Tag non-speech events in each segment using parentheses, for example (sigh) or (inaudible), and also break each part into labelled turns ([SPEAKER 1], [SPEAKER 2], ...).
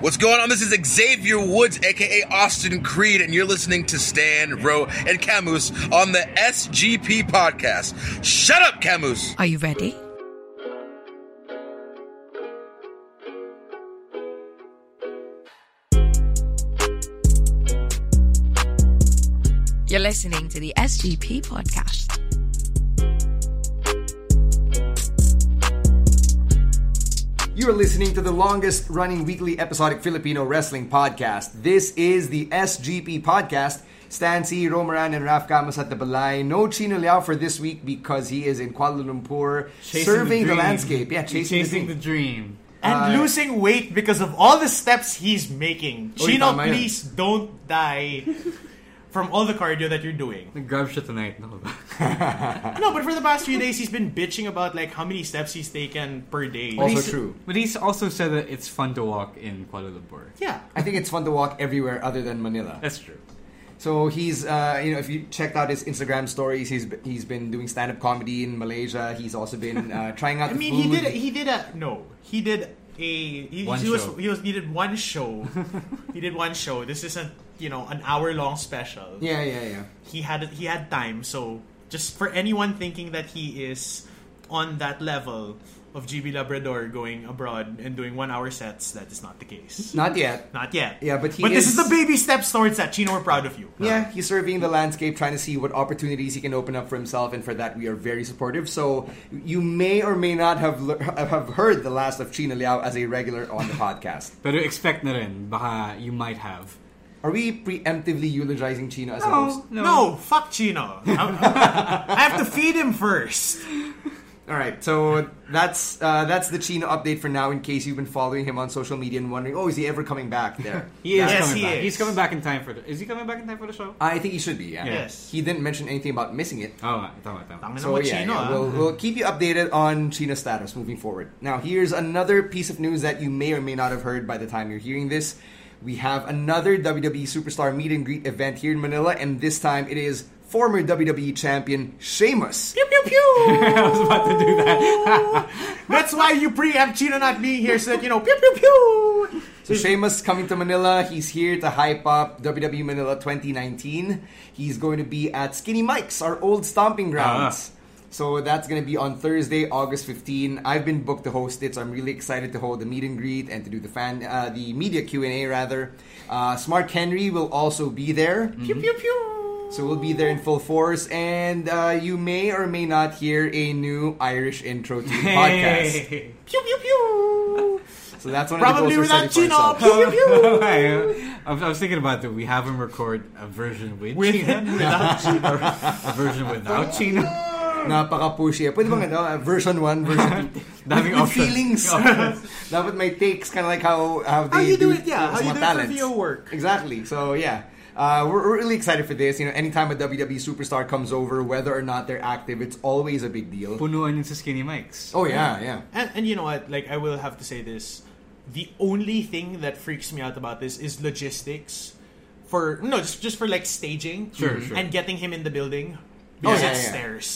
[SPEAKER 1] What's going on? This is Xavier Woods, aka Austin Creed, and you're listening to Stan, Rowe, and Camus on the SGP podcast. Shut up, Camus!
[SPEAKER 2] Are you ready? You're listening to the SGP podcast.
[SPEAKER 3] You are listening to the longest running weekly episodic Filipino wrestling podcast. This is the SGP podcast. Stan C, Romaran, and Raf Camus at the Balay. No Chino Liao for this week because he is in Kuala Lumpur serving the,
[SPEAKER 4] dream.
[SPEAKER 3] landscape. Yeah,
[SPEAKER 4] He's
[SPEAKER 3] chasing, the,
[SPEAKER 4] the
[SPEAKER 3] dream.
[SPEAKER 4] dream.
[SPEAKER 5] And losing weight because of all the steps he's making.
[SPEAKER 3] Uy,
[SPEAKER 5] Chino,
[SPEAKER 3] tama yun.
[SPEAKER 5] please don't die from all the cardio that you're doing.
[SPEAKER 4] Nag-grab siya tonight. No?
[SPEAKER 5] No, but for the past few days, he's been bitching about like how many steps he's taken per day.
[SPEAKER 3] Also
[SPEAKER 4] He's-
[SPEAKER 3] true.
[SPEAKER 4] But he's also said that it's fun to walk in Kuala Lumpur.
[SPEAKER 5] Yeah.
[SPEAKER 3] I think it's fun to walk everywhere other than Manila.
[SPEAKER 4] (laughs) That's true.
[SPEAKER 3] So he's, uh, you know, if you checked out his Instagram stories, he's he's been doing stand up comedy in Malaysia. He's also been uh, trying out.
[SPEAKER 5] I
[SPEAKER 3] the
[SPEAKER 5] mean, he
[SPEAKER 3] food.
[SPEAKER 5] did. He did a no. He did a. He,
[SPEAKER 4] One
[SPEAKER 5] he was,
[SPEAKER 4] show.
[SPEAKER 5] He was. He did one show. he did one show. This isn't you know an hour long special.
[SPEAKER 3] Yeah, yeah, yeah.
[SPEAKER 5] He had he had time. So just for anyone thinking that he is on that level of GB Labrador going abroad and doing one hour sets, that is not the case.
[SPEAKER 3] Not yet.
[SPEAKER 5] Not yet.
[SPEAKER 3] Yeah, but he
[SPEAKER 5] but this
[SPEAKER 3] is-
[SPEAKER 5] is the baby steps towards that. Chino, we're proud of you.
[SPEAKER 3] Yeah, he's surveying the landscape, trying to see what opportunities he can open up for himself, and for that we are very supportive. So you may or may not have le- have heard the last of Chino Liao as a regular on the podcast.
[SPEAKER 4] Pero expect na rin. Baka you might have.
[SPEAKER 3] Are we preemptively eulogizing Chino as a host?
[SPEAKER 5] No. fuck Chino. I, I have to feed him first.
[SPEAKER 3] All right, so that's uh, that's the Chino update for now. In case you've been following him on social media and wondering, oh, is he ever coming back? There,
[SPEAKER 4] He is
[SPEAKER 5] Yes,
[SPEAKER 4] coming
[SPEAKER 5] he
[SPEAKER 4] back.
[SPEAKER 5] is.
[SPEAKER 4] He's coming back in time for the... Is he coming back in time for the show?
[SPEAKER 3] I think he should be. Yeah.
[SPEAKER 5] Yes.
[SPEAKER 3] He didn't mention anything about missing it.
[SPEAKER 4] Oo nga. Oh, Tama, tama. (laughs)
[SPEAKER 5] Tangina
[SPEAKER 3] So
[SPEAKER 5] mo,
[SPEAKER 3] yeah,
[SPEAKER 5] Chino,
[SPEAKER 3] yeah,
[SPEAKER 5] ah.
[SPEAKER 3] We'll, we'll keep you updated on Chino's status moving forward. Now, here's another piece of news that you may or may not have heard by the time you're hearing this. We have another WWE Superstar meet and greet event here in Manila, and this time it is former WWE champion Sheamus.
[SPEAKER 5] Pew pew pew. I was about to do that. That's why you preempt Chino not being here, so that you know pew pew pew.
[SPEAKER 3] So Sheamus coming to Manila. He's here to hype up WWE Manila 2019. He's going to be at Skinny Mike's, our old stomping
[SPEAKER 5] Ah.
[SPEAKER 3] grounds. So that's going to be on Thursday, August 15. I've been booked to host it, so I'm really excited to hold the meet and greet and to do the fan, uh, the media Q and A rather. Uh, Smart Henry will also be there. Mm-hmm.
[SPEAKER 5] Pew pew pew.
[SPEAKER 3] So we'll be there in full force, and uh, you may or may not hear a new Irish intro to the
[SPEAKER 5] (laughs)
[SPEAKER 3] podcast.
[SPEAKER 4] Hey!
[SPEAKER 5] Pew pew pew.
[SPEAKER 3] So that's one
[SPEAKER 5] Probably
[SPEAKER 3] of the goals we're
[SPEAKER 5] without
[SPEAKER 3] setting for
[SPEAKER 5] Chino.
[SPEAKER 3] ourselves.
[SPEAKER 5] Pew pew pew.
[SPEAKER 4] I, uh, I was thinking about that. We have him record a version with,
[SPEAKER 5] With
[SPEAKER 4] Chino.
[SPEAKER 5] and without
[SPEAKER 4] (laughs)
[SPEAKER 5] Chino.
[SPEAKER 4] a version without Chino.
[SPEAKER 3] Napaka-pushy. Pwede bang ano, uh, version 1, version 2?
[SPEAKER 4] (laughs) Daming
[SPEAKER 3] With
[SPEAKER 4] (laughs) options.
[SPEAKER 3] feelings. (laughs) Dapat may takes, kind of like how, how they
[SPEAKER 5] (laughs) How you do it, yeah.
[SPEAKER 3] uh,
[SPEAKER 5] How you
[SPEAKER 3] mga
[SPEAKER 5] do it for video work.
[SPEAKER 3] Exactly. So, yeah. Uh, we're we're really excited for this. You know, anytime a WWE superstar comes over, whether or not they're active, it's always a big deal.
[SPEAKER 4] Punuan yun sa Skinny Mike's.
[SPEAKER 3] Oh, yeah, yeah.
[SPEAKER 5] And, and you know what? Like, I will have to say this. The only thing that freaks me out about this is logistics. For no, just just for like staging
[SPEAKER 4] Sure, sure.
[SPEAKER 5] and getting him in the building.
[SPEAKER 3] Oh,
[SPEAKER 5] Because
[SPEAKER 3] yeah,
[SPEAKER 5] it's
[SPEAKER 3] yeah.
[SPEAKER 5] stairs.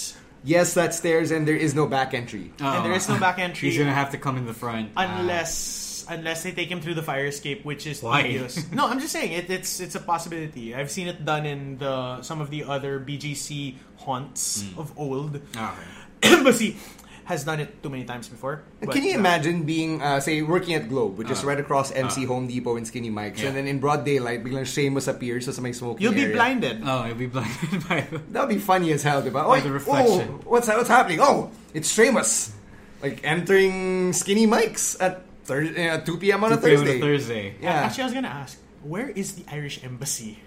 [SPEAKER 3] Yes, that's stairs, and there is no back entry.
[SPEAKER 5] And there is no back entry.
[SPEAKER 4] Uh-huh. He's gonna have uh, to come in the front.
[SPEAKER 5] unless unless they take him through the fire escape, which is
[SPEAKER 4] Why? (laughs)
[SPEAKER 5] tedious. no, I'm just saying it, it's it's a possibility. I've seen it done in the some of the other BGC haunts of old. (coughs)
[SPEAKER 4] Ah,
[SPEAKER 5] Embassy has done it too many times before. but-
[SPEAKER 3] Can you imagine being, uh, say, working at Globe, which is right across MC Home Depot and Skinny Mike's, and then in broad daylight, biglang Sheamus appears sa may smoking
[SPEAKER 5] You'll be
[SPEAKER 3] area.
[SPEAKER 5] blinded.
[SPEAKER 4] oh, he'll be blinded (laughs) by the
[SPEAKER 3] That would be funny as hell, diba?
[SPEAKER 4] Or the reflection.
[SPEAKER 3] Oh, what's what's happening? Oh, it's Sheamus, like entering Skinny Mike's at thir- uh, 2 p.m. on a Thursday.
[SPEAKER 4] Thursday.
[SPEAKER 3] Yeah,
[SPEAKER 5] Actually, I was gonna ask, where is the Irish embassy?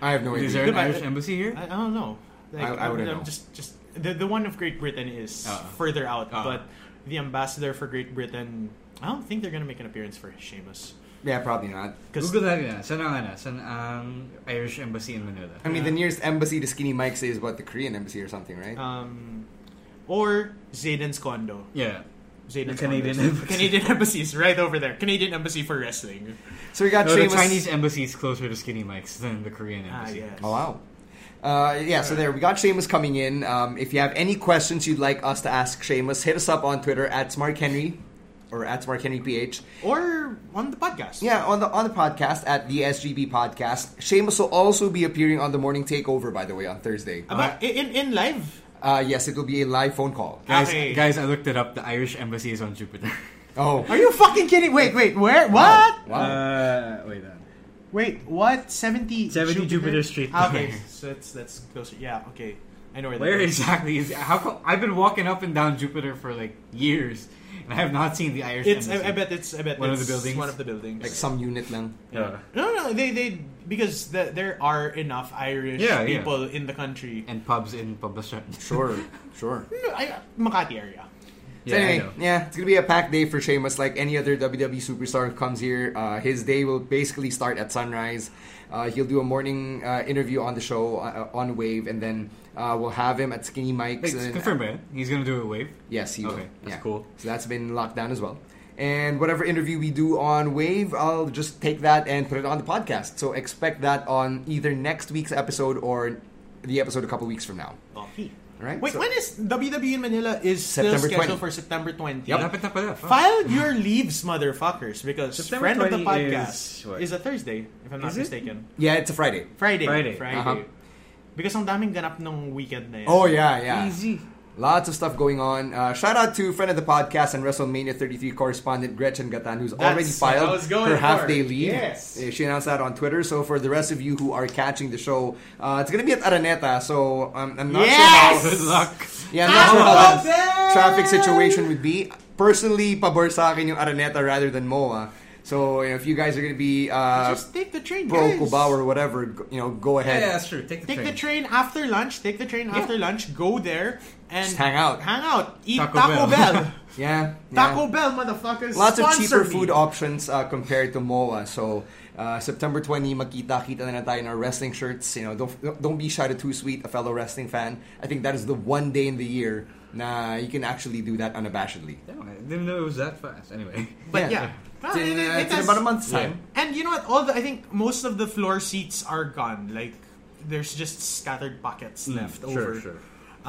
[SPEAKER 3] I have no
[SPEAKER 4] Is
[SPEAKER 3] idea.
[SPEAKER 4] there an
[SPEAKER 5] Goodbye.
[SPEAKER 4] Irish embassy here?
[SPEAKER 5] I, I don't know. Like,
[SPEAKER 3] I- I wouldn't
[SPEAKER 5] I'm
[SPEAKER 3] know.
[SPEAKER 5] Just, just the the one of Great Britain is further out, but the ambassador for Great Britain I don't think they're gonna make an appearance for Sheamus.
[SPEAKER 3] Yeah, probably not.
[SPEAKER 5] Because
[SPEAKER 4] Google that na. Saan ang ano? Saan ang um, Irish Embassy in Manila?
[SPEAKER 3] I mean, the nearest embassy to Skinny Mike's is what the Korean embassy or something, right?
[SPEAKER 5] um, or Zayden's condo.
[SPEAKER 4] yeah.
[SPEAKER 5] Zayden's
[SPEAKER 4] The Canadian
[SPEAKER 5] condo.
[SPEAKER 4] embassy.
[SPEAKER 5] Canadian embassy is right over there. Canadian embassy for wrestling.
[SPEAKER 3] so we got
[SPEAKER 4] No, the
[SPEAKER 3] Sheamus.
[SPEAKER 4] Chinese embassy is closer to Skinny Mike's than the Korean
[SPEAKER 5] Ah,
[SPEAKER 4] embassy.
[SPEAKER 5] yes.
[SPEAKER 3] Oh wow. Uh, yeah, so there we got Seamus coming in. Um, if you have any questions you'd like us to ask Seamus, hit us up on Twitter at SmartHenry or at SmartHenryPH.
[SPEAKER 5] Or on the podcast.
[SPEAKER 3] Yeah, on the on the podcast at the SGB Podcast. Seamus will also be appearing on the morning takeover, by the way, on Thursday.
[SPEAKER 5] About in in live.
[SPEAKER 3] Uh, yes, it will be a live phone call.
[SPEAKER 4] Guys,
[SPEAKER 5] Okay.
[SPEAKER 4] guys, I looked it up. The Irish embassy is on Jupiter.
[SPEAKER 3] Oh,
[SPEAKER 5] Are you fucking kidding? Wait, wait, where? What?
[SPEAKER 3] wow.
[SPEAKER 4] Uh, wait. Then.
[SPEAKER 5] Wait, what? 70,
[SPEAKER 4] 70 Jupiter Street. (laughs)
[SPEAKER 5] Ah, okay, so that's that's closer. Yeah, okay. I know where that
[SPEAKER 4] Where
[SPEAKER 5] is.
[SPEAKER 4] exactly is? How come I've been walking up and down Jupiter for like years, and I have not seen the Irish
[SPEAKER 5] It's
[SPEAKER 4] embassy.
[SPEAKER 5] I, I bet it's I bet
[SPEAKER 4] One of
[SPEAKER 5] it's
[SPEAKER 4] the buildings?
[SPEAKER 5] One of the buildings.
[SPEAKER 3] like some unit lang.
[SPEAKER 4] Yeah.
[SPEAKER 5] no, no, they they because the, there are enough Irish
[SPEAKER 4] Yeah, yeah.
[SPEAKER 5] people in the country.
[SPEAKER 4] And pubs in Publisher. (laughs)
[SPEAKER 3] Sure, sure.
[SPEAKER 5] No, I, Makati area.
[SPEAKER 3] So anyway, yeah, it's gonna be a packed day for Sheamus. Like any other WWE superstar who comes here, uh, his day will basically start at sunrise. Uh, he'll do a morning uh, interview on the show uh, on Wave, and then uh, we'll have him at Skinny Mike's. and-
[SPEAKER 4] confirmed, man. He's gonna do a wave.
[SPEAKER 3] Yes, he will.
[SPEAKER 4] Okay, that's
[SPEAKER 3] yeah.
[SPEAKER 4] cool.
[SPEAKER 3] So that's been locked down as well. And whatever interview we do on Wave, I'll just take that and put it on the podcast. So expect that on either next week's episode or the episode a couple weeks from now.
[SPEAKER 4] Oh,
[SPEAKER 5] Okay.
[SPEAKER 3] Alright,
[SPEAKER 5] Wait,
[SPEAKER 3] so-
[SPEAKER 5] when is WWE in Manila is still
[SPEAKER 3] September 20.
[SPEAKER 5] scheduled for September 20?
[SPEAKER 4] Dapat na pala. Fuck.
[SPEAKER 5] File your leaves, motherfuckers, because
[SPEAKER 4] September
[SPEAKER 5] friend of the
[SPEAKER 4] 20
[SPEAKER 5] podcast
[SPEAKER 4] is what?
[SPEAKER 5] is, a Thursday, if I'm not
[SPEAKER 4] Is it?
[SPEAKER 5] mistaken.
[SPEAKER 3] Yeah, it's a Friday.
[SPEAKER 5] Friday.
[SPEAKER 4] Friday.
[SPEAKER 3] Uh-huh.
[SPEAKER 5] Because ang daming ganap nung weekend na yan.
[SPEAKER 3] Oh yeah, yeah.
[SPEAKER 4] Easy.
[SPEAKER 3] Lots of stuff going on. Uh, shout out to friend of the podcast and WrestleMania 33 correspondent Gretchen Gatan, who's
[SPEAKER 5] That's
[SPEAKER 3] already
[SPEAKER 5] what I
[SPEAKER 3] filed
[SPEAKER 5] was going
[SPEAKER 3] her half
[SPEAKER 5] for.
[SPEAKER 3] day leave.
[SPEAKER 5] Yes.
[SPEAKER 3] Uh, She announced that on Twitter. So for the rest of you who are catching the show, uh, it's going to be at Araneta. So um, I'm not
[SPEAKER 5] Yes!
[SPEAKER 3] sure
[SPEAKER 4] Good
[SPEAKER 3] how.
[SPEAKER 4] luck.
[SPEAKER 3] Yeah, I'm not sure
[SPEAKER 5] Ah,
[SPEAKER 3] how
[SPEAKER 5] Robin!
[SPEAKER 3] the traffic situation would be. Personally, pabor sa akin yung Araneta rather than MOA. So you know, if you guys are going to be uh,
[SPEAKER 5] Just take the train,
[SPEAKER 3] pro
[SPEAKER 5] guys.
[SPEAKER 3] Cubao or whatever, go- you know, go
[SPEAKER 4] Yeah,
[SPEAKER 3] ahead.
[SPEAKER 4] that's true. Take the
[SPEAKER 5] Take the
[SPEAKER 4] train.
[SPEAKER 5] train after lunch. Take the train after lunch. Go there and
[SPEAKER 3] Just hang out.
[SPEAKER 5] Hang out. Eat Taco,
[SPEAKER 4] Taco
[SPEAKER 5] Bell.
[SPEAKER 4] Bell.
[SPEAKER 3] (laughs) Yeah, yeah.
[SPEAKER 5] Taco Bell, motherfuckers.
[SPEAKER 3] Lots of
[SPEAKER 5] sponsor
[SPEAKER 3] cheaper
[SPEAKER 5] me.
[SPEAKER 3] food options uh, compared to MOA. So uh, September 20, makita kita na tayo in our wrestling shirts. You know, don't don't be shy to too sweet a fellow wrestling fan. I think that is the one day in the year na you can actually do that unabashedly.
[SPEAKER 4] Damn, I didn't know it was that fast. (laughs) Anyway.
[SPEAKER 5] But yeah,
[SPEAKER 3] It's in, uh,
[SPEAKER 5] Well, it- it
[SPEAKER 3] it's in
[SPEAKER 5] has-
[SPEAKER 3] about a month's time.
[SPEAKER 5] And you know what? All the, I think most of the floor seats are gone. Like there's just scattered pockets
[SPEAKER 4] Mm,
[SPEAKER 5] left over.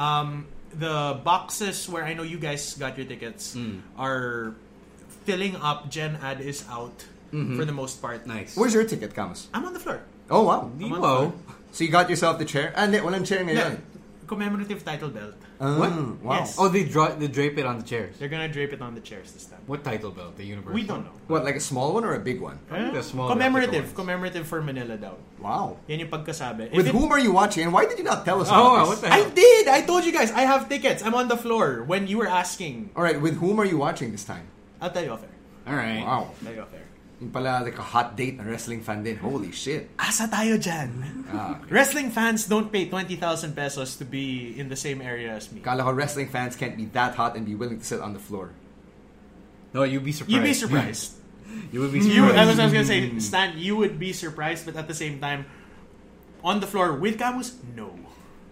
[SPEAKER 5] Um, the boxes where I know you guys got your tickets are filling up. Gen Ad is out for the most part.
[SPEAKER 4] Nice.
[SPEAKER 3] Where's your ticket, Camus?
[SPEAKER 5] I'm on the floor.
[SPEAKER 3] Oh wow!
[SPEAKER 4] Whoa.
[SPEAKER 3] So you got yourself the chair? And well, I'm chairing
[SPEAKER 5] Yeah.
[SPEAKER 3] ngayon. Hmm,
[SPEAKER 5] Commemorative title belt.
[SPEAKER 4] What?
[SPEAKER 3] Wow.
[SPEAKER 5] Yes.
[SPEAKER 4] Oh, they draw. They drape it on the chairs.
[SPEAKER 5] They're gonna drape it on the chairs this time.
[SPEAKER 4] What title belt? The universe.
[SPEAKER 5] We don't know.
[SPEAKER 3] What, like a small one or a big one?
[SPEAKER 4] The small vertical
[SPEAKER 5] commemorative,
[SPEAKER 4] ones.
[SPEAKER 5] commemorative for Manila daw.
[SPEAKER 3] Wow.
[SPEAKER 5] Yan yung pagkasabi. If
[SPEAKER 3] With
[SPEAKER 5] it-
[SPEAKER 3] whom are you watching? And why did you not tell us?
[SPEAKER 4] Oh,
[SPEAKER 3] about
[SPEAKER 4] what
[SPEAKER 3] this?
[SPEAKER 4] the
[SPEAKER 5] I
[SPEAKER 4] hell?
[SPEAKER 5] did. I told you guys I have tickets. I'm on the floor when you were asking.
[SPEAKER 3] All right. With whom are you watching this time?
[SPEAKER 5] I'll tell you off air.
[SPEAKER 4] All right.
[SPEAKER 3] Wow.
[SPEAKER 5] I'll tell you off air.
[SPEAKER 3] Yung pala like a hot date na wrestling fan din. Holy shit.
[SPEAKER 5] Asa tayo dyan? Wrestling fans don't pay 20,000 pesos to be in the same area as me.
[SPEAKER 3] Kala ko wrestling fans can't be that hot and be willing to sit on the floor.
[SPEAKER 4] No, you'd be surprised.
[SPEAKER 5] You'd
[SPEAKER 4] (laughs)
[SPEAKER 5] be surprised.
[SPEAKER 3] Mm.
[SPEAKER 4] you would be
[SPEAKER 5] You,
[SPEAKER 4] surprised.
[SPEAKER 5] I was, I was gonna say, Stan, you would be surprised, but at the same time, on the floor with Camus, no.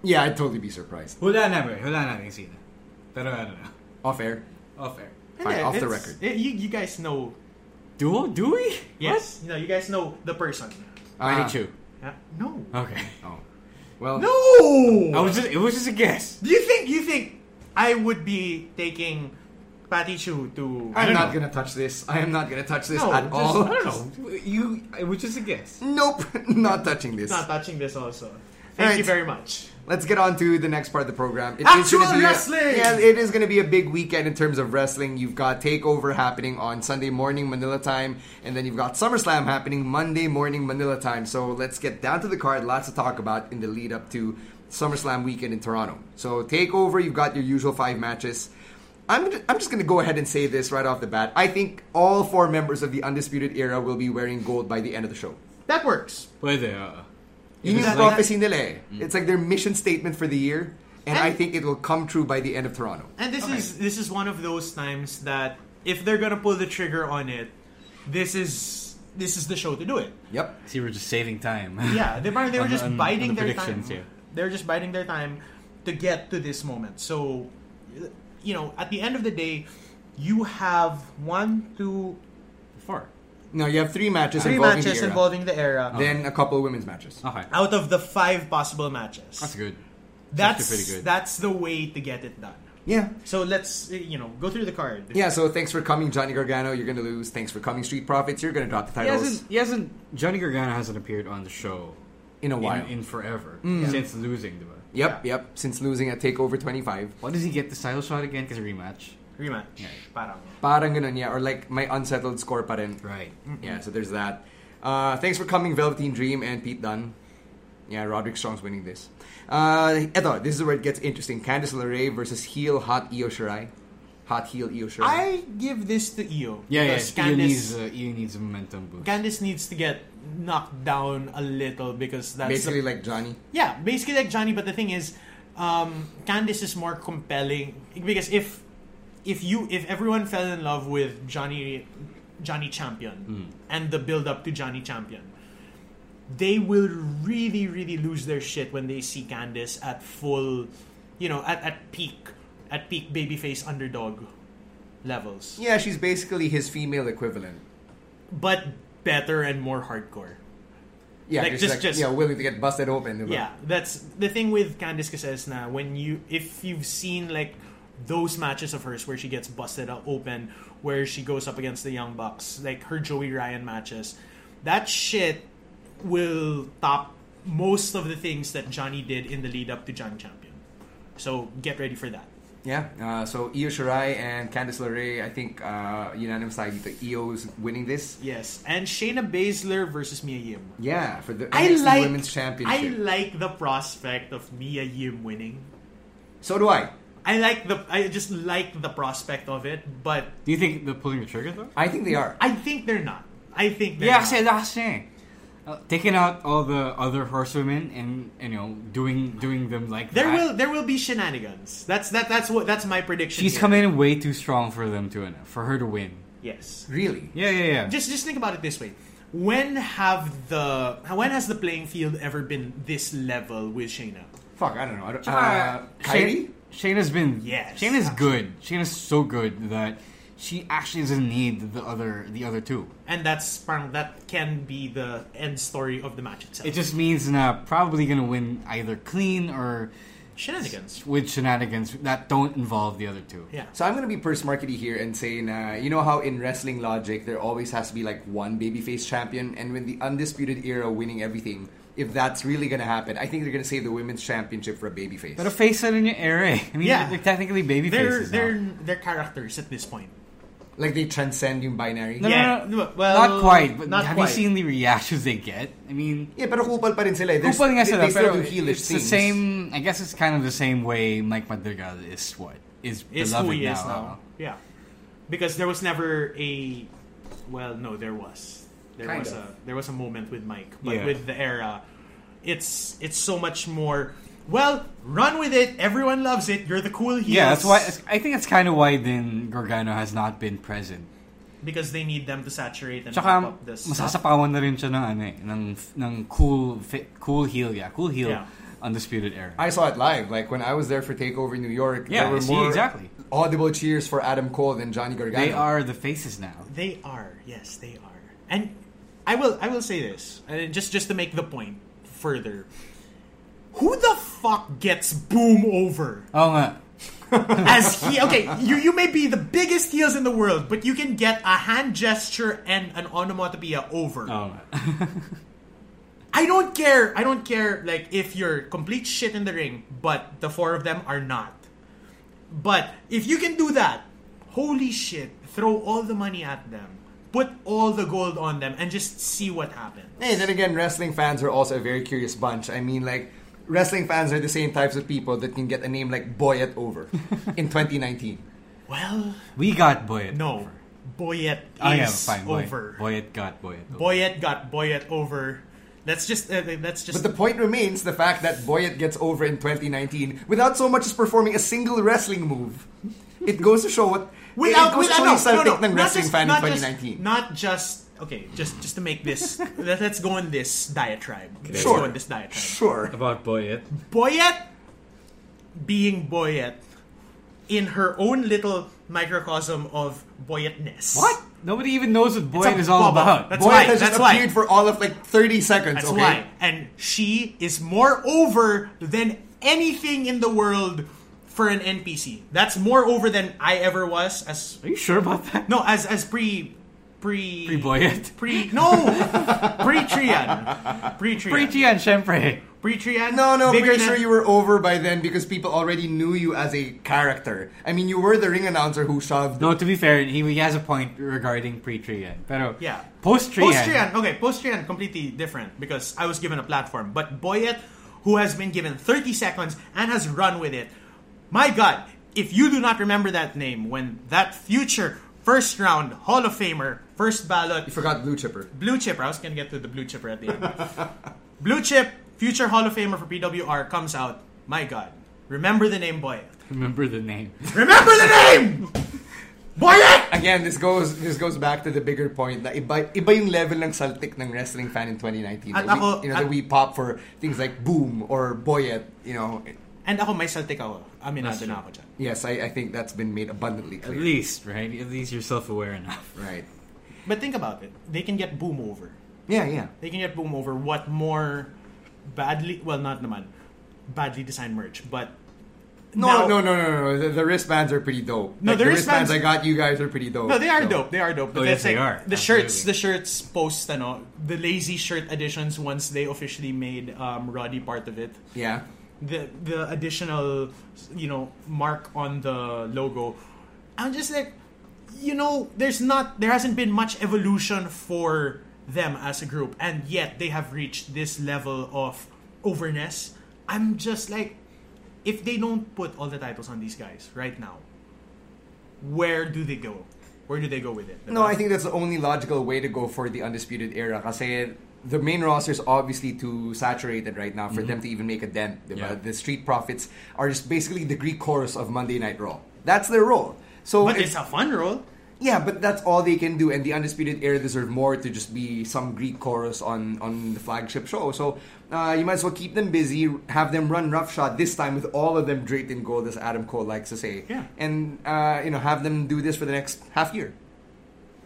[SPEAKER 3] Yeah, I'd totally be surprised.
[SPEAKER 4] Wala namin. Wala namin sina. Pero ano na.
[SPEAKER 3] Off air.
[SPEAKER 4] Off air.
[SPEAKER 3] Fine,
[SPEAKER 5] Yeah,
[SPEAKER 3] off the
[SPEAKER 5] uh, it's-
[SPEAKER 3] record.
[SPEAKER 5] it- you, you guys know.
[SPEAKER 4] Do, do we?
[SPEAKER 5] Yes. You know, you guys know the person.
[SPEAKER 4] What?
[SPEAKER 3] Ah.
[SPEAKER 4] 22.
[SPEAKER 5] Yeah? No.
[SPEAKER 4] Okay.
[SPEAKER 3] Oh. Well,
[SPEAKER 4] I
[SPEAKER 5] No.
[SPEAKER 4] was just, it was just a guess.
[SPEAKER 5] Do you think? You think I would be taking Patty Chu to?
[SPEAKER 3] I'm not gonna touch this. I am not gonna touch this
[SPEAKER 5] No,
[SPEAKER 3] at
[SPEAKER 5] just-
[SPEAKER 3] all.
[SPEAKER 5] I don't know.
[SPEAKER 4] You, it was just a guess.
[SPEAKER 3] (laughs) Nope, (laughs) not touching this.
[SPEAKER 5] not touching this also. Thank
[SPEAKER 3] Alright.
[SPEAKER 5] you very much.
[SPEAKER 3] Let's get on to the next part of the program. It is
[SPEAKER 5] Actual
[SPEAKER 3] gonna be a-
[SPEAKER 5] wrestling!
[SPEAKER 3] yeah, it is going to be a big weekend in terms of wrestling. You've got Takeover happening on Sunday morning Manila time, and then you've got SummerSlam happening Monday morning Manila time. So let's get down to the card. Lots to talk about in the lead up to SummerSlam weekend in Toronto. So Takeover, you've got your usual five matches. I'm gonna, I'm just going to go ahead and say this right off the bat. I think all four members of the Undisputed Era will be wearing gold by the end of the show.
[SPEAKER 5] That works.
[SPEAKER 4] Pwede, oo.
[SPEAKER 3] Yun yung
[SPEAKER 5] It's like-
[SPEAKER 3] prophecy nila eh.
[SPEAKER 4] Mm.
[SPEAKER 3] It's like their mission statement for the year. And I think it will come true by the end of Toronto.
[SPEAKER 5] And this is this is one of those times that if they're gonna pull the trigger on it, this is this is the show to do it.
[SPEAKER 3] Yep.
[SPEAKER 4] See, we're just saving time. (laughs)
[SPEAKER 5] Yeah, they, they were
[SPEAKER 4] On-
[SPEAKER 5] just
[SPEAKER 4] on- on
[SPEAKER 5] biding
[SPEAKER 4] the
[SPEAKER 5] their time.
[SPEAKER 4] predictions, yeah.
[SPEAKER 5] They're just biding their time to get to this moment. So, you know, at the end of the day, you have one, two,
[SPEAKER 4] Four.
[SPEAKER 3] No, you have three matches
[SPEAKER 5] three
[SPEAKER 3] involving
[SPEAKER 5] matches
[SPEAKER 3] the era.
[SPEAKER 5] involving the era.
[SPEAKER 3] Then a couple women's matches.
[SPEAKER 4] Okay.
[SPEAKER 5] out of the five possible matches,
[SPEAKER 4] That's good.
[SPEAKER 5] That's
[SPEAKER 4] actually pretty good.
[SPEAKER 5] that's the way to get it done.
[SPEAKER 3] Yeah.
[SPEAKER 5] So let's uh, you know go through the card.
[SPEAKER 3] Yeah, so thanks for coming, Johnny Gargano. You're going to lose. Thanks for coming, Street Profits. You're going to drop the
[SPEAKER 4] He
[SPEAKER 3] titles
[SPEAKER 4] hasn't, he hasn't. Johnny Gargano hasn't appeared on the show
[SPEAKER 3] in a
[SPEAKER 4] in,
[SPEAKER 3] while.
[SPEAKER 4] in forever since losing, diba?
[SPEAKER 3] yep, yep. Since losing at TakeOver 25.
[SPEAKER 4] What does he get the title shot again? Because rematch.
[SPEAKER 5] rematch. Parang.
[SPEAKER 3] Parang ganun, yeah. Or like my unsettled score pa rin.
[SPEAKER 4] Right.
[SPEAKER 3] Yeah, so there's that. Uh, thanks for coming, Velveteen Dream and Pete Dunne. Yeah, Roderick Strong's winning this. Uh, eto, this is where it gets interesting. Candice LeRae versus heel hot Io Shirai. Hot heel Io Shirai.
[SPEAKER 5] I give this to Io.
[SPEAKER 4] Yeah, yeah.
[SPEAKER 5] because
[SPEAKER 4] Io needs,
[SPEAKER 5] Candice,
[SPEAKER 4] uh, Io needs a momentum boost.
[SPEAKER 5] Candice needs to get knocked down a little because that's
[SPEAKER 3] Basically
[SPEAKER 5] the,
[SPEAKER 3] like Johnny.
[SPEAKER 5] yeah, basically like Johnny. But the thing is, um, Candice is more compelling because if if you if everyone fell in love with Johnny Johnny Champion and the build up to Johnny Champion, they will really really lose their shit when they see Candice at full, you know, at at peak at peak babyface underdog levels,
[SPEAKER 3] Yeah, she's basically his female equivalent.
[SPEAKER 5] but better and more hardcore.
[SPEAKER 3] Yeah,
[SPEAKER 5] Like,
[SPEAKER 3] just,
[SPEAKER 5] just-
[SPEAKER 3] like,
[SPEAKER 5] just-
[SPEAKER 3] yeah, willing to get busted open. diba?
[SPEAKER 5] Yeah, that's the thing with Candice Cassez na when you if you've seen like those matches of hers where she gets busted up open, where she goes up against the Young Bucks, like her Joey Ryan matches, that shit will top most of the things that Johnny did in the lead up to Johnny Champion. So get ready for that.
[SPEAKER 3] Yeah, uh, so Io Shirai and Candice LeRae, I think uh, unanimous side the Io's winning this.
[SPEAKER 5] Yes, and Shayna Baszler versus Mia Yim.
[SPEAKER 3] Yeah, for the
[SPEAKER 5] I
[SPEAKER 3] NXT
[SPEAKER 5] like
[SPEAKER 3] Women's
[SPEAKER 5] I
[SPEAKER 3] Championship.
[SPEAKER 5] like the prospect of Mia Yim winning.
[SPEAKER 3] so do I.
[SPEAKER 5] I like the I just like the prospect of it, but
[SPEAKER 4] Do you think they're pulling the trigger though?
[SPEAKER 3] I think they are.
[SPEAKER 5] I think they're not. I think they're
[SPEAKER 4] Yeah,
[SPEAKER 5] not.
[SPEAKER 4] actually, that's it. Uh, taking out all the other horsewomen and you know doing doing them like
[SPEAKER 5] there
[SPEAKER 4] that.
[SPEAKER 5] will there will be shenanigans. That's that that's what that's my prediction.
[SPEAKER 4] She's
[SPEAKER 5] here.
[SPEAKER 4] coming in way too strong for them to win- for her to win.
[SPEAKER 5] Yes.
[SPEAKER 3] Really?
[SPEAKER 4] Yeah, yeah, yeah.
[SPEAKER 5] Just just think about it this way. When have the when has the playing field ever been this level with Shayna?
[SPEAKER 3] Fuck, I don't know. I don't, uh,
[SPEAKER 4] Uh,
[SPEAKER 3] Kyrie?
[SPEAKER 4] Shay- Shayna's been
[SPEAKER 5] Yes.
[SPEAKER 4] Shayna's good. Shayna's so good that she actually doesn't need the other the other two.
[SPEAKER 5] And that's parang that can be the end story of the match itself.
[SPEAKER 4] It just means not probably gonna win either clean or
[SPEAKER 5] shenanigans.
[SPEAKER 4] with shenanigans that don't involve the other two.
[SPEAKER 5] Yeah.
[SPEAKER 3] So I'm gonna be purse markety here and saying, uh, you know how in wrestling logic there always has to be like one babyface champion, and when the undisputed era winning everything, if that's really gonna happen, I think they're gonna save the women's championship for a babyface.
[SPEAKER 4] But a face it in your air, eh? I mean,
[SPEAKER 5] Yeah.
[SPEAKER 4] they're technically baby
[SPEAKER 5] They're
[SPEAKER 4] faces
[SPEAKER 5] they're
[SPEAKER 4] now.
[SPEAKER 5] they're characters at this point.
[SPEAKER 3] like they transcend yung binary.
[SPEAKER 4] No,
[SPEAKER 5] yeah.
[SPEAKER 4] no, no, no,
[SPEAKER 5] Well,
[SPEAKER 4] not quite. But
[SPEAKER 5] not
[SPEAKER 4] have
[SPEAKER 5] quite.
[SPEAKER 4] you seen the reactions they get? I mean,
[SPEAKER 3] Yeah, pero kupal pa rin sila. eh. They're-
[SPEAKER 4] kupal nga
[SPEAKER 3] they-
[SPEAKER 4] sila,
[SPEAKER 3] they still
[SPEAKER 4] pero
[SPEAKER 3] do heelish
[SPEAKER 4] it's
[SPEAKER 3] things.
[SPEAKER 4] the same. I guess it's kind of the same way Mike Madrigal is what is
[SPEAKER 5] is who
[SPEAKER 4] beloved
[SPEAKER 5] he
[SPEAKER 4] now.
[SPEAKER 5] is now. Yeah, because there was never a well, no, there was there
[SPEAKER 3] Kind
[SPEAKER 5] was
[SPEAKER 3] of.
[SPEAKER 5] a there was a moment with Mike, but
[SPEAKER 4] Yeah.
[SPEAKER 5] with the era, it's it's so much more. Well, run with it. Everyone loves it. You're the cool heels.
[SPEAKER 4] Yeah, that's why. I think that's kind of why then Gargano has not been present.
[SPEAKER 5] because they need them to saturate and pop
[SPEAKER 4] Tsaka
[SPEAKER 5] up this. stuff.
[SPEAKER 4] masasapawan na rin siya ng ano eh, ng, ng cool fit, cool heel, yeah, cool heel
[SPEAKER 5] Yeah.
[SPEAKER 4] undisputed era.
[SPEAKER 3] I saw it live. Like when I was there for Takeover New York,
[SPEAKER 4] Yeah,
[SPEAKER 3] there were
[SPEAKER 4] I see,
[SPEAKER 3] more
[SPEAKER 4] exactly.
[SPEAKER 3] audible cheers for Adam Cole than Johnny Gargano.
[SPEAKER 4] They are the faces now.
[SPEAKER 5] They are yes, they are. And I will I will say this, and just just to make the point further. Who the fuck gets boom over?
[SPEAKER 4] Oo nga.
[SPEAKER 5] as he okay you you may be the biggest heels in the world but you can get a hand gesture and an onomatopoeia over
[SPEAKER 3] Oh,
[SPEAKER 4] Oo nga.
[SPEAKER 5] (laughs) i don't care i don't care like if you're complete shit in the ring but the four of them are not but if you can do that holy shit throw all the money at them put all the gold on them and just see what happens
[SPEAKER 3] Hey, then again, wrestling fans are also a very curious bunch. I mean, like, wrestling fans are the same types of people that can get a name like Boyet
[SPEAKER 5] (laughs)
[SPEAKER 3] over in 2019.
[SPEAKER 5] well
[SPEAKER 4] We got Boyet.
[SPEAKER 5] no boyet is
[SPEAKER 4] Oh yeah, fine. Boyet.
[SPEAKER 5] over
[SPEAKER 4] Boyet got Boyet.
[SPEAKER 5] boyet got boyet over That's just uh, that's just
[SPEAKER 3] But the point remains the fact that Boyet gets over in 2019 without so much as performing a single wrestling move. It goes to show what it
[SPEAKER 5] without
[SPEAKER 3] goes to
[SPEAKER 5] without
[SPEAKER 3] show
[SPEAKER 5] no,
[SPEAKER 3] yung saltik
[SPEAKER 5] no, no,
[SPEAKER 3] ng
[SPEAKER 5] not
[SPEAKER 3] wrestling
[SPEAKER 5] just-
[SPEAKER 3] fan in
[SPEAKER 5] not
[SPEAKER 3] 2019.
[SPEAKER 5] Just, not just okay. Just just to
[SPEAKER 3] (laughs)
[SPEAKER 5] make this let, us go on this diatribe. Let's
[SPEAKER 3] Sure.
[SPEAKER 5] go on this diatribe.
[SPEAKER 3] sure.
[SPEAKER 4] About Boyet.
[SPEAKER 5] Boyet being Boyet in her own little microcosm of Boyetness.
[SPEAKER 3] What?
[SPEAKER 4] Nobody even knows what
[SPEAKER 5] It's a
[SPEAKER 4] Boyet is all
[SPEAKER 5] bubble.
[SPEAKER 4] about.
[SPEAKER 5] That's
[SPEAKER 3] Boyet
[SPEAKER 5] why.
[SPEAKER 3] has just
[SPEAKER 5] That's why.
[SPEAKER 3] appeared for all of like 30 seconds,
[SPEAKER 5] That's
[SPEAKER 3] okay?
[SPEAKER 5] why. And she is more over than anything in the world for an NPC. That's more over than I ever was as
[SPEAKER 4] Are you sure about that? (laughs)
[SPEAKER 5] no as as pre pre
[SPEAKER 4] Pre
[SPEAKER 5] (laughs)
[SPEAKER 4] Boyet.
[SPEAKER 5] pre no pre Trian pre
[SPEAKER 4] Pre Tian,
[SPEAKER 5] Trian
[SPEAKER 4] syempre.
[SPEAKER 5] pre Trian
[SPEAKER 3] No, no,
[SPEAKER 5] bigger
[SPEAKER 3] pretty
[SPEAKER 5] than,
[SPEAKER 3] sure you were over by then because people already knew you as a character. I mean, you were the ring announcer who shoved.
[SPEAKER 4] No, to be fair, he, he has a point regarding pre Trian. Pero
[SPEAKER 5] yeah
[SPEAKER 4] post Trian.
[SPEAKER 5] post Trian okay post Trian completely different because I was given a platform but Boyet who has been given 30 seconds and has run with it my god if you do not remember that name when that future first round Hall of Famer first ballot
[SPEAKER 3] You forgot Blue Chipper.
[SPEAKER 5] blue chipper. I was gonna get to the blue chipper at the end. (laughs) blue chip, future Hall of Famer for PWR, comes out. My God, remember the name Boyet.
[SPEAKER 4] Remember the name. (laughs)
[SPEAKER 5] Remember the name, Boyet.
[SPEAKER 3] Again, this goes this goes back to the bigger point that iba, iba yung level ng saltik ng wrestling fan in 2019.
[SPEAKER 5] At
[SPEAKER 3] that we,
[SPEAKER 5] ako-
[SPEAKER 3] you know, that
[SPEAKER 5] at-
[SPEAKER 3] we pop for things like Boom or Boyet, you know.
[SPEAKER 5] And ako may saltik ako. Aminado na ako dyan.
[SPEAKER 3] Yes, I, I think that's been made abundantly
[SPEAKER 4] At
[SPEAKER 3] clear.
[SPEAKER 4] least, right? At least you're self aware enough.
[SPEAKER 3] Right.
[SPEAKER 5] But think about it. They can get boom over.
[SPEAKER 3] Yeah, yeah.
[SPEAKER 5] They can get boom over what more badly? Well, not naman badly designed merch, but
[SPEAKER 3] No, no,
[SPEAKER 5] now-
[SPEAKER 3] no, no, no, no. The, the wristbands are pretty dope.
[SPEAKER 5] No,
[SPEAKER 3] Like,
[SPEAKER 5] the
[SPEAKER 3] the wristbands,
[SPEAKER 5] wristbands-
[SPEAKER 3] I got you guys are pretty dope.
[SPEAKER 5] No, they are
[SPEAKER 3] so.
[SPEAKER 5] dope. They are dope. But
[SPEAKER 4] Oh, yes,
[SPEAKER 5] that's
[SPEAKER 4] they are.
[SPEAKER 5] like The
[SPEAKER 4] Absolutely.
[SPEAKER 5] shirts, the shirts post, ano, the lazy shirt editions. Once they officially made um, Roddy part of it,
[SPEAKER 3] Yeah.
[SPEAKER 5] the the additional, you know, mark on the logo. I'm just like, you know, there's not, there hasn't been much evolution for them as a group, and yet they have reached this level of overness. I'm just like, if they don't put all the titles on these guys right now, where do they go? Where do they go with it?
[SPEAKER 3] No, I think that's the only logical way to go for the Undisputed Era. Kasi the main roster is obviously too saturated right now for
[SPEAKER 5] Mm-hmm.
[SPEAKER 3] them to even make a dent. diba?
[SPEAKER 4] Yeah.
[SPEAKER 3] The Street Profits are just basically the Greek chorus of Monday Night Raw. That's their role. So
[SPEAKER 5] But
[SPEAKER 3] if-
[SPEAKER 5] it's a fun role.
[SPEAKER 3] yeah, but that's all they can do, and the Undisputed Era deserve more to just be some Greek chorus on, on the flagship show. So uh, you might as well keep them busy, have them run roughshod this time with all of them draped in gold, as Adam Cole likes to say.
[SPEAKER 5] Yeah.
[SPEAKER 3] And uh, you know, have them do this for the next half year.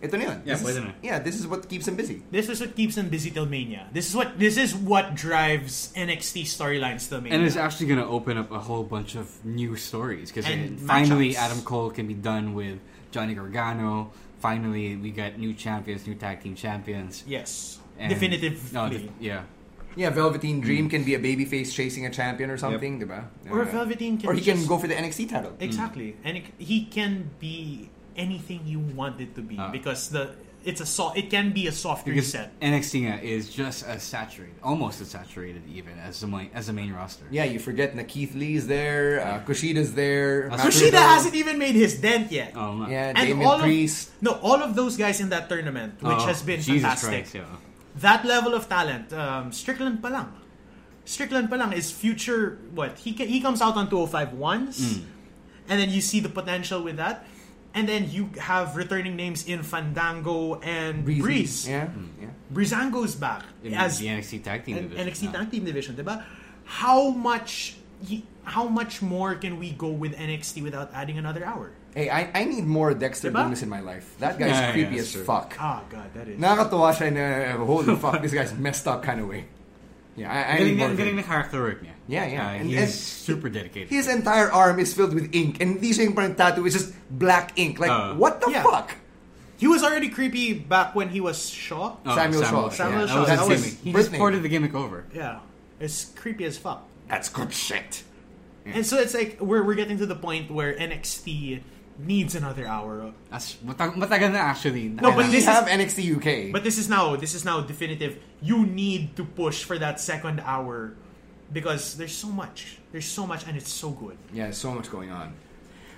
[SPEAKER 3] Ito na yun.
[SPEAKER 4] Yeah,
[SPEAKER 3] This
[SPEAKER 4] pwede
[SPEAKER 3] is-
[SPEAKER 4] na.
[SPEAKER 3] yeah, this is what keeps them busy.
[SPEAKER 5] This is what keeps them busy till Mania. This is what this is what drives NXT storylines till Mania.
[SPEAKER 4] And it's actually going to open up a whole bunch of new stories because
[SPEAKER 5] And
[SPEAKER 4] finally
[SPEAKER 5] matchups.
[SPEAKER 4] Adam Cole can be done with Johnny Gargano. Finally, we got new champions, new tag team champions.
[SPEAKER 5] yes,
[SPEAKER 4] And-
[SPEAKER 5] definitively.
[SPEAKER 4] No, def- yeah.
[SPEAKER 3] Yeah, Velveteen Dream can be a babyface chasing a champion or something, diba?
[SPEAKER 5] Hmm. Or
[SPEAKER 3] Uh,
[SPEAKER 5] Velveteen can
[SPEAKER 3] Or he can
[SPEAKER 5] just-
[SPEAKER 3] go for the NXT title.
[SPEAKER 5] exactly,
[SPEAKER 4] Mm.
[SPEAKER 5] and it, he can be anything you want it to be because the it's a so, it can be a soft
[SPEAKER 4] Ah. Because
[SPEAKER 5] reset.
[SPEAKER 4] NXT nga uh, is just as saturated, almost as saturated even as the main, as the main roster.
[SPEAKER 3] Yeah, you forget na Keith Lee's there, uh, Kushida's there.
[SPEAKER 4] That's
[SPEAKER 3] Matt
[SPEAKER 4] true.
[SPEAKER 5] Uh, Kushida
[SPEAKER 3] Riddle.
[SPEAKER 5] hasn't even made his dent yet.
[SPEAKER 4] Oh, no.
[SPEAKER 3] Yeah,
[SPEAKER 5] and
[SPEAKER 3] Damien
[SPEAKER 5] all
[SPEAKER 3] Priest.
[SPEAKER 5] of no, all of those guys in that tournament, which
[SPEAKER 4] Oh,
[SPEAKER 5] has been
[SPEAKER 4] Jesus
[SPEAKER 5] fantastic.
[SPEAKER 4] Christ, yeah.
[SPEAKER 5] that level of talent, um, Strickland Palang. Strickland Palang is future. What he ca- he comes out on 205 once,
[SPEAKER 4] Mm.
[SPEAKER 5] and then you see the potential with that, and then you have returning names in Fandango and
[SPEAKER 3] Breezy.
[SPEAKER 5] Breeze. Mm.
[SPEAKER 3] Yeah, Mm. yeah.
[SPEAKER 5] Breezango's back
[SPEAKER 4] In
[SPEAKER 5] as
[SPEAKER 4] the NXT tag team
[SPEAKER 5] an
[SPEAKER 4] division.
[SPEAKER 5] NXT
[SPEAKER 4] now.
[SPEAKER 5] tag team division, diba? How much? he- How much more can we go with NXT without adding another hour?
[SPEAKER 3] Hey, I, I need more Dexter
[SPEAKER 5] Diba?
[SPEAKER 3] Loomis in my life. That guy's
[SPEAKER 4] Yeah,
[SPEAKER 3] creepy
[SPEAKER 4] yeah,
[SPEAKER 3] as
[SPEAKER 4] sure.
[SPEAKER 3] fuck.
[SPEAKER 5] Ah, God, that is.
[SPEAKER 3] Nakakatawa siya na,
[SPEAKER 4] (laughs)
[SPEAKER 3] holy fuck, this guy's messed up kind of way. Yeah, I, I
[SPEAKER 4] Galing
[SPEAKER 3] need
[SPEAKER 4] na,
[SPEAKER 3] more
[SPEAKER 4] ang
[SPEAKER 3] of
[SPEAKER 4] galing
[SPEAKER 3] him.
[SPEAKER 4] na character work niya.
[SPEAKER 3] Yeah, yeah.
[SPEAKER 4] Uh,
[SPEAKER 3] And-
[SPEAKER 4] he's
[SPEAKER 3] and-
[SPEAKER 4] super dedicated.
[SPEAKER 3] His entire arm is filled with ink, and hindi siya yung parang tattoo, it's just black ink. Like,
[SPEAKER 4] Uh,
[SPEAKER 3] what the
[SPEAKER 5] yeah.
[SPEAKER 3] fuck?
[SPEAKER 5] He was already creepy back when he was Shaw.
[SPEAKER 4] Oh,
[SPEAKER 3] Samuel Shaw.
[SPEAKER 5] Samuel
[SPEAKER 4] yeah,
[SPEAKER 5] Shaw,
[SPEAKER 4] That
[SPEAKER 5] that
[SPEAKER 4] was his
[SPEAKER 5] was
[SPEAKER 4] gimmick. He
[SPEAKER 3] Britney.
[SPEAKER 4] just ported the gimmick over.
[SPEAKER 5] Yeah, it's creepy as fuck.
[SPEAKER 3] That's good shit.
[SPEAKER 5] And so it's like we're we're getting to the point where NXT needs another hour.
[SPEAKER 4] That's matag- matagal na actually.
[SPEAKER 5] No, but
[SPEAKER 3] we
[SPEAKER 5] this is-
[SPEAKER 3] have NXT UK.
[SPEAKER 5] But this is now this is now definitive. You need to push for that second hour because there's so much. There's so much and it's so good.
[SPEAKER 3] yeah, so much going on.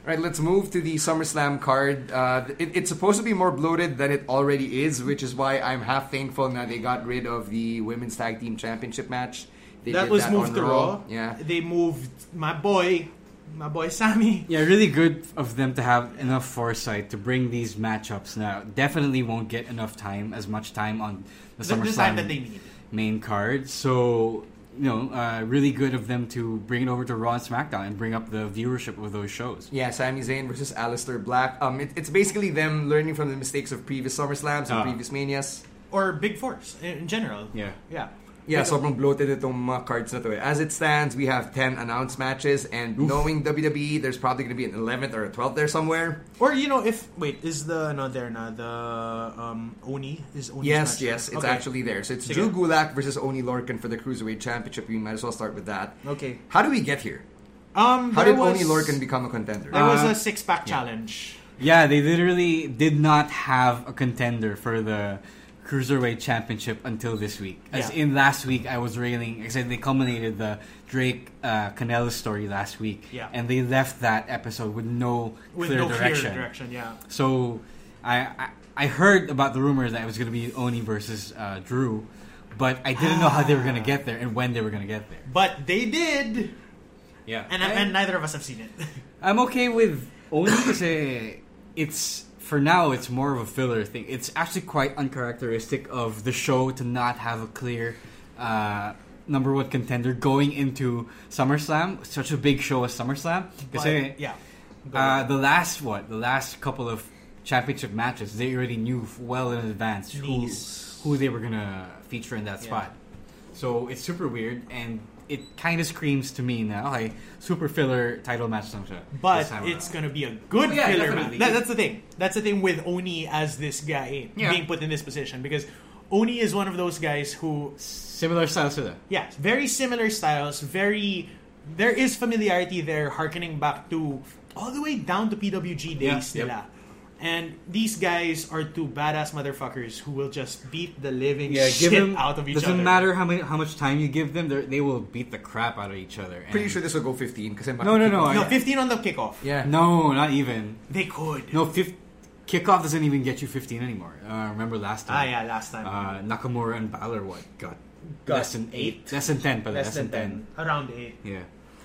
[SPEAKER 3] Right, let's move to the SummerSlam card. Uh, it, it's supposed to be more bloated than it already is, which is why I'm half thankful now they got rid of the Women's Tag Team Championship match. They
[SPEAKER 5] that
[SPEAKER 3] did
[SPEAKER 5] was
[SPEAKER 3] that
[SPEAKER 5] moved
[SPEAKER 3] on
[SPEAKER 5] to Raw.
[SPEAKER 3] Yeah.
[SPEAKER 5] They moved my boy, my boy Sammy.
[SPEAKER 4] Yeah, really good of them to have enough foresight to bring these matchups. Now, definitely won't get enough time, as much time on the
[SPEAKER 5] The,
[SPEAKER 4] SummerSlam
[SPEAKER 5] the time that they need.
[SPEAKER 4] main card. So, you know, uh, really good of them to bring it over to Raw and SmackDown and bring up the viewership of those shows.
[SPEAKER 3] Yeah, Sami Zayn versus Alistair Black. Um, it, it's basically them learning from the mistakes of previous SummerSlams and
[SPEAKER 4] Ah.
[SPEAKER 3] previous Manias.
[SPEAKER 5] Or Big Force in in general.
[SPEAKER 4] Yeah.
[SPEAKER 5] Yeah.
[SPEAKER 3] Yeah,
[SPEAKER 5] Pero-
[SPEAKER 3] sobrang bloated itong mga cards na to. eh. As it stands, we have 10 announced matches, and knowing WWE, there's probably going to be an 11th or a 12th there somewhere.
[SPEAKER 5] Or you know, if wait, is the no there na the um Oni is Oni?
[SPEAKER 3] Yes, yes, it's actually there. So it's
[SPEAKER 5] Sige.
[SPEAKER 3] Drew Gulak versus Oni Lorcan for the Cruiserweight Championship. We might as well start with that.
[SPEAKER 5] Okay.
[SPEAKER 3] How do we get here?
[SPEAKER 5] Um,
[SPEAKER 3] How
[SPEAKER 5] there
[SPEAKER 3] did
[SPEAKER 5] was,
[SPEAKER 3] Oni Lorcan become a contender?
[SPEAKER 5] There was a six pack challenge.
[SPEAKER 4] Yeah, they literally did not have a contender for the Cruiserweight Championship until this week. As
[SPEAKER 5] Yeah.
[SPEAKER 4] in last week, I was railing, except they culminated the Drake uh, Canelo story last week.
[SPEAKER 5] Yeah.
[SPEAKER 4] And they left that episode with no
[SPEAKER 5] With
[SPEAKER 4] clear
[SPEAKER 5] no
[SPEAKER 4] direction.
[SPEAKER 5] clear direction, yeah.
[SPEAKER 4] So I, I I heard about the rumor that it was going to be Oni versus uh, Drew, but I didn't know how they were going to get there and when they were going to get there.
[SPEAKER 5] But they did,
[SPEAKER 4] Yeah,
[SPEAKER 5] and and neither of us have seen it.
[SPEAKER 4] I'm okay with Oni because uh, it's for now it's more of a filler thing. It's actually quite uncharacteristic of the show to not have a clear uh, number one contender going into SummerSlam, such a big show as SummerSlam.
[SPEAKER 5] But,
[SPEAKER 4] Kasi,
[SPEAKER 5] yeah.
[SPEAKER 4] Uh, the last what? The last couple of championship matches, they already knew f- well in advance who,
[SPEAKER 5] Nice.
[SPEAKER 4] who they were gonna feature in that spot. So it's super weird, and it kind of screams to me now, like super filler title match some shit.
[SPEAKER 5] (laughs) But
[SPEAKER 4] this time
[SPEAKER 5] it's
[SPEAKER 4] around.
[SPEAKER 5] gonna be a good
[SPEAKER 4] Oh, yeah,
[SPEAKER 5] filler
[SPEAKER 4] definitely.
[SPEAKER 5] match. That- that's the thing. That's the thing with Oni as this guy
[SPEAKER 4] Yeah.
[SPEAKER 5] being put in this position because Oni is one of those guys who,
[SPEAKER 4] similar styles to that.
[SPEAKER 5] yeah, very similar styles. Very, there is familiarity there, harkening back to all the way down to PWG
[SPEAKER 4] Yeah,
[SPEAKER 5] days,
[SPEAKER 4] yep.
[SPEAKER 5] nila. And these guys are two badass motherfuckers who will just beat the living shit out of each
[SPEAKER 4] doesn't
[SPEAKER 5] other.
[SPEAKER 4] matter how many, how much time you give them, they're- they will beat the crap out of each other. and-
[SPEAKER 3] Pretty sure this will go 15 because
[SPEAKER 4] No, no, no.
[SPEAKER 5] No,
[SPEAKER 4] I-
[SPEAKER 5] fifteen on the kickoff.
[SPEAKER 3] Yeah.
[SPEAKER 4] no, not even.
[SPEAKER 5] They could.
[SPEAKER 4] No, fif- kickoff doesn't even get you 15 anymore. Uh, remember last
[SPEAKER 5] Ah,
[SPEAKER 4] time?
[SPEAKER 5] yeah, last time.
[SPEAKER 4] Uh, Nakamura and Balor, what? Got,
[SPEAKER 5] Got
[SPEAKER 4] less than
[SPEAKER 5] eight.
[SPEAKER 4] Less than 10, but
[SPEAKER 5] Less than
[SPEAKER 4] 10.
[SPEAKER 5] ten. Around eight.
[SPEAKER 4] Yeah.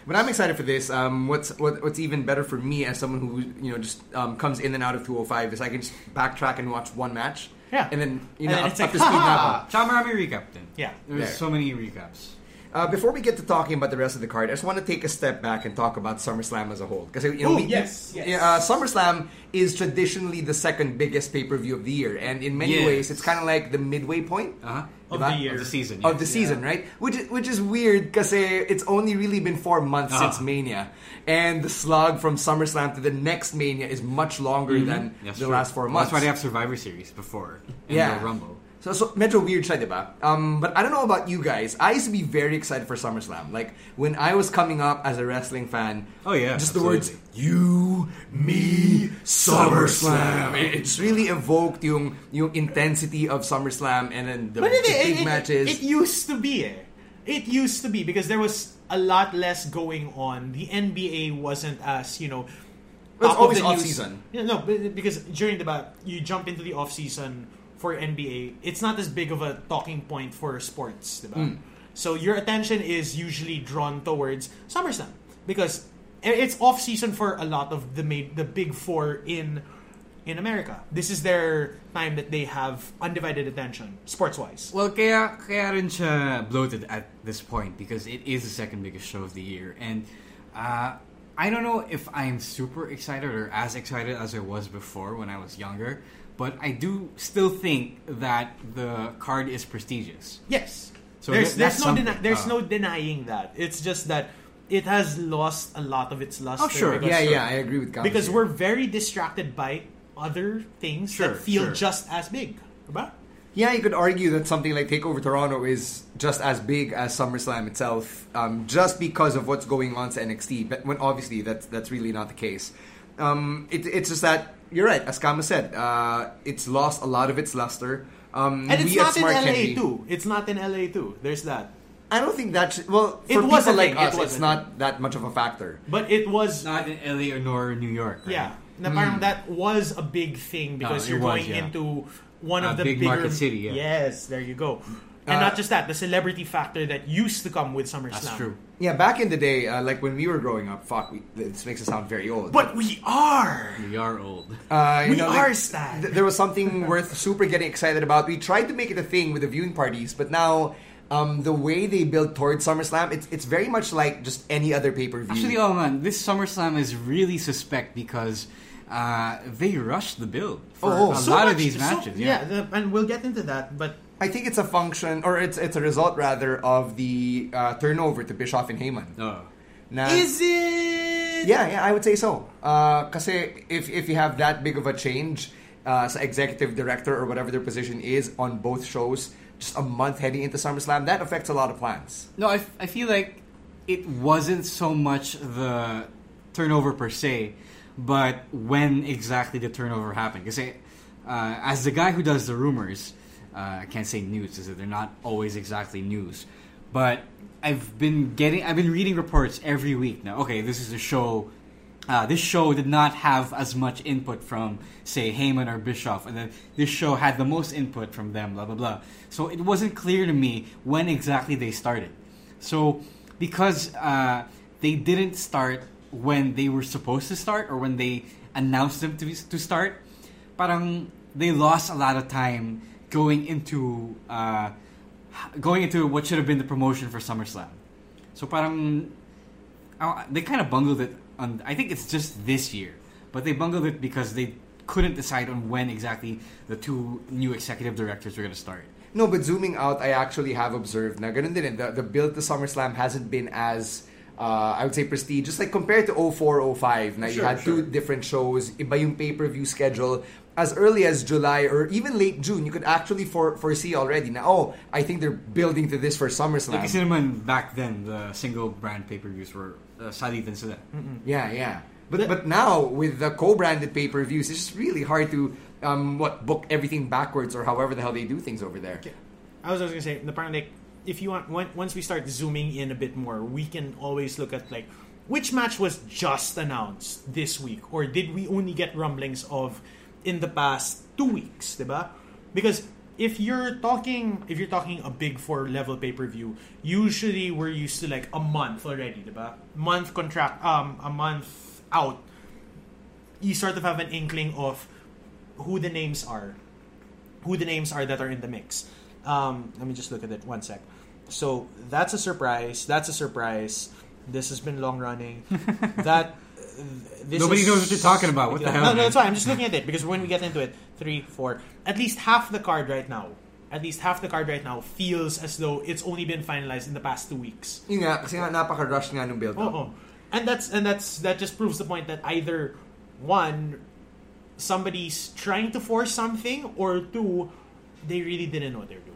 [SPEAKER 3] But I'm excited for this. Um, what's what, what's even better for me as someone who you know just um, comes in and out of 205 is I can just backtrack and watch one match.
[SPEAKER 5] Yeah.
[SPEAKER 3] And then you
[SPEAKER 5] And
[SPEAKER 3] know
[SPEAKER 5] then
[SPEAKER 3] up,
[SPEAKER 5] it's
[SPEAKER 3] up
[SPEAKER 5] like,
[SPEAKER 3] to speed now.
[SPEAKER 5] "Ha-ha!"
[SPEAKER 4] Uh, John Marami recap then.
[SPEAKER 5] Yeah.
[SPEAKER 4] There's
[SPEAKER 3] There.
[SPEAKER 4] so many recaps.
[SPEAKER 3] Uh, before we get to talking about the rest of the card, I just want to take a step back and talk about SummerSlam as a whole because you know
[SPEAKER 4] Oh,
[SPEAKER 5] Ooh,
[SPEAKER 3] we,
[SPEAKER 5] yes, yes.
[SPEAKER 3] yeah, Uh, SummerSlam is traditionally the second biggest pay per view of the year, and in many
[SPEAKER 4] Yes.
[SPEAKER 3] ways it's kind of like the midway point.
[SPEAKER 4] Uh-huh.
[SPEAKER 5] Of
[SPEAKER 3] Diba?
[SPEAKER 5] the year.
[SPEAKER 4] Of the season.
[SPEAKER 3] of the
[SPEAKER 4] yes.
[SPEAKER 3] season, right? Which is- which is weird because it's only really been four months since
[SPEAKER 4] Uh-huh.
[SPEAKER 3] Mania, and the slog from SummerSlam to the next Mania is much longer than
[SPEAKER 4] Mm-hmm. That's
[SPEAKER 3] the
[SPEAKER 4] true.
[SPEAKER 3] last four months.
[SPEAKER 4] That's why they have Survivor Series before. And
[SPEAKER 3] yeah.
[SPEAKER 4] Royal Rumble.
[SPEAKER 3] So, so medyo weird siya, diba? Um, but I don't know about you guys. I used to be very excited for SummerSlam. Like, when I was coming up as a wrestling fan,
[SPEAKER 4] Oh, yeah,
[SPEAKER 3] just the words,
[SPEAKER 4] absolutely.
[SPEAKER 3] you, me, SummerSlam. It, it's really evoked yung, yung intensity of SummerSlam and then the,
[SPEAKER 5] But it,
[SPEAKER 3] the
[SPEAKER 5] it,
[SPEAKER 3] big
[SPEAKER 5] it-
[SPEAKER 3] matches.
[SPEAKER 5] It, used to be. Eh. It used to be because there was a lot less going on. The NBA wasn't as you know.
[SPEAKER 3] Well, it's
[SPEAKER 5] top of
[SPEAKER 3] always
[SPEAKER 5] the news.
[SPEAKER 3] off-season.
[SPEAKER 5] Yeah, no, but- because during the ba- you jump into the off season for NBA. It's not as big of a talking point for sports, diba?
[SPEAKER 4] Hmm.
[SPEAKER 5] So your attention is usually drawn towards SummerSlam because i- it's off season for a lot of the ma- the big four in in America. This is their time that they have undivided attention sports wise.
[SPEAKER 4] Well, kaya, kaya rin siya bloated uh, at this point because it is the second biggest show of the year. And uh, I don't know if I'm super excited or as excited as I was before when I was younger, but I do still think that the card is prestigious.
[SPEAKER 5] Yes.
[SPEAKER 4] So
[SPEAKER 5] there's
[SPEAKER 4] that- that's
[SPEAKER 5] there's no deni-
[SPEAKER 4] something.
[SPEAKER 5] there's
[SPEAKER 4] Uh,
[SPEAKER 5] no denying that. It's just that it has lost a lot of its luster.
[SPEAKER 4] Oh, sure.
[SPEAKER 5] Because,
[SPEAKER 3] yeah, yeah, I agree with Gabs
[SPEAKER 5] Because
[SPEAKER 3] here.
[SPEAKER 5] we're very distracted by other things
[SPEAKER 4] Sure,
[SPEAKER 5] that feel
[SPEAKER 4] sure.
[SPEAKER 5] just as big. Diba?
[SPEAKER 3] Yeah, you could argue that something like Takeover Toronto is just as big as SummerSlam itself, um, just because of what's going on to NXT. But when obviously that's that's really not the case. Um, it, it's just that you're right, as Kama said, uh, it's lost a lot of its luster. Um,
[SPEAKER 5] And it's
[SPEAKER 3] we at
[SPEAKER 5] not in
[SPEAKER 3] Smart
[SPEAKER 5] LA
[SPEAKER 3] Kennedy-
[SPEAKER 5] too. It's not in LA too. There's that.
[SPEAKER 3] I don't think that. Should, well, for
[SPEAKER 5] It was
[SPEAKER 3] people
[SPEAKER 5] a
[SPEAKER 3] like
[SPEAKER 5] thing, it
[SPEAKER 3] us,
[SPEAKER 5] was
[SPEAKER 3] it's
[SPEAKER 5] a
[SPEAKER 3] not that much of a factor.
[SPEAKER 5] But it was
[SPEAKER 4] Not in LA or nor New York. Right?
[SPEAKER 5] yeah, na parang that was a big thing
[SPEAKER 4] Oh,
[SPEAKER 5] because
[SPEAKER 4] it
[SPEAKER 5] you're
[SPEAKER 4] was,
[SPEAKER 5] going
[SPEAKER 4] yeah.
[SPEAKER 5] into one
[SPEAKER 4] A
[SPEAKER 5] of the
[SPEAKER 4] big
[SPEAKER 5] bigger
[SPEAKER 4] market city, yeah. Uh,
[SPEAKER 5] Yes, there you go. And not just that, the celebrity factor that used to come with SummerSlam.
[SPEAKER 4] that's true.
[SPEAKER 3] Yeah, back in the day, uh, like when we were growing up, fuck, we, this makes us sound very old.
[SPEAKER 5] But we are.
[SPEAKER 4] We are old.
[SPEAKER 3] Uh, you
[SPEAKER 5] We
[SPEAKER 3] like,
[SPEAKER 5] are stag.
[SPEAKER 3] th- there was
[SPEAKER 5] (laughs)
[SPEAKER 3] something worth super getting excited about. We tried to make it a thing with the viewing parties, but now um, the way they build towards SummerSlam, it's it's very much like just any other pay per view.
[SPEAKER 4] (laughs) Actually, oh
[SPEAKER 5] uh,
[SPEAKER 4] man, this SummerSlam is really suspect because uh, they rushed the build for
[SPEAKER 3] Oh,
[SPEAKER 4] a
[SPEAKER 3] so
[SPEAKER 4] lot of
[SPEAKER 5] much-
[SPEAKER 4] these
[SPEAKER 5] so-
[SPEAKER 4] matches.
[SPEAKER 5] yeah,
[SPEAKER 4] yeah.
[SPEAKER 5] the- and we'll get into that. But
[SPEAKER 3] I think it's a function, or it's it's a result rather of the uh, turnover to Bischoff and Heyman.
[SPEAKER 4] Oh.
[SPEAKER 3] Na-
[SPEAKER 5] is it?
[SPEAKER 3] Yeah, yeah, I would say so. Because if, if you have that big of a change, uh, sa executive director or whatever their position is on both shows, just a month heading into SummerSlam, that affects a lot of plans.
[SPEAKER 4] No, I, f- I feel like it wasn't so much the turnover per se, but when exactly the turnover happened. Because uh, as the guy who does the rumors, uh, I can't say news because they're not always exactly news. But I've been getting, I've been reading reports every week now. Okay, this is a show. Uh, this show did not have as much input from, say, Heyman or Bischoff, and then this show had the most input from them. Blah blah blah. So it wasn't clear to me when exactly they started. So, because uh, they didn't start when they were supposed to start or when they announced them to, be, to start, parang they lost a lot of time going into uh, going into what should have been the promotion for SummerSlam. So parang uh, they kind of bungled it. On, I think it's just this year, but they bungled it because they couldn't decide on when exactly the two new executive directors were going to start.
[SPEAKER 3] No, but zooming out, I actually have observed na ganun din, eh, the, the build to SummerSlam hasn't been as, uh, I would say, prestigious. Like compared to 04, 05, na you had two different shows, iba yung pay-per-view schedule. As early as July or even late June, you could actually for, foresee already na, oh, I think they're building to this for SummerSlam.
[SPEAKER 4] Kasi naman back then, the single brand pay-per-views were uh, salitan sila.
[SPEAKER 3] Yeah, yeah. But but now with the co-branded pay-per-views, it's just really hard to um, what book everything backwards or however the hell they do things over there.
[SPEAKER 5] I was, I was gonna say the parang like if you want on- once we start zooming in a bit more, we can always look at like which match was just announced this week, or did we only get rumblings of in the past two weeks, diba? Because if you're talking if you're talking a big four level pay per view, usually we're used to like a month already, diba? Month contract um a month out, you sort of have an inkling of who the names are who the names are that are in the mix. Um, let me just look at it one sec. So that's a surprise. That's a surprise. This has been long
[SPEAKER 4] (laughs)
[SPEAKER 5] running. that this
[SPEAKER 4] Nobody
[SPEAKER 5] is-
[SPEAKER 4] knows what you're talking about. What the hell,
[SPEAKER 5] No, no,
[SPEAKER 4] man?
[SPEAKER 5] that's why I'm just looking at it because when we get into it, three, four, at least half the card right now. At least half the card right now feels as though it's only been finalized in the past two weeks.
[SPEAKER 3] Yun nga, kasi nga napaka-rush nga nung build-up.
[SPEAKER 5] Oh, and that's and that's that just proves the point that either one, somebody's trying to force something, or two, they really didn't know what they're doing.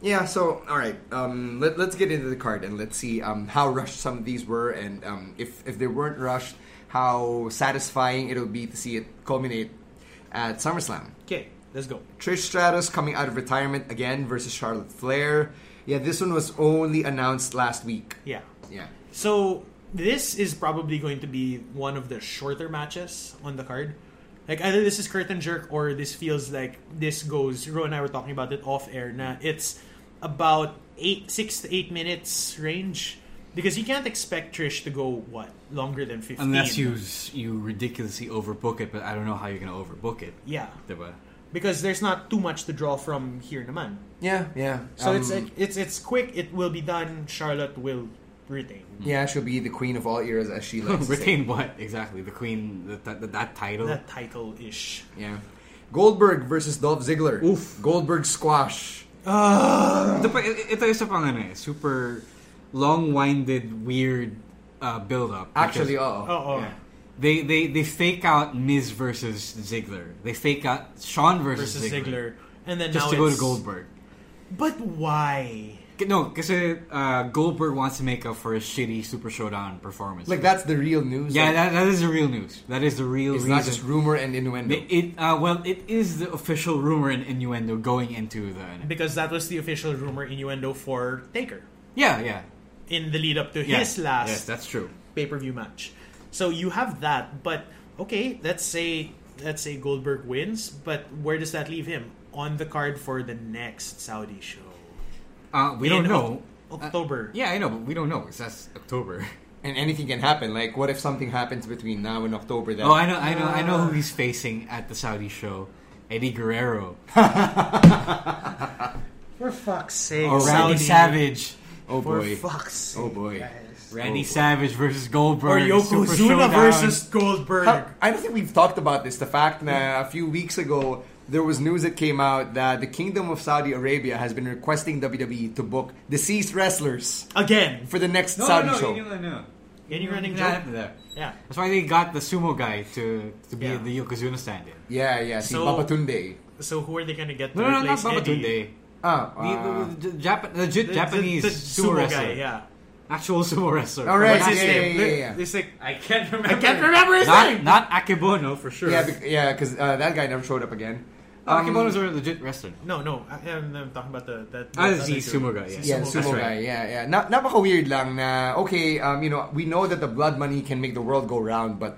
[SPEAKER 3] Yeah, so all right, um, let, let's get into the card and let's see um, how rushed some of these were, and um, if if they weren't rushed, how satisfying it'll be to see it culminate at SummerSlam.
[SPEAKER 5] Okay, let's go.
[SPEAKER 3] Trish Stratus coming out of retirement again versus Charlotte Flair. Yeah, this one was only announced last week.
[SPEAKER 5] Yeah.
[SPEAKER 3] Yeah.
[SPEAKER 5] So this is probably going to be one of the shorter matches on the card. Like either this is curtain jerk or this feels like this goes. Ro and I were talking about it off air. Now it's about eight, six to eight minutes range because you can't expect Trish to go what longer than fifteen.
[SPEAKER 4] Unless you s- you ridiculously overbook it, but I don't know how you're gonna overbook it.
[SPEAKER 5] Yeah.
[SPEAKER 4] Diba?
[SPEAKER 5] because there's not too much to draw from here naman.
[SPEAKER 3] Yeah, yeah.
[SPEAKER 5] So
[SPEAKER 3] Um,
[SPEAKER 5] it's it's it's quick. It will be done. Charlotte will retain.
[SPEAKER 3] yeah, she'll be the queen of all eras, as she likes to say.
[SPEAKER 4] Retain what exactly? The queen, the, that- that- that title.
[SPEAKER 5] That title ish.
[SPEAKER 3] Yeah. Goldberg versus Dolph Ziggler. Oof. Goldberg squash.
[SPEAKER 4] Ito pa- i- ito isa pang ano eh, super long-winded, weird uh, build-up.
[SPEAKER 3] Actually,
[SPEAKER 4] Because
[SPEAKER 3] oh.
[SPEAKER 5] Oh, oh.
[SPEAKER 4] They, they they fake out Miz versus Ziggler. They fake out Sean versus,
[SPEAKER 5] versus Ziggler, and then
[SPEAKER 4] just
[SPEAKER 5] now
[SPEAKER 4] to go to
[SPEAKER 5] it's-
[SPEAKER 4] Goldberg.
[SPEAKER 5] But why?
[SPEAKER 4] K- No, kasi uh, Goldberg wants to make up for his shitty Super Showdown performance.
[SPEAKER 3] Like, that's the real news.
[SPEAKER 4] Oh. Yeah,
[SPEAKER 3] Like,
[SPEAKER 4] that, that is the real news. That is the real
[SPEAKER 3] It's
[SPEAKER 4] reason.
[SPEAKER 3] not just rumor and innuendo.
[SPEAKER 4] It- it, uh, well, it is the official rumor and innuendo going into the.
[SPEAKER 5] Because that was the official rumor innuendo for Taker.
[SPEAKER 4] Yeah, yeah.
[SPEAKER 5] in the lead up to
[SPEAKER 4] yeah.
[SPEAKER 5] his last
[SPEAKER 4] Yes, that's true.
[SPEAKER 5] pay per view match. So you have that, but okay, let's say let's say Goldberg wins, but where does that leave him on the card for the next Saudi show?
[SPEAKER 4] Uh, we
[SPEAKER 5] In
[SPEAKER 4] don't know.
[SPEAKER 5] Oc-
[SPEAKER 4] Uh,
[SPEAKER 5] October.
[SPEAKER 4] Yeah, I know, but we don't know because that's October. (laughs)
[SPEAKER 3] And anything can happen. Like, what if something happens between now and October? That
[SPEAKER 4] Oh, I know, I know, I know who he's facing at the Saudi show. Eddie Guerrero
[SPEAKER 5] For fuck's sake,
[SPEAKER 4] or Randy
[SPEAKER 5] Saudi.
[SPEAKER 4] Savage.
[SPEAKER 3] oh
[SPEAKER 5] For
[SPEAKER 3] boy,
[SPEAKER 5] fuck's sake.
[SPEAKER 3] oh boy.
[SPEAKER 5] guys.
[SPEAKER 4] Randy Savage versus Goldberg.
[SPEAKER 5] Or
[SPEAKER 4] Super
[SPEAKER 5] Yokozuna
[SPEAKER 4] Showdown.
[SPEAKER 5] versus Goldberg.
[SPEAKER 3] How- I don't think we've talked about this. The fact that a few weeks ago there was news that came out that the Kingdom of Saudi Arabia has been requesting WWE to book deceased wrestlers
[SPEAKER 5] Again.
[SPEAKER 3] for the next Saudi show.
[SPEAKER 4] no.
[SPEAKER 5] Any running
[SPEAKER 4] That
[SPEAKER 5] joke?
[SPEAKER 4] happened there.
[SPEAKER 5] Yeah.
[SPEAKER 4] That's why they got the sumo guy to to be
[SPEAKER 5] Yeah.
[SPEAKER 4] the Yokozuna stand-in.
[SPEAKER 3] Yeah, yeah. See,
[SPEAKER 5] So-
[SPEAKER 3] Babatunde.
[SPEAKER 5] So who are they gonna get to
[SPEAKER 4] No, no, no, not
[SPEAKER 5] replace Eddie?
[SPEAKER 4] Babatunde.
[SPEAKER 3] Ah,
[SPEAKER 4] The,
[SPEAKER 3] uh,
[SPEAKER 4] the, the, Jap- legit
[SPEAKER 5] The- the-
[SPEAKER 4] Japanese
[SPEAKER 5] the
[SPEAKER 4] sumo,
[SPEAKER 5] sumo
[SPEAKER 4] wrestler.
[SPEAKER 5] guy, yeah.
[SPEAKER 4] Actual sumo wrestler.
[SPEAKER 3] All right,
[SPEAKER 5] What's
[SPEAKER 4] Not-
[SPEAKER 5] his
[SPEAKER 3] yeah,
[SPEAKER 5] name?
[SPEAKER 3] yeah, yeah, yeah.
[SPEAKER 5] This like
[SPEAKER 4] I can't remember.
[SPEAKER 5] I can't remember his
[SPEAKER 4] Not,
[SPEAKER 5] name.
[SPEAKER 4] not Akebono for sure.
[SPEAKER 3] yeah, bec- yeah, because uh, that guy never showed up again.
[SPEAKER 4] Um, Akebono's a legit wrestler.
[SPEAKER 5] No, no, I, I'm, I'm talking about the that.
[SPEAKER 4] Ah,
[SPEAKER 5] that
[SPEAKER 4] the
[SPEAKER 5] other
[SPEAKER 4] sumo
[SPEAKER 5] dude.
[SPEAKER 4] guy, yeah.
[SPEAKER 3] Yeah, the
[SPEAKER 4] Sumo
[SPEAKER 3] sumo guy.
[SPEAKER 4] guy.
[SPEAKER 3] Yeah, yeah. Na- napaka weird lang na okay, um, you know, we know that the blood money can make the world go round, but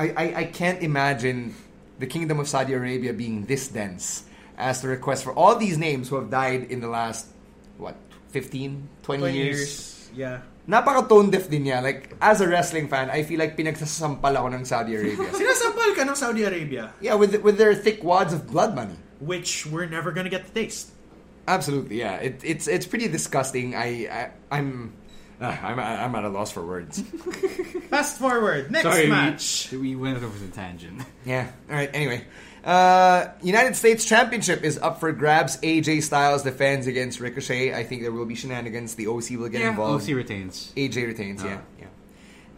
[SPEAKER 3] I, I, I can't imagine the kingdom of Saudi Arabia being this dense as the request for all these names who have died in the last what 15, 20,
[SPEAKER 5] 20
[SPEAKER 3] years.
[SPEAKER 5] years. Yeah.
[SPEAKER 3] Napaka tone deaf din niya. Like as a wrestling fan, I feel like pinagsasampal ako ng Saudi Arabia.
[SPEAKER 4] (laughs)
[SPEAKER 5] Sinasampal ka ng Saudi Arabia,
[SPEAKER 3] yeah, with with their thick wads of blood money.
[SPEAKER 5] which we're never gonna get to taste.
[SPEAKER 3] Absolutely, yeah. It, it's it's pretty disgusting. I, I I'm uh, I'm I'm at a loss for words.
[SPEAKER 5] Fast forward, next
[SPEAKER 4] Sorry, we-
[SPEAKER 5] match.
[SPEAKER 4] we went over the tangent.
[SPEAKER 3] yeah. All right. Anyway, uh, United States Championship is up for grabs. AJ Styles defends against Ricochet. I think there will be shenanigans. The OC will get involved.
[SPEAKER 4] OC retains.
[SPEAKER 3] AJ retains. Yeah. Yeah.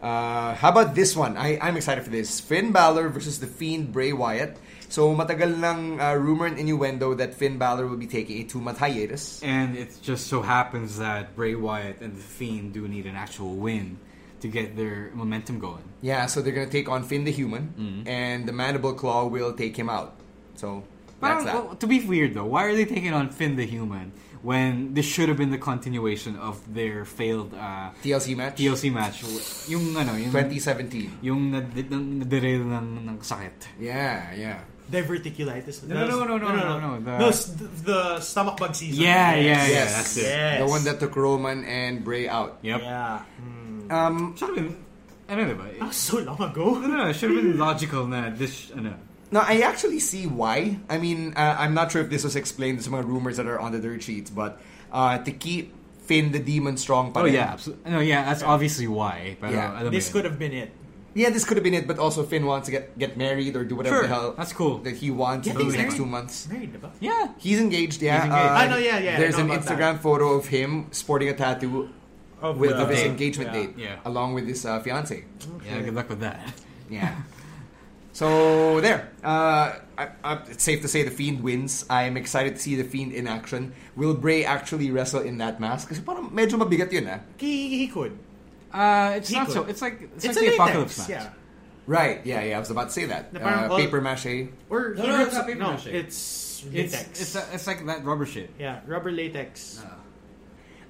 [SPEAKER 3] Uh, how about this one? I, I'm excited for this. Finn Balor versus the Fiend Bray Wyatt. So matagal ng uh, rumor and innuendo that Finn Balor will be taking a two-month hiatus.
[SPEAKER 4] And it just so happens that Bray Wyatt and The Fiend do need an actual win to get their momentum going.
[SPEAKER 3] Yeah, so they're gonna take on Finn the Human, and the Mandible Claw will take him out. So that's
[SPEAKER 4] But
[SPEAKER 3] that.
[SPEAKER 4] well, to be weird though, why are they taking on Finn the Human when this should have been the continuation of their failed uh,
[SPEAKER 3] TLC match.
[SPEAKER 4] TLC match? Yung ano, yung
[SPEAKER 3] 2017.
[SPEAKER 4] yung nad- ng- naderail ng, ng sakit.
[SPEAKER 3] Yeah, yeah.
[SPEAKER 5] Diverticulitis.
[SPEAKER 4] No, no, no, no, no, no, no, the-
[SPEAKER 5] no. s- The, the stomach bug season.
[SPEAKER 4] Yeah, yeah, yeah.
[SPEAKER 3] Yes.
[SPEAKER 4] That's it.
[SPEAKER 5] Yes.
[SPEAKER 3] The one that took Roman and Bray out.
[SPEAKER 4] Yep.
[SPEAKER 5] Yeah.
[SPEAKER 3] Um,
[SPEAKER 4] Should have been. Ano diba?
[SPEAKER 5] That was so long ago.
[SPEAKER 4] No, no, it should have been logical na this ano.
[SPEAKER 3] now I actually see why. I mean, uh, I'm not sure if this was explained. Some of the rumors that are on the dirt sheets, but uh, to keep Finn the Demon strong. pa
[SPEAKER 4] Oh
[SPEAKER 3] rin.
[SPEAKER 4] yeah, absolutely. No, yeah, that's obviously why. Pero
[SPEAKER 3] Yeah.
[SPEAKER 4] alam mo
[SPEAKER 5] This
[SPEAKER 4] yun.
[SPEAKER 5] could have been it.
[SPEAKER 3] yeah. This could have been it, but also Finn wants to get get married or do whatever
[SPEAKER 4] Sure,
[SPEAKER 3] the hell
[SPEAKER 4] that's cool.
[SPEAKER 3] that he wants
[SPEAKER 5] Yeah,
[SPEAKER 3] in the
[SPEAKER 5] he's
[SPEAKER 3] next
[SPEAKER 5] married.
[SPEAKER 3] two months.
[SPEAKER 5] Married, diba?
[SPEAKER 4] Yeah.
[SPEAKER 3] He's engaged. Yeah.
[SPEAKER 4] He's engaged.
[SPEAKER 3] Uh,
[SPEAKER 5] I know, yeah, yeah, I
[SPEAKER 3] There's an
[SPEAKER 5] know about that.
[SPEAKER 3] Instagram photo of him sporting a tattoo
[SPEAKER 5] Of
[SPEAKER 3] with
[SPEAKER 5] the-
[SPEAKER 3] of his
[SPEAKER 4] date.
[SPEAKER 3] engagement
[SPEAKER 5] Yeah.
[SPEAKER 3] date,
[SPEAKER 4] Yeah.
[SPEAKER 3] along with his uh, fiance.
[SPEAKER 4] Yeah, good luck with that.
[SPEAKER 3] Yeah. So there, uh, I, I, it's safe to say the Fiend wins. I am excited to see the Fiend in action. Will Bray actually wrestle in that mask? Kasi parang medyo mabigat yun, eh?
[SPEAKER 5] He, he could.
[SPEAKER 4] Uh, it's
[SPEAKER 5] He
[SPEAKER 4] not
[SPEAKER 5] could.
[SPEAKER 4] so. It's like it's,
[SPEAKER 5] It's
[SPEAKER 4] like the
[SPEAKER 5] a latex,
[SPEAKER 4] apocalypse match.
[SPEAKER 5] Yeah.
[SPEAKER 3] Right? Yeah, yeah. I was about to say that.
[SPEAKER 5] Na
[SPEAKER 3] Uh,
[SPEAKER 5] parang all-
[SPEAKER 3] paper mache.
[SPEAKER 5] Or
[SPEAKER 4] No,
[SPEAKER 5] he
[SPEAKER 4] no,
[SPEAKER 5] rips-
[SPEAKER 4] it's not paper
[SPEAKER 5] no,
[SPEAKER 4] mache.
[SPEAKER 5] it's
[SPEAKER 4] It's
[SPEAKER 5] latex.
[SPEAKER 4] it's, uh, it's like that Oh, rubber shit.
[SPEAKER 5] yeah, rubber latex.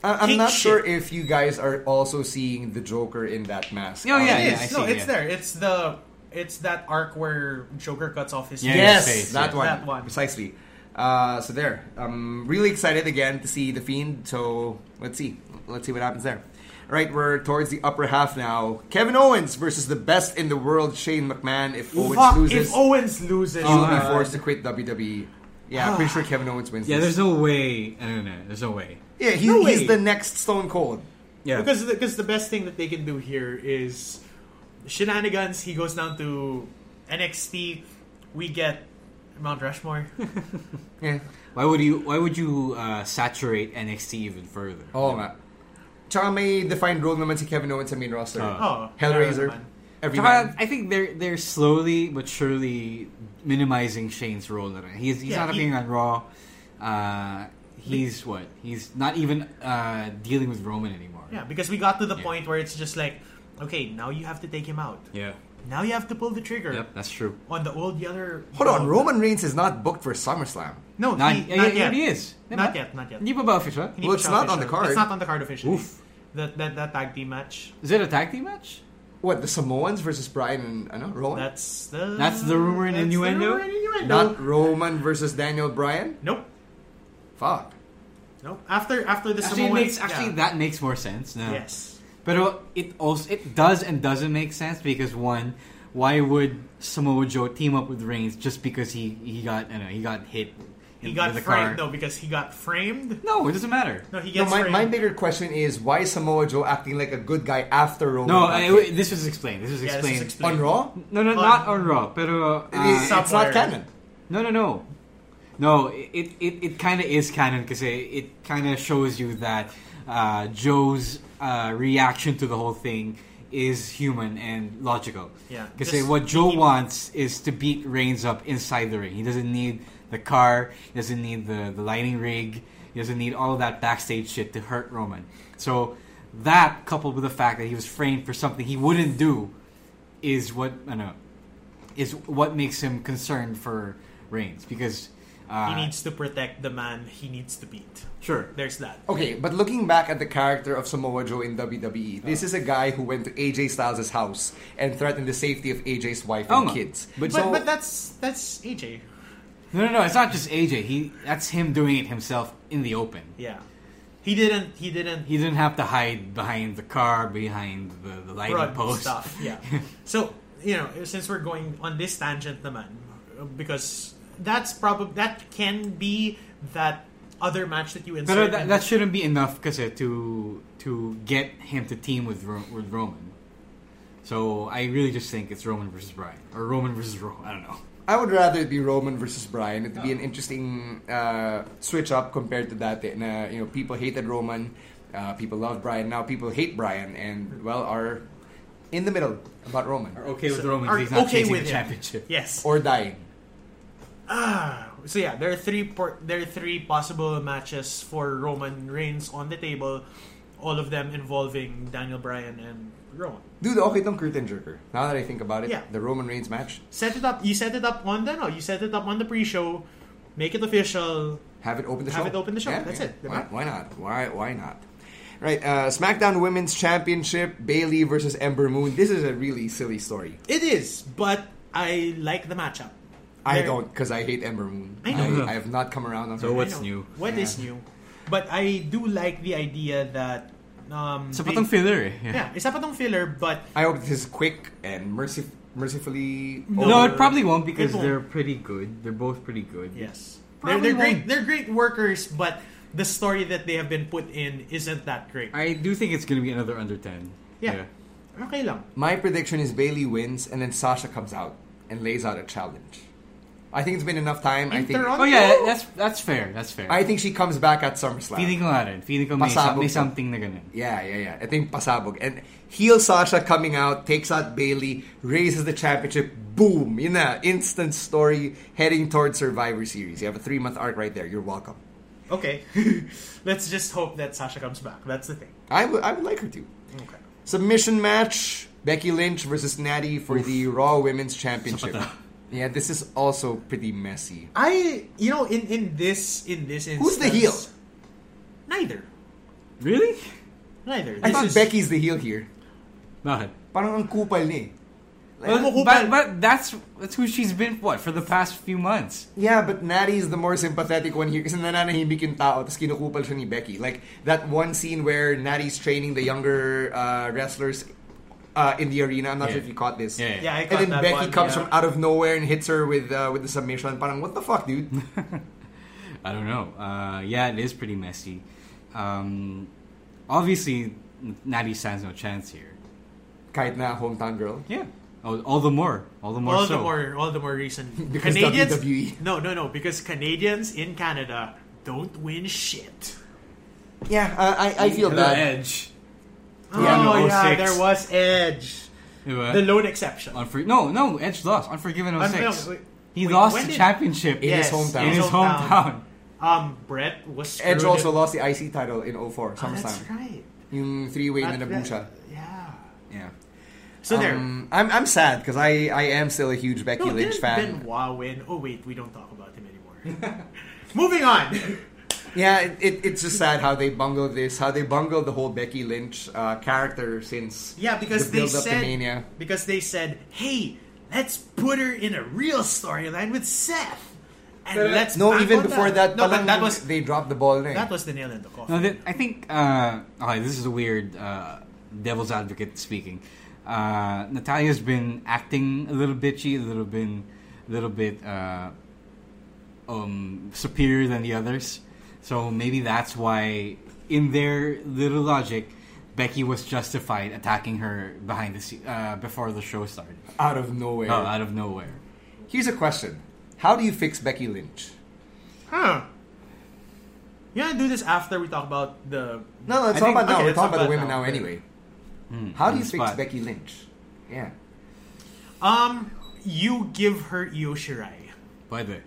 [SPEAKER 3] I, I'm
[SPEAKER 5] King
[SPEAKER 3] not
[SPEAKER 5] shit.
[SPEAKER 3] sure if you guys are also seeing the Joker in that mask. Uh,
[SPEAKER 4] Oh, yeah,
[SPEAKER 5] It
[SPEAKER 4] yeah.
[SPEAKER 5] is.
[SPEAKER 4] I see,
[SPEAKER 5] no, it's
[SPEAKER 4] yeah.
[SPEAKER 5] there. It's the it's that arc where Joker cuts off his
[SPEAKER 4] Yeah,
[SPEAKER 5] face.
[SPEAKER 3] Yes,
[SPEAKER 4] face,
[SPEAKER 3] that,
[SPEAKER 4] yeah.
[SPEAKER 3] One,
[SPEAKER 5] That one.
[SPEAKER 3] precisely. Uh, so there, I'm really excited again to see the fiend. So let's see, let's see what happens there. All right, we're towards the upper half now. Kevin Owens versus the best in the world, Shane McMahon. If Owens
[SPEAKER 5] Fuck,
[SPEAKER 3] loses,
[SPEAKER 5] if Owens loses,
[SPEAKER 3] he'll be
[SPEAKER 5] uh,
[SPEAKER 3] forced to quit WWE. Yeah, I'm pretty (sighs) sure Kevin Owens wins.
[SPEAKER 4] Yeah,
[SPEAKER 3] this.
[SPEAKER 4] there's no way. I don't know. There's no way.
[SPEAKER 3] yeah, he,
[SPEAKER 5] no
[SPEAKER 3] he's the
[SPEAKER 5] way.
[SPEAKER 3] next Stone Cold.
[SPEAKER 4] Yeah.
[SPEAKER 5] because the, because the best thing that they can do here is shenanigans. He goes down to NXT. We get
[SPEAKER 4] (laughs)
[SPEAKER 5] Mount Rushmore.
[SPEAKER 3] Yeah.
[SPEAKER 4] why would you? Why would you uh, saturate NXT even further?
[SPEAKER 3] Oh, nga. Tsaka may defined role naman si Kevin Owens sa main roster.
[SPEAKER 5] Oh,
[SPEAKER 3] Hellraiser.
[SPEAKER 5] Iron Man.
[SPEAKER 3] Every
[SPEAKER 4] Tsaka,
[SPEAKER 3] man.
[SPEAKER 4] I think they're they're slowly but surely minimizing Shane's role. Na rin. He's he's
[SPEAKER 5] Yeah,
[SPEAKER 4] not
[SPEAKER 5] he-
[SPEAKER 4] appearing on Raw. Uh, he's what? He's not even uh, dealing with Roman anymore.
[SPEAKER 5] yeah, because we got to the point where it's just like, okay, now you have to take him out.
[SPEAKER 4] Yeah.
[SPEAKER 5] Now you have to pull the trigger.
[SPEAKER 4] Yep, that's true.
[SPEAKER 5] On the old Yeller.
[SPEAKER 3] Hold on, Roman Reigns is not booked for SummerSlam.
[SPEAKER 5] No,
[SPEAKER 4] Not,
[SPEAKER 5] he,
[SPEAKER 4] yeah,
[SPEAKER 5] not
[SPEAKER 4] yeah,
[SPEAKER 5] yet.
[SPEAKER 4] He is. Diba?
[SPEAKER 5] Not yet, not yet.
[SPEAKER 4] Hindi pa ba official?
[SPEAKER 5] Hindi
[SPEAKER 3] Well,
[SPEAKER 5] pa
[SPEAKER 3] it's
[SPEAKER 5] siya
[SPEAKER 3] not on the
[SPEAKER 5] official.
[SPEAKER 3] card.
[SPEAKER 5] It's not on the card officially.
[SPEAKER 4] Oof.
[SPEAKER 5] That, that that tag team match.
[SPEAKER 4] Is it a tag team match?
[SPEAKER 3] What the Samoans versus Brian and ano, Roman?
[SPEAKER 5] That's the.
[SPEAKER 4] That's the rumor and
[SPEAKER 5] that's the
[SPEAKER 4] innuendo?
[SPEAKER 5] rumor and innuendo.
[SPEAKER 3] not Roman versus Daniel Bryan.
[SPEAKER 5] Nope.
[SPEAKER 3] Fuck.
[SPEAKER 5] Nope. After after the
[SPEAKER 4] Actually, it
[SPEAKER 5] Samoan-
[SPEAKER 4] makes, actually
[SPEAKER 5] yeah.
[SPEAKER 4] that makes more sense. No.
[SPEAKER 5] Yes.
[SPEAKER 4] But it also it does and doesn't make sense because one, why would Samoa Joe team up with Reigns just because he he got I don't know, he got hit?
[SPEAKER 5] He
[SPEAKER 4] in-
[SPEAKER 5] got
[SPEAKER 4] with a
[SPEAKER 5] framed
[SPEAKER 4] car.
[SPEAKER 5] though because he got framed.
[SPEAKER 4] No, it doesn't matter.
[SPEAKER 5] No, he
[SPEAKER 3] No,
[SPEAKER 5] gets
[SPEAKER 3] my,
[SPEAKER 5] framed.
[SPEAKER 3] my bigger question is why is Samoa Joe acting like a good guy after Roman?
[SPEAKER 4] No,
[SPEAKER 3] got
[SPEAKER 4] I,
[SPEAKER 3] hit?
[SPEAKER 4] wait, this was explained. This was
[SPEAKER 5] Yeah, this
[SPEAKER 4] explained.
[SPEAKER 5] is explained.
[SPEAKER 3] on Raw.
[SPEAKER 4] No, no,
[SPEAKER 5] On-
[SPEAKER 4] not on Raw. Pero uh,
[SPEAKER 3] It is- it's
[SPEAKER 5] somewhere.
[SPEAKER 3] not canon.
[SPEAKER 4] no, no, no, no. It it, it kind of is canon because it, it kind of shows you that uh, Joe's uh, reaction to the whole thing is human and logical.
[SPEAKER 5] Yeah,
[SPEAKER 4] Because
[SPEAKER 5] just-
[SPEAKER 4] what Joe
[SPEAKER 5] he-
[SPEAKER 4] wants is to beat Reigns up inside the ring. He doesn't need the car. He doesn't need the the lighting rig. He doesn't need all of that backstage shit to hurt Roman. So that coupled with the fact that he was framed for something he wouldn't do is what I know is what makes him concerned for Reigns because uh,
[SPEAKER 5] he needs to protect the man he needs to beat.
[SPEAKER 4] sure
[SPEAKER 5] There's that.
[SPEAKER 3] Okay, but looking back at the character of Samoa Joe in WWE,
[SPEAKER 5] Oh.
[SPEAKER 3] this is a guy who went to AJ Styles' house and threatened the safety of AJ's wife
[SPEAKER 4] Oh,
[SPEAKER 3] and
[SPEAKER 4] no.
[SPEAKER 3] kids.
[SPEAKER 4] But-
[SPEAKER 3] So-
[SPEAKER 5] But, but that's that's AJ.
[SPEAKER 4] no no no it's not just AJ he that's him doing it himself in the open
[SPEAKER 5] Yeah. He didn't. He didn't.
[SPEAKER 4] he didn't have to hide behind the car behind the, the lighting
[SPEAKER 5] broad
[SPEAKER 4] post
[SPEAKER 5] stuff. Yeah. so you know, since we're going on this tangent, naman, because that's probably that can be that other match that you
[SPEAKER 4] (laughs)
[SPEAKER 5] insert.
[SPEAKER 4] but uh, that,
[SPEAKER 5] and-
[SPEAKER 4] that shouldn't be enough because to to get him to team with Ro- with Roman so I really just think it's Roman versus Bryan or Roman versus Roman I don't know
[SPEAKER 3] I would rather it be Roman versus Bryan. It'd be an interesting uh, switch up compared to that. Na, you know, people hated Roman, uh, people loved Bryan. Now people hate Bryan, and well, are in the middle about Roman
[SPEAKER 4] okay with Roman
[SPEAKER 5] are
[SPEAKER 4] 'cause he's not
[SPEAKER 5] okay
[SPEAKER 4] chasing the
[SPEAKER 5] with him.
[SPEAKER 4] championship
[SPEAKER 5] Yes.
[SPEAKER 3] or dying.
[SPEAKER 5] So yeah, there are three por- there are three possible matches for Roman Reigns on the table, all of them involving Daniel Bryan and Roman.
[SPEAKER 3] Dude, okay, tong curtain jerker. Now that I think about it,
[SPEAKER 5] Yeah.
[SPEAKER 3] the Roman Reigns match,
[SPEAKER 5] Set it up. You set it up on the no. You set it up on the pre-show. Make it official.
[SPEAKER 3] have it open the show.
[SPEAKER 5] Have it open the show. That's it,
[SPEAKER 3] Why,
[SPEAKER 5] diba?
[SPEAKER 3] why not? Why why not? Right, uh, SmackDown Women's Championship, Bailey versus Ember Moon. This is a really silly story.
[SPEAKER 5] It is, but I like the matchup.
[SPEAKER 3] I
[SPEAKER 5] There-
[SPEAKER 3] don't because I hate Ember Moon.
[SPEAKER 5] I know.
[SPEAKER 3] I, I have not come around on her.
[SPEAKER 4] so
[SPEAKER 5] I
[SPEAKER 4] what's
[SPEAKER 5] know.
[SPEAKER 4] new
[SPEAKER 5] What is new? But I do like the idea that um
[SPEAKER 4] sa
[SPEAKER 5] they-
[SPEAKER 4] patong filler eh.
[SPEAKER 5] Yeah, isa patong filler but
[SPEAKER 3] I hope this is quick and mercif- mercifully.
[SPEAKER 4] No,
[SPEAKER 3] over.
[SPEAKER 4] it probably won't because
[SPEAKER 5] It won't.
[SPEAKER 4] they're pretty good. They're both pretty good.
[SPEAKER 5] yes. They're,
[SPEAKER 4] Probably
[SPEAKER 5] they're great
[SPEAKER 4] won't.
[SPEAKER 5] they're great workers but the story that they have been put in isn't that great.
[SPEAKER 4] I do think it's going to be another under 10.
[SPEAKER 5] Yeah. Okay lang.
[SPEAKER 3] My prediction is Bailey wins, and then Sasha comes out and lays out a challenge. I think it's been enough time. I
[SPEAKER 5] In
[SPEAKER 3] think.
[SPEAKER 5] Toronto?
[SPEAKER 4] Oh yeah, that's that's fair. That's fair.
[SPEAKER 3] I think she comes back at SummerSlam.
[SPEAKER 4] feeling ko nga rin. Feeling ko may,
[SPEAKER 3] Pasabog
[SPEAKER 4] some, may
[SPEAKER 3] siya.
[SPEAKER 4] something na ganun.
[SPEAKER 3] yeah, yeah, yeah. I think pasabog and heel Sasha coming out takes out Bailey, raises the championship. Boom! You know, instant story heading towards Survivor Series. You have a three month arc right there. You're welcome.
[SPEAKER 5] Okay. (laughs) Let's just hope that Sasha comes back. That's the thing.
[SPEAKER 3] I would I would like her to.
[SPEAKER 5] Okay.
[SPEAKER 3] Submission match Becky Lynch versus Natty for the Raw Women's Championship. Yeah, this is also pretty messy.
[SPEAKER 5] I you know in in this in this instance
[SPEAKER 3] Who's the heel?
[SPEAKER 5] Neither.
[SPEAKER 4] Really?
[SPEAKER 5] Neither.
[SPEAKER 3] I
[SPEAKER 5] This
[SPEAKER 3] thought
[SPEAKER 5] is-
[SPEAKER 3] Becky's the heel here.
[SPEAKER 4] Bakit?
[SPEAKER 3] Parang ang kupal niya. eh.
[SPEAKER 5] Well,
[SPEAKER 4] but, but that's that's who she's been what for the past few months.
[SPEAKER 3] Yeah, but Natty's the more sympathetic one here kasi nananahimik yung tao tapos kinukupal siya ni Becky. Like, that one scene where Natty's training the younger uh, wrestlers uh, in the arena. I'm not sure
[SPEAKER 4] Yeah.
[SPEAKER 3] if you caught this.
[SPEAKER 4] Yeah, yeah.
[SPEAKER 5] Yeah, I
[SPEAKER 3] and
[SPEAKER 5] caught
[SPEAKER 3] then
[SPEAKER 5] that
[SPEAKER 3] Becky
[SPEAKER 5] one,
[SPEAKER 3] comes
[SPEAKER 5] yeah.
[SPEAKER 3] from out of nowhere and hits her with uh, with the submission. Parang, what the fuck, dude?
[SPEAKER 4] I don't know. Uh, yeah, it is pretty messy. Um, obviously, Natty stands no chance here.
[SPEAKER 3] Kahit na hometown girl.
[SPEAKER 4] Yeah. All, all the more. All the more.
[SPEAKER 5] all
[SPEAKER 4] so.
[SPEAKER 5] the more all the more reason
[SPEAKER 3] (laughs) Because E.
[SPEAKER 5] Canadians
[SPEAKER 3] WWE.
[SPEAKER 5] no no no because Canadians in Canada don't win shit.
[SPEAKER 3] Yeah, uh, I, I feel
[SPEAKER 4] Hello,
[SPEAKER 3] bad.
[SPEAKER 4] Edge.
[SPEAKER 5] oh
[SPEAKER 4] no,
[SPEAKER 5] yeah,
[SPEAKER 4] 06.
[SPEAKER 5] there was Edge,
[SPEAKER 4] Diba?
[SPEAKER 5] the lone exception.
[SPEAKER 4] Unfor- no, no, Edge lost. Unforgiven 06.
[SPEAKER 5] Unfor- wait,
[SPEAKER 4] he
[SPEAKER 5] wait,
[SPEAKER 4] lost
[SPEAKER 5] when
[SPEAKER 4] the
[SPEAKER 5] did-
[SPEAKER 4] championship
[SPEAKER 3] In his hometown.
[SPEAKER 4] in his hometown. (laughs)
[SPEAKER 5] Um, Brett was
[SPEAKER 3] Edge
[SPEAKER 5] screwed
[SPEAKER 3] also
[SPEAKER 5] in-
[SPEAKER 3] lost the IC title in 04,
[SPEAKER 5] Oh, That's
[SPEAKER 3] SummerSlam.
[SPEAKER 5] right.
[SPEAKER 3] Yung three-way na
[SPEAKER 5] That-
[SPEAKER 3] nabusha.
[SPEAKER 5] that- Yeah.
[SPEAKER 3] Yeah.
[SPEAKER 5] So there.
[SPEAKER 3] Um, I'm I'm sad because I I am still a huge Becky
[SPEAKER 5] No,
[SPEAKER 3] Lynch
[SPEAKER 5] did
[SPEAKER 3] fan.
[SPEAKER 5] Benoit win? Oh wait, we don't talk about him anymore. (laughs)
[SPEAKER 3] (laughs)
[SPEAKER 5] Moving on.
[SPEAKER 3] Yeah, it, it, it's just sad how they bungled this, how they bungled the whole Becky Lynch uh, character since
[SPEAKER 5] Yeah, because
[SPEAKER 3] the
[SPEAKER 5] they
[SPEAKER 3] build up
[SPEAKER 5] said
[SPEAKER 3] to Mania.
[SPEAKER 5] because they said, hey, let's put her in a real storyline with Seth, and let's
[SPEAKER 3] No,
[SPEAKER 5] back
[SPEAKER 3] even
[SPEAKER 5] on
[SPEAKER 3] before that,
[SPEAKER 5] No,
[SPEAKER 3] palang
[SPEAKER 5] but that was
[SPEAKER 3] they dropped the ball. Ring.
[SPEAKER 5] that was the nail in the coffin.
[SPEAKER 4] No, th- I think uh, okay, this is a weird uh, devil's advocate speaking. Uh, Natalia's been acting a little bitchy, a little been, a little bit uh, um, superior than the others. So maybe that's why, in their little logic, Becky was justified attacking her behind the sce- uh, before the show started,
[SPEAKER 3] out of nowhere.
[SPEAKER 4] Oh, out of nowhere.
[SPEAKER 3] Here's a question: How do you fix Becky Lynch?
[SPEAKER 5] Huh. You want to do this after we talk about the
[SPEAKER 3] No, no, let's talk
[SPEAKER 4] I think-
[SPEAKER 3] about now.
[SPEAKER 5] okay,
[SPEAKER 3] We're talking
[SPEAKER 5] let's talk
[SPEAKER 3] about the
[SPEAKER 5] about
[SPEAKER 3] women
[SPEAKER 5] now.
[SPEAKER 3] now, anyway. Hmm, How do you
[SPEAKER 4] the
[SPEAKER 3] fix
[SPEAKER 4] spot.
[SPEAKER 3] Becky Lynch? Yeah.
[SPEAKER 5] um? You give her Io Shirai.
[SPEAKER 4] By the way,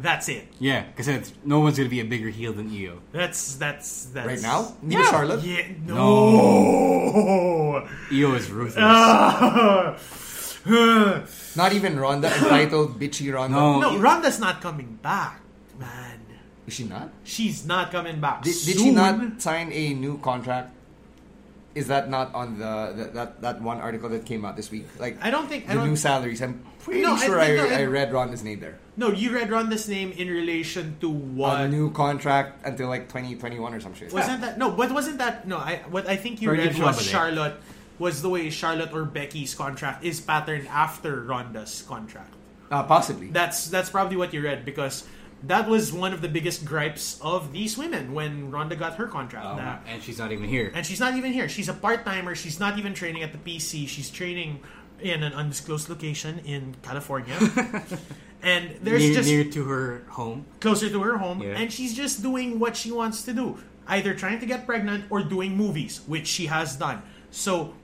[SPEAKER 5] That's it.
[SPEAKER 4] yeah, because no one's gonna be a bigger heel than Io.
[SPEAKER 5] That's that's that's
[SPEAKER 3] Right now? Nina Charlotte?
[SPEAKER 5] Yeah.
[SPEAKER 4] No.
[SPEAKER 5] No.
[SPEAKER 4] Io is ruthless.
[SPEAKER 3] Not even Ronda (coughs) entitled bitchy Ronda.
[SPEAKER 4] No.
[SPEAKER 5] (laughs) no, Ronda's not coming back, man.
[SPEAKER 3] Is she not?
[SPEAKER 5] She's not coming back.
[SPEAKER 3] Did, did she
[SPEAKER 5] soon.
[SPEAKER 3] not sign a new contract? Is that not on the, the that that one article that came out this week? Like
[SPEAKER 5] I don't think-
[SPEAKER 3] the
[SPEAKER 5] I don't-
[SPEAKER 3] new salaries. I'm pretty
[SPEAKER 5] No, I
[SPEAKER 3] sure I,
[SPEAKER 5] think- no,
[SPEAKER 3] I,
[SPEAKER 5] I-
[SPEAKER 3] read Ronda's name there.
[SPEAKER 5] No, you read Ronda's name in relation to
[SPEAKER 3] (laughs)
[SPEAKER 5] what?
[SPEAKER 3] A new contract until like 2021 or some shit.
[SPEAKER 5] Wasn't that no? What wasn't that? No, I what I think you
[SPEAKER 4] Pretty
[SPEAKER 5] read was
[SPEAKER 4] clumsy.
[SPEAKER 5] Charlotte was the way Charlotte or Becky's contract is patterned after Ronda's contract.
[SPEAKER 3] Uh, possibly.
[SPEAKER 5] That's that's probably what you read because that was one of the biggest gripes of these women when Ronda got her contract. that-
[SPEAKER 4] and she's not even here.
[SPEAKER 5] and she's not even here. She's a part timer. She's not even training at the PC. She's training in an undisclosed location in California. and there's
[SPEAKER 4] near,
[SPEAKER 5] just
[SPEAKER 4] near to her home.
[SPEAKER 5] closer to her home
[SPEAKER 4] Yeah.
[SPEAKER 5] and she's just doing what she wants to do either trying to get pregnant or doing movies which she has done so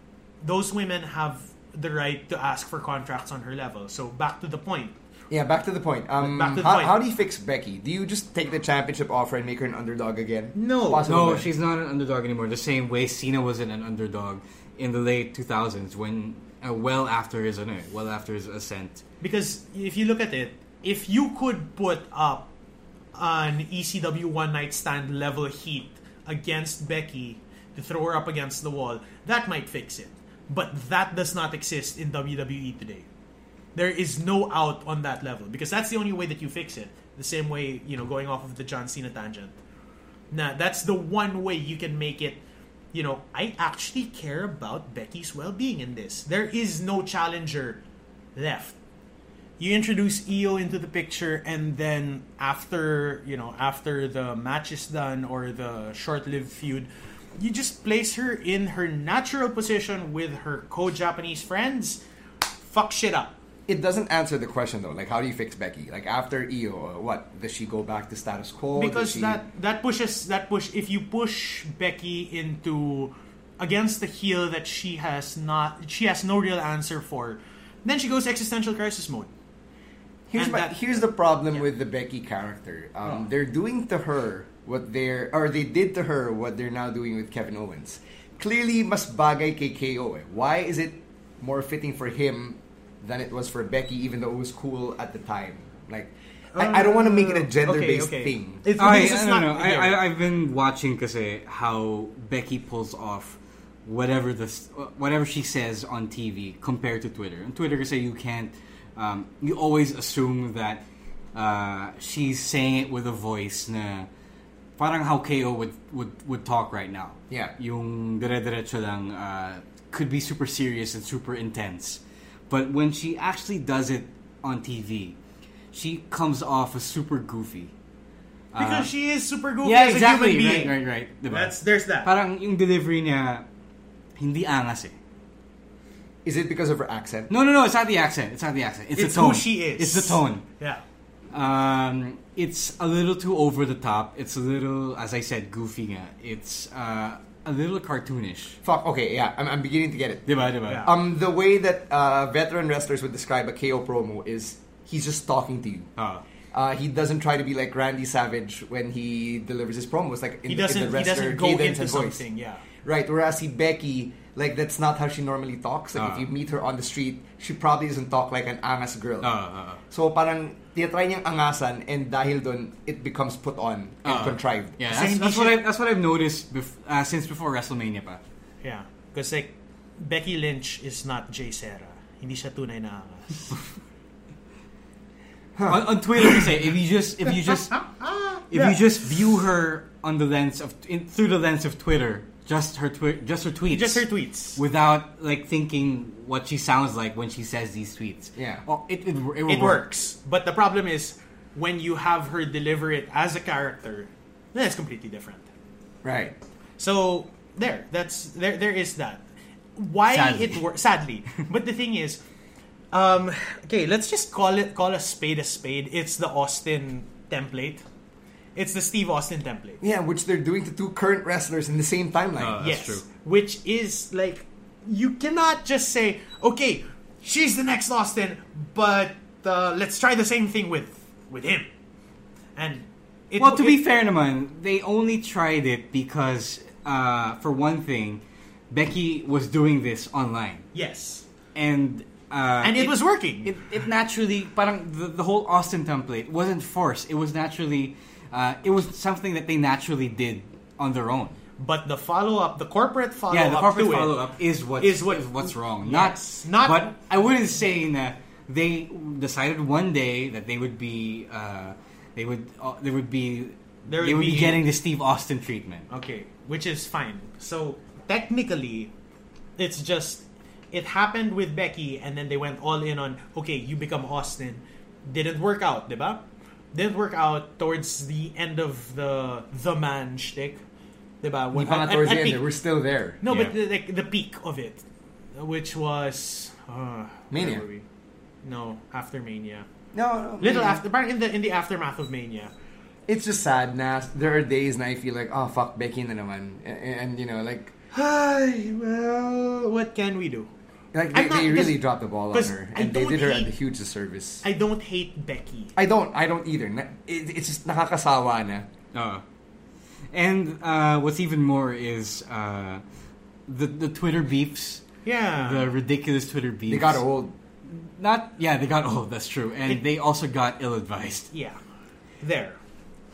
[SPEAKER 5] those women have the right to ask for contracts on her level so back to the point
[SPEAKER 3] yeah. Back to the point. Um,
[SPEAKER 5] Back to the
[SPEAKER 3] how,
[SPEAKER 5] point.
[SPEAKER 3] how do you fix Becky? Do you just take the championship off her and make her an underdog again?
[SPEAKER 5] No.
[SPEAKER 3] Possibly
[SPEAKER 4] No,
[SPEAKER 3] not.
[SPEAKER 4] she's not an underdog anymore. The same way Cena wasn't an underdog in the late 2000s, when uh, well after his honor, well after his ascent.
[SPEAKER 5] because if you look at it if you could put up an ECW one night stand level heat against Becky to throw her up against the wall that might fix it but that does not exist in WWE today there is no out on that level because that's the only way that you fix it. The same way, you know, going off of the John Cena tangent. Now, that's the one way you can make it, you know, I actually care about Becky's well being in this. There is no challenger left. You introduce Io into the picture, and then after, you know, after the match is done or the short lived feud, you just place her in her natural position with her co Japanese friends. Fuck shit up.
[SPEAKER 3] it doesn't answer the question though. Like, how do you fix Becky? Like after EO, what does she go back to status quo? Does
[SPEAKER 5] because
[SPEAKER 3] she-
[SPEAKER 5] that that pushes that push if you push Becky into against the heel that she has not she has no real answer for then she goes existential crisis mode
[SPEAKER 3] here's
[SPEAKER 5] and
[SPEAKER 3] my,
[SPEAKER 5] that-
[SPEAKER 3] here's the problem with the Becky character.
[SPEAKER 5] Oh.
[SPEAKER 3] Um, They're doing to her what they're or they did to her what they're now doing with Kevin Owens. Clearly, mas bagay kay KO. Eh. Why is it more fitting for him than it was for Becky? Even though it was cool at the time. Like, I, I don't want to make it a gender based
[SPEAKER 5] Uh, okay, okay.
[SPEAKER 3] thing.
[SPEAKER 5] It's-
[SPEAKER 4] Uh, I,
[SPEAKER 5] this
[SPEAKER 4] I don't
[SPEAKER 5] is not-
[SPEAKER 4] know. I,
[SPEAKER 5] here.
[SPEAKER 4] I, I've been watching kasi how Becky pulls off whatever this whatever she says on TV compared to Twitter. On Twitter, kasi you can't. Um, you always assume that uh, she's saying it with a voice na parang how KO would would, would talk right now.
[SPEAKER 3] Yeah.
[SPEAKER 4] Yung dire-diretso lang uh, could be super serious and super intense. But when she actually does it on TV, she comes off as super goofy.
[SPEAKER 5] because she is super goofy
[SPEAKER 4] Uh, Yeah,
[SPEAKER 5] as
[SPEAKER 4] exactly.
[SPEAKER 5] a human being
[SPEAKER 4] Right, right, right. Diba?
[SPEAKER 5] That's- there's that.
[SPEAKER 4] Parang yung delivery niya, hindi angas eh.
[SPEAKER 3] Is it because of her accent?
[SPEAKER 4] No, no, no. It's not the accent. It's not the accent. It's,
[SPEAKER 5] it's
[SPEAKER 4] the tone.
[SPEAKER 5] who she is
[SPEAKER 4] It's the tone.
[SPEAKER 5] yeah
[SPEAKER 4] Um, it's a little too over the top. It's a little, as I said, goofy nga. It's uh, a little cartoonish.
[SPEAKER 3] Fuck. Okay. Yeah. I'm, I'm beginning to get it.
[SPEAKER 4] Diba, diba?
[SPEAKER 5] Yeah.
[SPEAKER 3] Um, the way that uh, veteran wrestlers would describe a KO promo is he's just talking to you.
[SPEAKER 4] Ah.
[SPEAKER 3] Uh, he doesn't try to be like Randy Savage when he delivers his promos, like in, the-
[SPEAKER 5] He
[SPEAKER 3] in the
[SPEAKER 5] doesn't. He
[SPEAKER 3] wrestler
[SPEAKER 5] doesn't go
[SPEAKER 3] cadence
[SPEAKER 5] into
[SPEAKER 3] and voice.
[SPEAKER 5] something. Yeah.
[SPEAKER 3] Right, whereas si Becky, like that's not how she normally talks. Like
[SPEAKER 4] Ah.
[SPEAKER 3] if you meet her on the street, she probably doesn't talk like an angas girl.
[SPEAKER 4] Ah, ah, ah.
[SPEAKER 3] So parang tinatry niyang angasan and dahil doon, it becomes put on and
[SPEAKER 4] Ah.
[SPEAKER 3] contrived.
[SPEAKER 4] Yeah,
[SPEAKER 5] Kasi
[SPEAKER 4] that's,
[SPEAKER 5] hindi
[SPEAKER 4] that's what
[SPEAKER 5] siya-
[SPEAKER 4] I that's what I've noticed bef- uh, since before WrestleMania pa.
[SPEAKER 5] Yeah. Because like Becky Lynch is not Jay Serra. Hindi siya tunay na angas.
[SPEAKER 4] On, on Twitter, they say if you just if you
[SPEAKER 5] (laughs)
[SPEAKER 4] just if you just view her on the lens of in, through the lens of Twitter, just her twi- just her tweets,
[SPEAKER 5] Just her tweets.
[SPEAKER 4] without like thinking what she sounds like when she says these tweets.
[SPEAKER 3] Yeah.
[SPEAKER 4] well, it it, it, will
[SPEAKER 5] it
[SPEAKER 4] work.
[SPEAKER 5] works. But the problem is when you have her deliver it as a character, then it's completely different.
[SPEAKER 3] Right.
[SPEAKER 5] So there, that's there. There is that. Why
[SPEAKER 4] Sadly.
[SPEAKER 5] it works?
[SPEAKER 4] (laughs)
[SPEAKER 5] Sadly, but the thing is, um, okay, let's just call it call a spade a spade. It's the Austin template. It's the Steve Austin template.
[SPEAKER 3] Yeah, which they're doing to two current wrestlers in the same timeline.
[SPEAKER 4] Uh,
[SPEAKER 5] yes,
[SPEAKER 4] That's true.
[SPEAKER 5] which is like you cannot just say, okay, she's the next Austin, but uh, let's try the same thing with with him. And it,
[SPEAKER 4] Well, to be
[SPEAKER 5] it-
[SPEAKER 4] fair, naman, they only tried it because, uh, for one thing, Becky was doing this online,
[SPEAKER 5] yes,
[SPEAKER 4] and uh,
[SPEAKER 5] and it, was working.
[SPEAKER 4] It, it naturally, parang the, the whole Austin template wasn't forced. It was naturally, uh, it was something that they naturally did on their own.
[SPEAKER 5] But the follow up, the corporate follow up,
[SPEAKER 4] yeah, the corporate
[SPEAKER 5] to it
[SPEAKER 4] follow up is what
[SPEAKER 5] is what-
[SPEAKER 4] what's wrong.
[SPEAKER 5] Yes.
[SPEAKER 4] Not,
[SPEAKER 5] Not-
[SPEAKER 4] But I wouldn't say that they decided one day that they would be, uh, they would, uh, they would be,
[SPEAKER 5] There
[SPEAKER 4] they would
[SPEAKER 5] would
[SPEAKER 4] be,
[SPEAKER 5] be-
[SPEAKER 4] getting the Steve Austin treatment.
[SPEAKER 5] Okay, which is fine. So technically, it's just it happened with Becky, and then they went all in on okay, you become Austin. Didn't work out, diba? Didn't work out towards the end of the the man shtick, diba?
[SPEAKER 3] Hindi
[SPEAKER 5] When-
[SPEAKER 3] pa nga
[SPEAKER 5] at-
[SPEAKER 3] towards
[SPEAKER 5] at
[SPEAKER 3] the end,
[SPEAKER 5] peak.
[SPEAKER 3] we're still there.
[SPEAKER 5] no, but
[SPEAKER 4] Yeah.
[SPEAKER 5] the, like the peak of it, which was uh, where
[SPEAKER 3] Mania.
[SPEAKER 5] were we? No, after Mania.
[SPEAKER 3] No, no maybe.
[SPEAKER 5] Little after, parang in the in the aftermath of Mania.
[SPEAKER 3] It's just sad na there are days na I feel like, oh, fuck, Becky na naman. And, and you know,
[SPEAKER 5] (gasps)
[SPEAKER 3] like,
[SPEAKER 5] Hi, well, what can we do?
[SPEAKER 3] like
[SPEAKER 5] I'm
[SPEAKER 3] they,
[SPEAKER 5] not-
[SPEAKER 3] they really
[SPEAKER 5] because-
[SPEAKER 3] dropped the ball on
[SPEAKER 5] because
[SPEAKER 3] her.
[SPEAKER 5] I
[SPEAKER 3] And they
[SPEAKER 5] don't
[SPEAKER 3] did her a
[SPEAKER 5] hate-
[SPEAKER 3] huge disservice.
[SPEAKER 5] I don't hate Becky.
[SPEAKER 3] I don't. I don't either. Na- it- It's just nakakasawa na.
[SPEAKER 4] Uh, and uh, what's even more is uh, the the Twitter beefs,
[SPEAKER 5] Yeah.
[SPEAKER 4] the ridiculous Twitter beefs.
[SPEAKER 3] They got old.
[SPEAKER 4] Not yeah, they got old. That's true, and they also got ill advised.
[SPEAKER 5] yeah. There.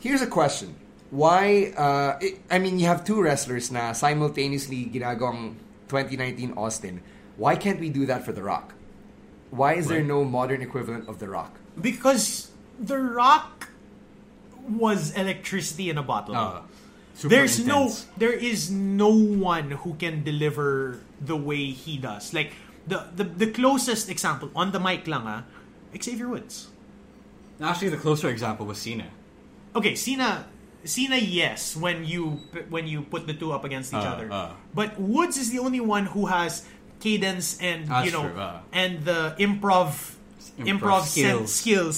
[SPEAKER 3] Here's a question. Why, uh, it, I mean, you have two wrestlers na simultaneously ginagawang 2019 Austin. Why can't we do that for The Rock? Why is there no modern equivalent of The Rock?
[SPEAKER 5] Because The Rock was electricity in a bottle.
[SPEAKER 4] Uh, super
[SPEAKER 5] There's
[SPEAKER 4] intense.
[SPEAKER 5] no there is no one who can deliver the way he does. Like the the, the closest example on the mic lang ah, Xavier Woods.
[SPEAKER 4] Actually, the closer example was Cena.
[SPEAKER 5] Okay, Cena Cena yes when you when you put the two up against each
[SPEAKER 4] Uh,
[SPEAKER 5] other.
[SPEAKER 4] uh.
[SPEAKER 5] But Woods is the only one who has cadence and
[SPEAKER 4] That's
[SPEAKER 5] you know
[SPEAKER 4] true, uh.
[SPEAKER 5] and the improv
[SPEAKER 4] Improv
[SPEAKER 5] improv, sen-
[SPEAKER 4] skills.
[SPEAKER 5] skills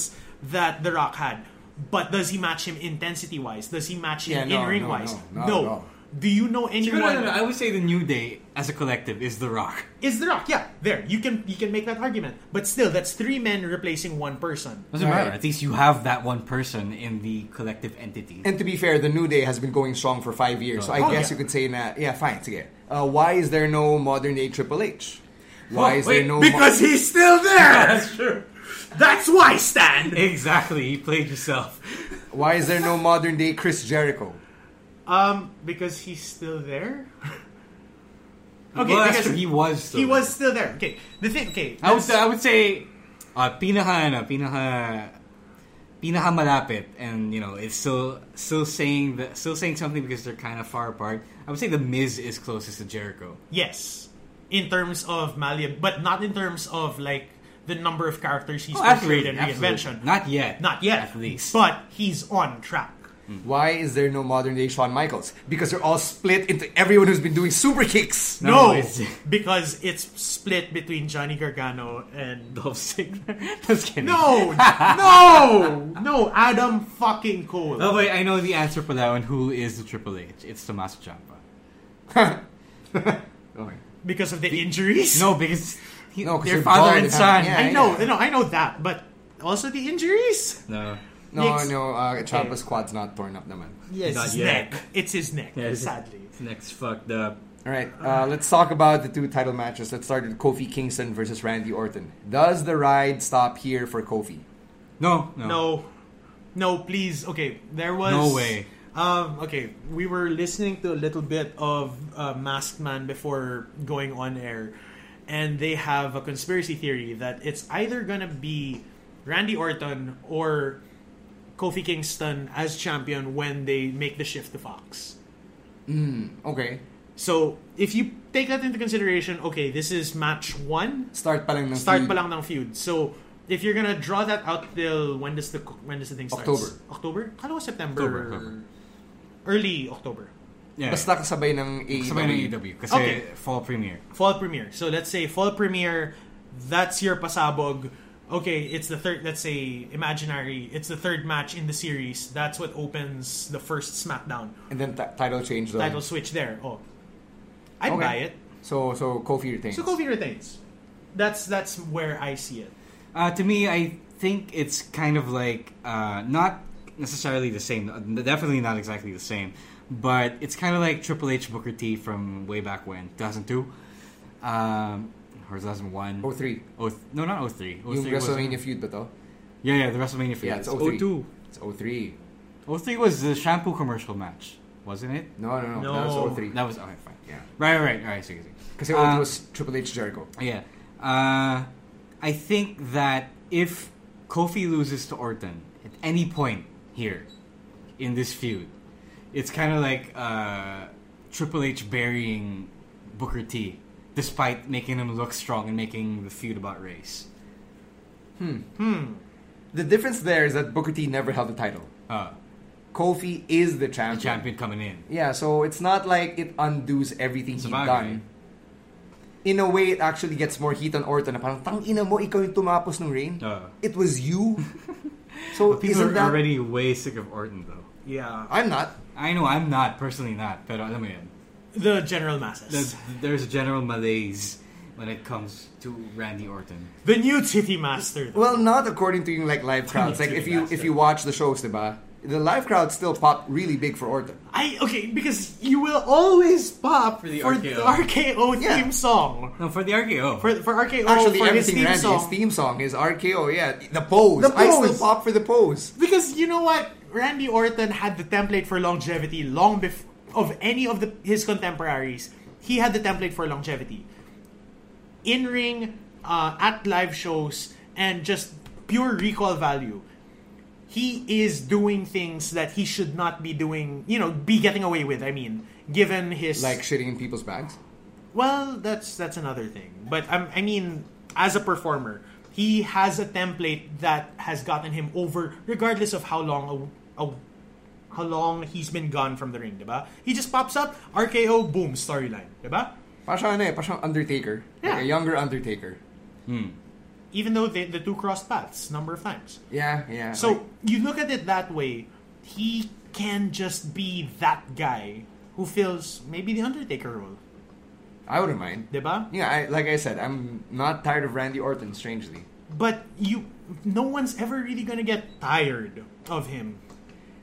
[SPEAKER 5] that The Rock had. But does he match him intensity wise? Does he match him
[SPEAKER 3] Yeah, no,
[SPEAKER 5] in ring
[SPEAKER 3] no,
[SPEAKER 5] wise?
[SPEAKER 3] no, not at all.
[SPEAKER 5] Do you know
[SPEAKER 4] No,
[SPEAKER 5] anyone?
[SPEAKER 4] no, no, no, I would say the New Day as a collective is The Rock.
[SPEAKER 5] Is The Rock? Yeah, there you can you can make that argument. But still, that's three men replacing one person.
[SPEAKER 4] Doesn't
[SPEAKER 3] Right.
[SPEAKER 4] matter. At least you have that one person in the collective entity.
[SPEAKER 3] And to be fair, the New Day has been going strong for five years. So I
[SPEAKER 5] Oh,
[SPEAKER 3] guess
[SPEAKER 5] yeah.
[SPEAKER 3] you could say na, yeah, fine, sige. Uh, why is there no modern day Triple H? Why is there no... mo-
[SPEAKER 5] he's
[SPEAKER 4] (laughs)
[SPEAKER 5] still there. that's true. That's why Stan.
[SPEAKER 4] exactly, you played yourself.
[SPEAKER 3] why is there no modern day Chris Jericho?
[SPEAKER 5] Because he's still there.
[SPEAKER 4] Okay,
[SPEAKER 5] Okay, because
[SPEAKER 4] he was. Still
[SPEAKER 5] he
[SPEAKER 4] there.
[SPEAKER 5] was still there. Okay, the thing. Okay,
[SPEAKER 4] I would say, I would say uh, pinaka ano, pinaka pinaka malapit and you know it's still still saying the, still saying something because they're kind of far apart. I would say the Miz is closest to Jericho. (laughs)
[SPEAKER 5] yes, in terms of malleable, but not in terms of like the number of characters he's portrayed in
[SPEAKER 4] Oh,
[SPEAKER 5] reinvention.
[SPEAKER 4] Not yet.
[SPEAKER 5] Not yet,
[SPEAKER 4] At least.
[SPEAKER 5] but he's on track.
[SPEAKER 3] Why is there no modern day Shawn Michaels? Because they're all split into everyone who's been doing super kicks.
[SPEAKER 4] No,
[SPEAKER 5] No,
[SPEAKER 4] (laughs) it's-
[SPEAKER 5] because it's split between Johnny Gargano and
[SPEAKER 4] Dolph Ziggler. Just kidding. (laughs)
[SPEAKER 5] no, no, no, Adam fucking Cole.
[SPEAKER 4] Oh wait, I know the answer for that one. Who is the Triple H? It's Tommaso Ciampa.
[SPEAKER 5] because of the injuries.
[SPEAKER 4] No, because he,
[SPEAKER 3] No, 'cause
[SPEAKER 4] their
[SPEAKER 3] they're
[SPEAKER 4] father
[SPEAKER 3] bald
[SPEAKER 4] and
[SPEAKER 3] and
[SPEAKER 4] son.
[SPEAKER 3] have- yeah,
[SPEAKER 5] I know, I know, I know that, but also the injuries.
[SPEAKER 4] No.
[SPEAKER 3] No,
[SPEAKER 5] Nick's-
[SPEAKER 3] no, uh, Chapa's quad's not torn up naman.
[SPEAKER 5] Yes,
[SPEAKER 4] Not
[SPEAKER 5] his
[SPEAKER 4] yet.
[SPEAKER 5] neck. It's his neck,
[SPEAKER 4] Yes.
[SPEAKER 5] sadly.
[SPEAKER 4] Next fucked up.
[SPEAKER 3] Alright, uh, let's talk about the two title matches. Let's start with Kofi Kingston versus Randy Orton. Does the ride stop here for Kofi?
[SPEAKER 4] No, no,
[SPEAKER 5] No. No, please. Okay, there was.
[SPEAKER 4] No way.
[SPEAKER 5] Um, okay, we were listening to a little bit of uh, Masked Man before going on air, and they have a conspiracy theory that it's either gonna be Randy Orton or Kofi Kingston as champion when they make the shift to Fox.
[SPEAKER 3] Okay.
[SPEAKER 5] So if you take that into consideration, okay, this is match one.
[SPEAKER 3] Start pa lang ng
[SPEAKER 5] Start
[SPEAKER 3] feud.
[SPEAKER 5] pa lang ng feud. So, if you're gonna draw that out till when does the when does the thing start?
[SPEAKER 3] October.
[SPEAKER 5] October? Kala ko September.
[SPEAKER 4] October, October.
[SPEAKER 5] Early October.
[SPEAKER 4] Yeah.
[SPEAKER 3] Basta kasabay ng AEW.
[SPEAKER 4] Sabay ng AEW kasi
[SPEAKER 5] Okay.
[SPEAKER 4] fall premiere.
[SPEAKER 5] Fall premiere. So let's say fall premiere, that's your pasabog. Okay, it's the third let's say imaginary, it's the third match in the series. That's what opens the first SmackDown.
[SPEAKER 3] And then t- title change though.
[SPEAKER 5] Title switch there. Oh. I'd
[SPEAKER 3] Okay.
[SPEAKER 5] buy it.
[SPEAKER 3] So, so Kofi retains.
[SPEAKER 5] So Kofi retains. That's that's where I see it.
[SPEAKER 4] Uh, to me, I think it's kind of like uh, not necessarily the same. uh, Definitely not exactly the same, but it's kind of like Triple H Booker T from way back when 2002, um, or 2001.
[SPEAKER 3] 03.
[SPEAKER 4] Oh, th- no, not 03. 03
[SPEAKER 3] Yung
[SPEAKER 4] was-
[SPEAKER 3] WrestleMania feud ba to?
[SPEAKER 4] Yeah, yeah, the WrestleMania feud.
[SPEAKER 3] Yeah, it's 03.
[SPEAKER 4] 02.
[SPEAKER 3] It's 03.
[SPEAKER 4] 03 was the shampoo commercial match, wasn't it?
[SPEAKER 3] No, no, no.
[SPEAKER 5] No. Ah.
[SPEAKER 3] That was 03.
[SPEAKER 4] That was okay, fine.
[SPEAKER 3] Yeah.
[SPEAKER 4] Right, right, right. right, Sorry, sorry.
[SPEAKER 3] Kasi 03
[SPEAKER 4] Uh,
[SPEAKER 3] was Triple H Jericho.
[SPEAKER 4] Yeah. Uh, I think that if Kofi loses to Orton at any point here in this feud, it's kind of like uh, Triple H burying Booker T, despite making him look strong and making the feud about race.
[SPEAKER 3] The difference there is that Booker T never held the title.
[SPEAKER 4] Uh,
[SPEAKER 3] Kofi is the champion.
[SPEAKER 4] champion coming in.
[SPEAKER 3] Yeah, so it's not like it undoes everything he's
[SPEAKER 4] Sabagay.
[SPEAKER 3] done. In a way, it actually gets more heat on Orton. Na parang, tang ina mo, ikaw yung tumapos ng reign.
[SPEAKER 4] Oo.
[SPEAKER 3] It was
[SPEAKER 4] (laughs)
[SPEAKER 3] you. so
[SPEAKER 4] Ah. People
[SPEAKER 3] isn't
[SPEAKER 4] are
[SPEAKER 3] that...
[SPEAKER 4] already way sick of Orton, though.
[SPEAKER 5] Yeah.
[SPEAKER 3] I'm not.
[SPEAKER 4] I know I'm not personally not, but uh, alam mo yun.
[SPEAKER 5] The general masses.
[SPEAKER 4] There's, there's a general malaise when it comes to Randy Orton.
[SPEAKER 5] The new Titty Master. though.
[SPEAKER 3] Well, not according to yung like live crowds. like if you if you watch the shows, diba? The live crowd still pop really big for Orton.
[SPEAKER 5] I okay because you will always pop for
[SPEAKER 4] the RKO.
[SPEAKER 5] RKO
[SPEAKER 3] Yeah.
[SPEAKER 5] theme song
[SPEAKER 4] No, for the oh, RKO.
[SPEAKER 5] for Oh, for RKO
[SPEAKER 3] Actually,
[SPEAKER 5] for his
[SPEAKER 3] everything
[SPEAKER 5] theme
[SPEAKER 3] Randy's
[SPEAKER 5] song
[SPEAKER 3] theme song is RKO. Yeah, the pose.
[SPEAKER 5] The
[SPEAKER 3] I still
[SPEAKER 5] pose.
[SPEAKER 3] pop for the pose.
[SPEAKER 5] because you know what Randy Orton had the template for longevity long before of any of the, his contemporaries. He had the template for longevity in ring, uh, at live shows, and just pure recall value. He is doing things that he should not be doing. You know, be getting away with. I mean, given his
[SPEAKER 3] Like shitting in people's bags.
[SPEAKER 5] Well, that's that's another thing. But um, I mean, as a performer, he has a template that has gotten him over, regardless of how long a, a- how long he's been gone from the ring, diba? He just pops up, RKO, boom, storyline, diba?
[SPEAKER 3] Parang siyang ano eh, parang siyang Undertaker.
[SPEAKER 5] Yeah.
[SPEAKER 3] Like a younger Undertaker.
[SPEAKER 5] Even though they, the two crossed paths number of times.
[SPEAKER 3] Yeah, yeah.
[SPEAKER 5] So
[SPEAKER 3] like-
[SPEAKER 5] you look at it that way, he can just be that guy who fills maybe the Undertaker role,
[SPEAKER 3] I wouldn't mind.
[SPEAKER 5] diba?
[SPEAKER 3] Yeah, I, like I said, I'm not tired of Randy Orton, strangely.
[SPEAKER 5] But you, no one's ever really gonna get tired of him.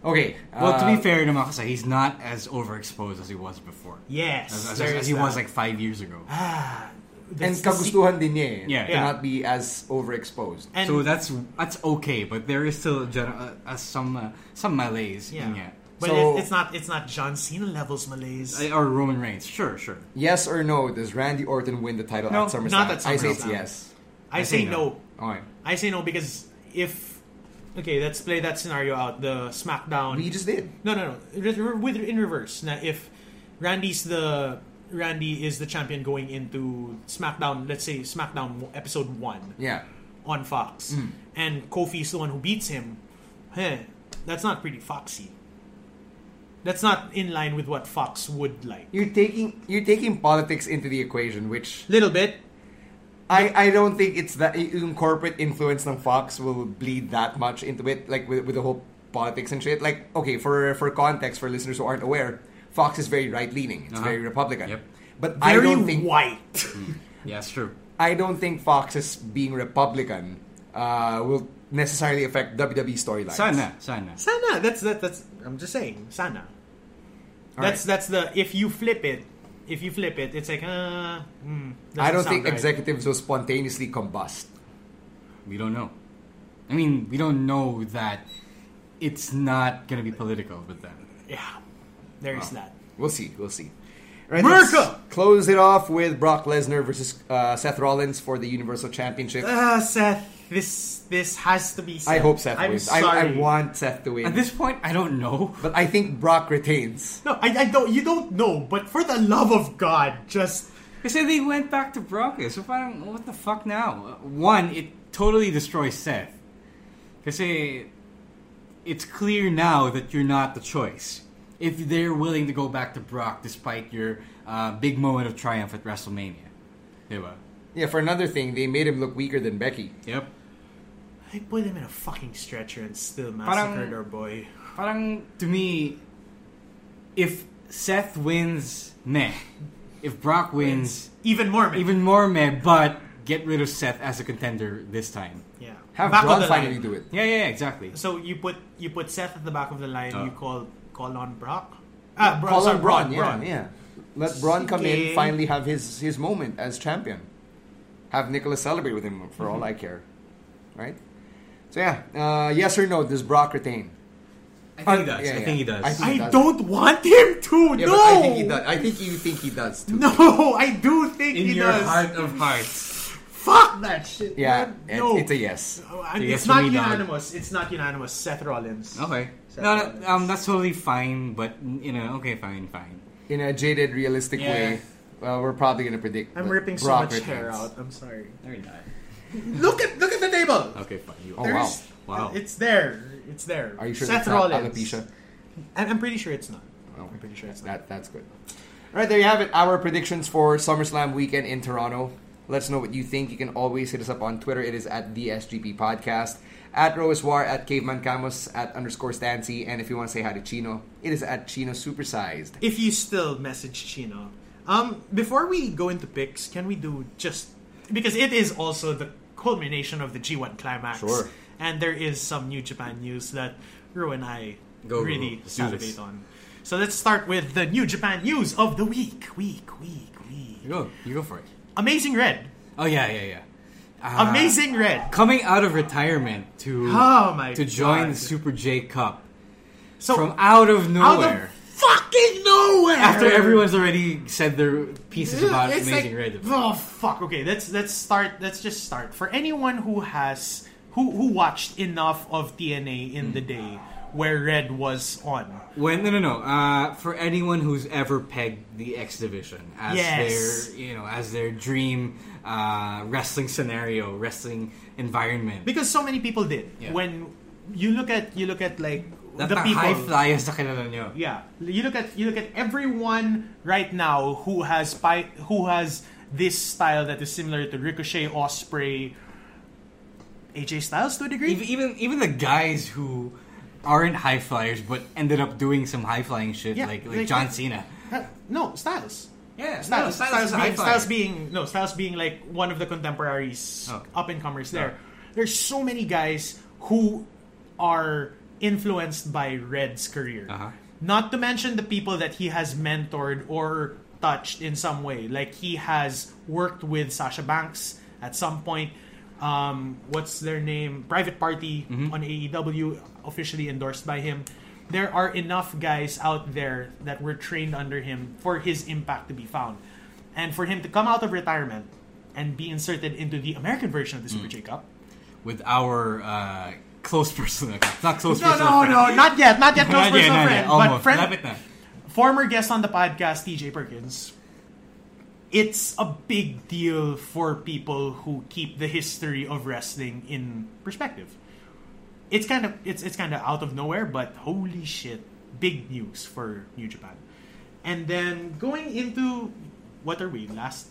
[SPEAKER 3] Okay.
[SPEAKER 4] Well, to
[SPEAKER 3] uh,
[SPEAKER 4] be fair to Makasa, he's not as overexposed as he was before.
[SPEAKER 5] Yes,
[SPEAKER 4] As, as-
[SPEAKER 5] there
[SPEAKER 4] as
[SPEAKER 5] is
[SPEAKER 4] he was
[SPEAKER 5] that. Ah,
[SPEAKER 4] like five years ago.
[SPEAKER 3] and
[SPEAKER 5] That's the se-
[SPEAKER 3] kagustuhan din niya eh,
[SPEAKER 4] Yeah.
[SPEAKER 3] to
[SPEAKER 4] Yeah.
[SPEAKER 3] not be as overexposed.
[SPEAKER 5] and
[SPEAKER 4] so that's that's okay, but there is still a gener- uh, uh, some uh, some malaise
[SPEAKER 5] yeah,
[SPEAKER 4] in it.
[SPEAKER 5] but
[SPEAKER 3] So-
[SPEAKER 5] it's- it's not it's not John Cena levels malaise.
[SPEAKER 4] Uh, Or Roman Reigns, sure, sure.
[SPEAKER 3] Yes or no, does Randy Orton win the title
[SPEAKER 4] No,
[SPEAKER 3] at SummerSlam?
[SPEAKER 5] not at
[SPEAKER 3] I say it's
[SPEAKER 5] SummerSlam.
[SPEAKER 3] yes.
[SPEAKER 5] I say no.
[SPEAKER 3] Okay.
[SPEAKER 5] I say no because if okay, let's play that scenario out. The SmackDown.
[SPEAKER 3] We just did.
[SPEAKER 5] no, no, no. Re- re- With in reverse. Now, if Randy's the Randy is the champion going into SmackDown. Let's say SmackDown episode one.
[SPEAKER 3] Yeah. Mm.
[SPEAKER 5] on Fox, and Kofi's the one who beats him, heh, that's not pretty foxy. That's not in line with what Fox would like.
[SPEAKER 3] You're taking you're taking politics into the equation, which
[SPEAKER 5] Little bit.
[SPEAKER 3] I, I don't think it's that yung corporate influence ng Fox will bleed that much into it, like with, with the whole politics and shit. Like, okay, for for context, for listeners who aren't aware, Fox is very right leaning. It's very Republican.
[SPEAKER 4] Yep.
[SPEAKER 3] But
[SPEAKER 5] Uh-huh. Very
[SPEAKER 3] I don't think Hmm.
[SPEAKER 5] white.
[SPEAKER 4] Yeah, it's true.
[SPEAKER 3] I don't think Fox is being Republican uh, will necessarily affect WWE storylines.
[SPEAKER 4] Sana, sana.
[SPEAKER 5] Sana. That's that. That's. I'm just saying. Sana. that's that's the. If you flip it, if you flip it, it's like uh. hmm,
[SPEAKER 3] I don't
[SPEAKER 5] doesn't sound
[SPEAKER 3] think
[SPEAKER 5] right.
[SPEAKER 3] executives will spontaneously combust.
[SPEAKER 4] We don't know. I mean, we don't know that it's not gonna be political with them.
[SPEAKER 5] Yeah. There is that.
[SPEAKER 3] We'll see. We'll see. Oh. Right,
[SPEAKER 5] America!
[SPEAKER 3] let's Close it off with Brock Lesnar versus uh, Seth Rollins for the Universal Championship.
[SPEAKER 5] Uh, Seth, this this has to be. Seth.
[SPEAKER 3] I hope Seth
[SPEAKER 5] I'm
[SPEAKER 3] wins. I,
[SPEAKER 5] Sorry.
[SPEAKER 3] I want Seth to win.
[SPEAKER 4] At this point, I don't know.
[SPEAKER 3] but I think Brock retains.
[SPEAKER 5] No, I, I don't. You don't know, but for the love of God, just
[SPEAKER 4] They say they went back to Brock. eh, So parang, what the fuck now? Uh, One, it totally destroys Seth. Kasi it's clear now that you're not the choice. If they're willing to go back to Brock despite your uh, big moment of triumph at WrestleMania. Diba?
[SPEAKER 3] Yeah, for another thing, they made him look weaker than Becky.
[SPEAKER 4] Yep.
[SPEAKER 5] they put him in a fucking stretcher and still massacred our boy.
[SPEAKER 4] Parang, to me, if Seth wins, meh. If Brock wins,
[SPEAKER 5] Even more, man.
[SPEAKER 4] even more meh, but get rid of Seth as a contender this time.
[SPEAKER 5] yeah.
[SPEAKER 3] Have
[SPEAKER 5] Back of
[SPEAKER 3] Braun
[SPEAKER 5] the
[SPEAKER 3] finally
[SPEAKER 5] line.
[SPEAKER 3] do it.
[SPEAKER 4] Yeah, yeah, yeah, exactly.
[SPEAKER 5] So you put you put Seth at the back of the line.
[SPEAKER 4] Uh.
[SPEAKER 5] You call call on Brock. Ah, Bro-
[SPEAKER 3] Uh, Call
[SPEAKER 5] sorry,
[SPEAKER 3] on Braun,
[SPEAKER 5] Braun,
[SPEAKER 3] yeah, yeah. Let Braun come in,
[SPEAKER 5] Sige.
[SPEAKER 3] finally have his, his moment as champion. Have Nicholas celebrate with him for
[SPEAKER 5] Mm-hmm.
[SPEAKER 3] all I care. Right? So yeah, uh, yes or no, does Brock retain?
[SPEAKER 4] I think he does.
[SPEAKER 3] yeah,
[SPEAKER 4] I
[SPEAKER 3] yeah.
[SPEAKER 4] think he does.
[SPEAKER 3] I think-
[SPEAKER 5] I don't want him to.
[SPEAKER 3] Yeah,
[SPEAKER 5] no.
[SPEAKER 3] but I think he does. I think you think he does too.
[SPEAKER 5] (laughs) No, I do think
[SPEAKER 4] in
[SPEAKER 5] he
[SPEAKER 4] your
[SPEAKER 5] does.
[SPEAKER 4] heart of hearts.
[SPEAKER 5] Fuck that shit.
[SPEAKER 3] Yeah,
[SPEAKER 5] man.
[SPEAKER 3] it-
[SPEAKER 5] no.
[SPEAKER 3] it's a yes.
[SPEAKER 5] Oh, I-
[SPEAKER 4] It's a yes
[SPEAKER 5] it's
[SPEAKER 4] for
[SPEAKER 5] not
[SPEAKER 4] me, dog.
[SPEAKER 5] unanimous. It's not unanimous. Seth Rollins.
[SPEAKER 4] Okay.
[SPEAKER 5] Seth
[SPEAKER 4] No,
[SPEAKER 5] Rollins.
[SPEAKER 4] no, um, that's totally fine, but you know, okay, fine, fine.
[SPEAKER 3] In a jaded, realistic
[SPEAKER 4] Yeah.
[SPEAKER 3] way, well, we're probably gonna predict.
[SPEAKER 5] I'm
[SPEAKER 3] that
[SPEAKER 5] ripping so
[SPEAKER 3] Brock
[SPEAKER 5] much hair
[SPEAKER 3] retains.
[SPEAKER 5] out. I'm sorry.
[SPEAKER 3] (laughs)
[SPEAKER 4] Very nice.
[SPEAKER 5] Look at look at the table.
[SPEAKER 4] Okay, fine. You
[SPEAKER 3] Oh, wow.
[SPEAKER 5] There's-
[SPEAKER 4] Wow.
[SPEAKER 5] It's there. It's there.
[SPEAKER 3] Are you sure
[SPEAKER 5] Seth
[SPEAKER 3] that's not
[SPEAKER 5] Rollins.
[SPEAKER 3] alopecia? Oh.
[SPEAKER 5] I- I'm pretty sure it's not. I'm pretty sure it's not.
[SPEAKER 3] That that's good. All right, there you have it. Our predictions for SummerSlam weekend in Toronto. Let us know what you think. You can always hit us up on Twitter. It is at the SGP Podcast, at Roeswar, at Caveman Camus, at underscore Stancy, and if you want to say hi to Chino, it is at Chino Supersized.
[SPEAKER 5] If you still message Chino, um, before we go into picks, can we do just because it is also the culmination of the G1 climax,
[SPEAKER 3] Sure.
[SPEAKER 5] and there is some New Japan news that Ru and I
[SPEAKER 4] Go, Ru.
[SPEAKER 5] really
[SPEAKER 4] Let's do this.
[SPEAKER 5] salivate on. So let's start with the New Japan news of the week, week, week,
[SPEAKER 4] You
[SPEAKER 5] week.
[SPEAKER 4] go. You go for it.
[SPEAKER 5] Amazing Red,
[SPEAKER 4] Oh yeah, yeah, yeah. Ah.
[SPEAKER 5] Amazing Red.
[SPEAKER 4] Coming out of retirement to
[SPEAKER 5] Oh my
[SPEAKER 4] to join
[SPEAKER 5] God.
[SPEAKER 4] the Super J Cup
[SPEAKER 5] So
[SPEAKER 4] from out of
[SPEAKER 5] out
[SPEAKER 4] nowhere.
[SPEAKER 5] of fucking nowhere.
[SPEAKER 4] after everyone's already said their pieces about
[SPEAKER 5] It's
[SPEAKER 4] Amazing
[SPEAKER 5] like,
[SPEAKER 4] Red.
[SPEAKER 5] Oh fuck. Okay, let's let's start. Let's just start. For anyone who has who who watched enough of TNA in the day where Red was on,
[SPEAKER 4] When no no no. Uh, for anyone who's ever pegged the X Division as
[SPEAKER 5] Yes.
[SPEAKER 4] their you know as their dream uh, wrestling scenario, wrestling environment.
[SPEAKER 5] because so many people did.
[SPEAKER 4] Yeah.
[SPEAKER 5] When you look at you look at like
[SPEAKER 4] Lahat
[SPEAKER 5] the
[SPEAKER 4] ng
[SPEAKER 5] people.
[SPEAKER 4] high flyers na kilala nyo.
[SPEAKER 5] yeah, you look at you look at everyone right now who has pi- who has this style that is similar to Ricochet, Osprey, AJ Styles to a degree.
[SPEAKER 4] Even, even even the guys who aren't high flyers but ended up doing some high flying shit
[SPEAKER 5] Yeah,
[SPEAKER 4] like, like
[SPEAKER 5] like-
[SPEAKER 4] John Cena.
[SPEAKER 5] Uh, no, Styles.
[SPEAKER 4] Yeah,
[SPEAKER 5] Styles,
[SPEAKER 4] no,
[SPEAKER 5] Styles,
[SPEAKER 4] Styles is a
[SPEAKER 5] being,
[SPEAKER 4] high flyer.
[SPEAKER 5] Styles being no Styles being like one of the contemporaries
[SPEAKER 4] Okay.
[SPEAKER 5] up and comers there. There's so many guys who are influenced by Red's career. Not to mention the people that he has mentored or touched in some way. Like he has worked with Sasha Banks at some point. Um, what's their name? Private Party on AEW, officially endorsed by him. There are enough guys out there that were trained under him for his impact to be found. And for him to come out of retirement and be inserted into the American version of the
[SPEAKER 4] Hmm.
[SPEAKER 5] Super J Cup.
[SPEAKER 4] with our uh, close (laughs) personal account. Not close
[SPEAKER 5] No,
[SPEAKER 4] personal
[SPEAKER 5] no,
[SPEAKER 4] friend.
[SPEAKER 5] no, not yet, not yet,
[SPEAKER 4] Not
[SPEAKER 5] close
[SPEAKER 4] yet,
[SPEAKER 5] personal
[SPEAKER 4] not
[SPEAKER 5] friend.
[SPEAKER 4] yet,
[SPEAKER 5] But
[SPEAKER 4] almost.
[SPEAKER 5] friend,
[SPEAKER 4] Lapit na.
[SPEAKER 5] former guest on the podcast, TJ Perkins. It's a big deal for people who keep the history of wrestling in perspective. It's kind of it's it's kind of out of nowhere, but holy shit, big news for New Japan. And then going into what are we last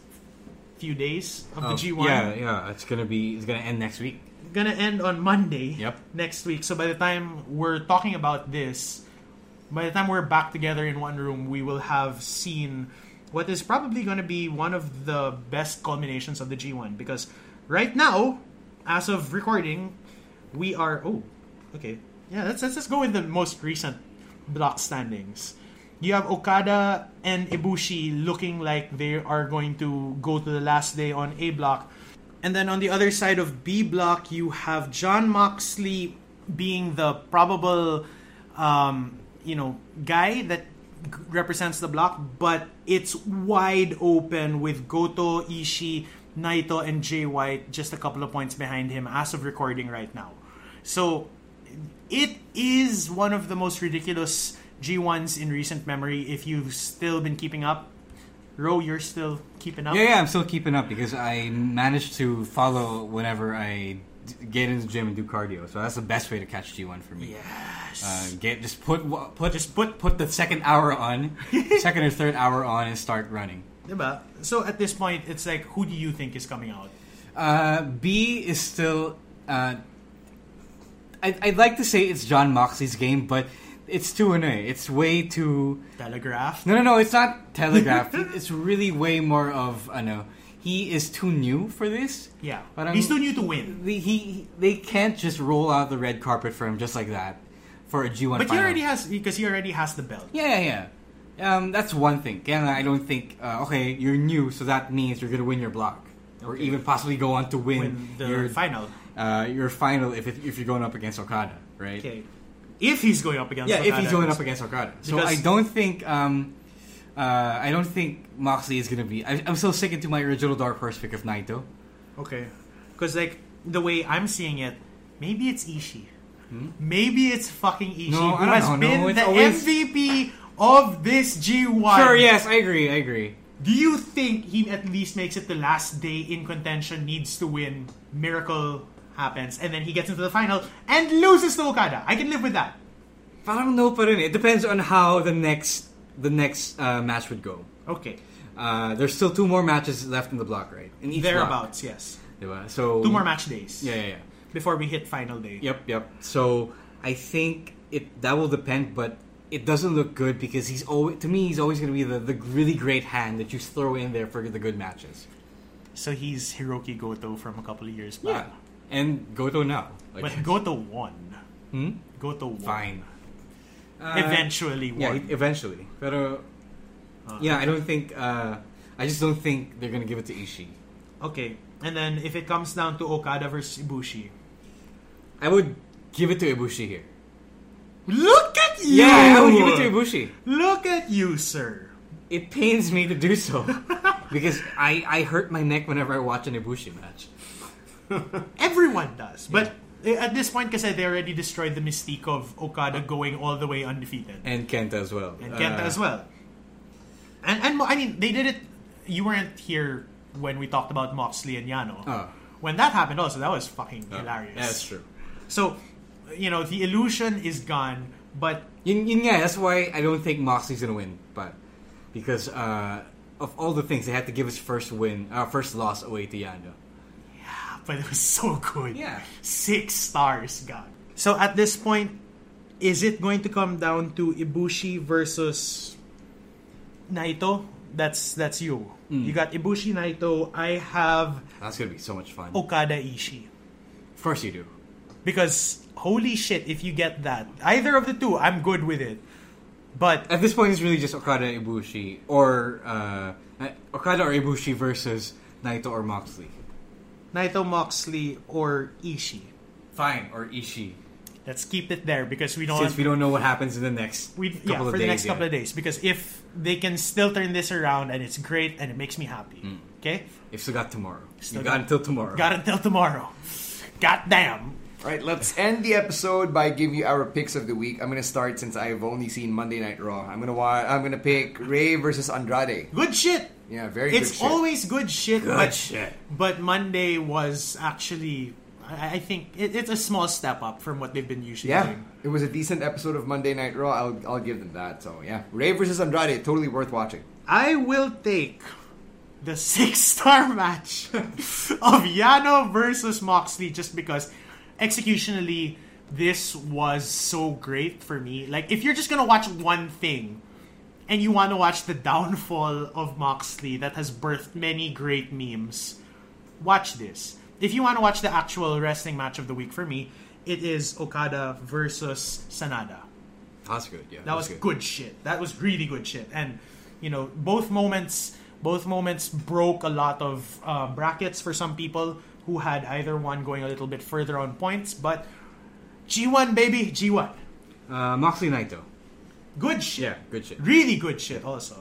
[SPEAKER 5] few days of the G1?
[SPEAKER 4] Oh, Yeah, yeah. It's gonna be. It's gonna end next week.
[SPEAKER 5] gonna end on Monday
[SPEAKER 4] Yep.
[SPEAKER 5] next week. So by the time we're talking about this, by the time we're back together in one room, we will have seen what is probably gonna be one of the best culminations of the G1 because right now, as of recording, we are. Oh, okay. Yeah, let's, let's just go with the most recent block standings. You have Okada and Ibushi looking like they are going to go to the last day on A block. And then on the other side of B block, you have John Moxley being the probable, um, you know, guy that g- represents the block, but it's wide open with Goto, Ishii, Naito, and Jay White just a couple of points behind him as of recording right now. So it is one of the most ridiculous G1s in recent memory. If you've still been keeping up, Ro, you're still keeping up.
[SPEAKER 4] Yeah, yeah, I'm still keeping up because I managed to follow whenever I d- get into the gym and do cardio. So that's the best way to catch G1 for me. Yes. Uh, get just put wa- put just put put the second hour on, second or third hour on, and start running.
[SPEAKER 5] Diba? So at this point, it's like, who do you think is coming out?
[SPEAKER 4] Uh, B is still. Uh, I'd, I'd like to say it's John Moxley's game, but it's too annoying. It's way too.
[SPEAKER 5] Telegraph?
[SPEAKER 4] No, no, no. It's not telegraphed. it's really way more of I know he is too new for this.
[SPEAKER 5] Yeah.
[SPEAKER 4] Parang-
[SPEAKER 5] He's too new to win.
[SPEAKER 4] The, he they can't just roll out the red carpet for him just like that for a G one.
[SPEAKER 5] But he already has, because he already has the belt.
[SPEAKER 4] Yeah, yeah, yeah. Um, that's one thing. Kaya nga I don't think uh, okay, you're new, so that means you're gonna win your block, or even possibly go on to win,
[SPEAKER 5] Win the
[SPEAKER 4] your
[SPEAKER 5] final.
[SPEAKER 4] Uh, your final if it, if you're going up against Okada, right?
[SPEAKER 5] Okay. If he's going up against
[SPEAKER 4] Yeah, if
[SPEAKER 5] Okada.
[SPEAKER 4] he's going up against Okada. So
[SPEAKER 5] Because-
[SPEAKER 4] I don't think um, uh, I don't think Moxley is gonna be. I, I'm still sticking to my original dark horse pick of Naito.
[SPEAKER 5] Okay. Because, like, the way I'm seeing it, maybe it's Ishii. Maybe it's fucking Ishii,
[SPEAKER 4] Hmm? No, I
[SPEAKER 5] who
[SPEAKER 4] don't
[SPEAKER 5] has
[SPEAKER 4] know. No,
[SPEAKER 5] been
[SPEAKER 4] it's
[SPEAKER 5] the
[SPEAKER 4] always-
[SPEAKER 5] MVP of this G1.
[SPEAKER 4] Sure. Yes, I agree. I agree.
[SPEAKER 5] Do you think he at least makes it the last day in contention, needs to win, miracle happens, and then he gets into the final and loses to Okada? I can live with that.
[SPEAKER 4] Parang no pa rin. eh. It depends on how the next the next uh, match would go.
[SPEAKER 5] Okay.
[SPEAKER 4] Uh, there's still two more matches left in the block, right? In each block,
[SPEAKER 5] Thereabouts, yes.
[SPEAKER 4] diba? So
[SPEAKER 5] Two more match days.
[SPEAKER 4] Yeah, yeah, yeah.
[SPEAKER 5] Before we hit final day.
[SPEAKER 4] Yep, yep. So I think it that will depend, but it doesn't look good because he's always to me he's always going to be the, the really great hand that you throw in there for the good matches.
[SPEAKER 5] So he's Hiroki Goto from a couple of years back.
[SPEAKER 4] Uh, and Goto now. Like,
[SPEAKER 5] But Goto won. Hmm? Goto
[SPEAKER 4] (laughs)
[SPEAKER 5] won.
[SPEAKER 4] fine.
[SPEAKER 5] Eventually won.
[SPEAKER 4] Yeah, he- eventually. Pero yeah, I don't think. Uh, I just don't think they're going to give it to Ishii.
[SPEAKER 5] okay. And then if it comes down to Okada versus Ibushi.
[SPEAKER 4] I would give it to Ibushi here.
[SPEAKER 5] Look at you!
[SPEAKER 4] Yeah, I would give it to Ibushi.
[SPEAKER 5] Look at you, sir.
[SPEAKER 4] It pains me to do so (laughs) because I, I hurt my neck whenever I watch an Ibushi match.
[SPEAKER 5] Everyone does. But at this point, kasi they already destroyed the mystique of Okada going all the way undefeated.
[SPEAKER 4] And Kenta as well. Uh,
[SPEAKER 5] And Kenta as well. And, and Mo- I mean, they did it. You weren't here when we talked about Moxley and Yano.
[SPEAKER 4] Oh.
[SPEAKER 5] When that happened, also, that was fucking hilarious.
[SPEAKER 4] That's true.
[SPEAKER 5] So, you know, the illusion is gone, but
[SPEAKER 4] Yun, yun nga, that's why I don't think Moxley's gonna win, but because uh, of all the things they had to give his first win, uh, first loss away to Yano.
[SPEAKER 5] but it was so good.
[SPEAKER 4] Yeah.
[SPEAKER 5] Six stars, God. So at this point, is it going to come down to Ibushi versus Naito? That's that's you.
[SPEAKER 4] Hmm.
[SPEAKER 5] You got Ibushi Naito. I have
[SPEAKER 4] That's gonna be so much fun.
[SPEAKER 5] Okada Ishii.
[SPEAKER 4] Of course you do.
[SPEAKER 5] Because holy shit, if you get that, either of the two, I'm good with it. But
[SPEAKER 4] At this point, it's really just Okada Ibushi or uh, Okada or Ibushi versus Naito or Moxley.
[SPEAKER 5] Naito Moxley or Ishii.
[SPEAKER 4] Fine, or Ishii,
[SPEAKER 5] Let's keep it there because we don't
[SPEAKER 4] since we don't know what happens in the next
[SPEAKER 5] we,
[SPEAKER 4] couple
[SPEAKER 5] yeah,
[SPEAKER 4] of
[SPEAKER 5] for
[SPEAKER 4] days.
[SPEAKER 5] the next couple
[SPEAKER 4] yet.
[SPEAKER 5] of days because if they can still turn this around and it's great and it makes me happy. Okay,
[SPEAKER 4] If still got tomorrow,
[SPEAKER 5] Still
[SPEAKER 4] you got,
[SPEAKER 5] got-
[SPEAKER 4] until tomorrow.
[SPEAKER 5] got until tomorrow. God damn.
[SPEAKER 3] Right, let's end the episode by giving you our picks of the week. I'm gonna start since I've only seen Monday Night Raw. I'm gonna wa- I'm gonna pick Ray versus Andrade.
[SPEAKER 5] Good shit.
[SPEAKER 3] Yeah, very
[SPEAKER 5] It's
[SPEAKER 3] good shit.
[SPEAKER 5] always good shit. but,
[SPEAKER 4] shit.
[SPEAKER 5] But Monday was actually, I, I think it, it's a small step up from what they've been usually
[SPEAKER 3] yeah,
[SPEAKER 5] doing.
[SPEAKER 3] it was a decent episode of Monday Night Raw. I'll, I'll give them that. So yeah, Ray versus Andrade, totally worth watching.
[SPEAKER 5] I will take the six star match of Yano versus Moxley just because executionally this was so great for me. Like if you're just gonna watch one thing and you wanna watch the downfall of Moxley that has birthed many great memes, watch this. If you wanna watch the actual wrestling match of the week for me, it is Okada versus Sanada.
[SPEAKER 4] That's good. Yeah,
[SPEAKER 5] That was good. shit. That was really good shit. And you know, both moments, both moments broke a lot of uh, brackets for some people who had either one going a little bit further on points. But G1 baby, G1,
[SPEAKER 4] Uh, Moxley Naito.
[SPEAKER 5] good shit.
[SPEAKER 4] Yeah, good shit. Hmm.
[SPEAKER 5] Really good shit. Also,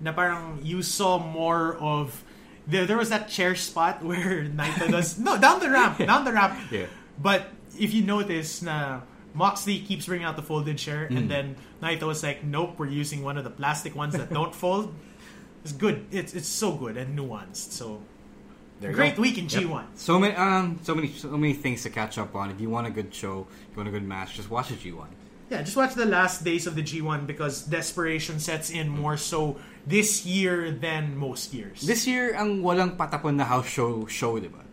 [SPEAKER 5] na parang you saw more of. There, there was that chair spot (laughs) where Naito does no down the ramp, down the ramp.
[SPEAKER 4] (laughs) Yeah.
[SPEAKER 5] But if you notice, na Moxley keeps bringing out the folded chair,
[SPEAKER 4] Hmm.
[SPEAKER 5] and then Naito is like, "Nope, we're using one of the plastic ones that don't fold." It's good. It's it's so good and nuanced. So
[SPEAKER 4] There you
[SPEAKER 5] great
[SPEAKER 4] go.
[SPEAKER 5] week in G one.
[SPEAKER 4] So many, um, so many, so many things to catch up on. If you want a good show, you want a good match, just watch a G one.
[SPEAKER 5] Yeah, just watch the last days of the G one because desperation sets in more so this year than most years.
[SPEAKER 4] This year, ang walang patapon na house show show, di ba?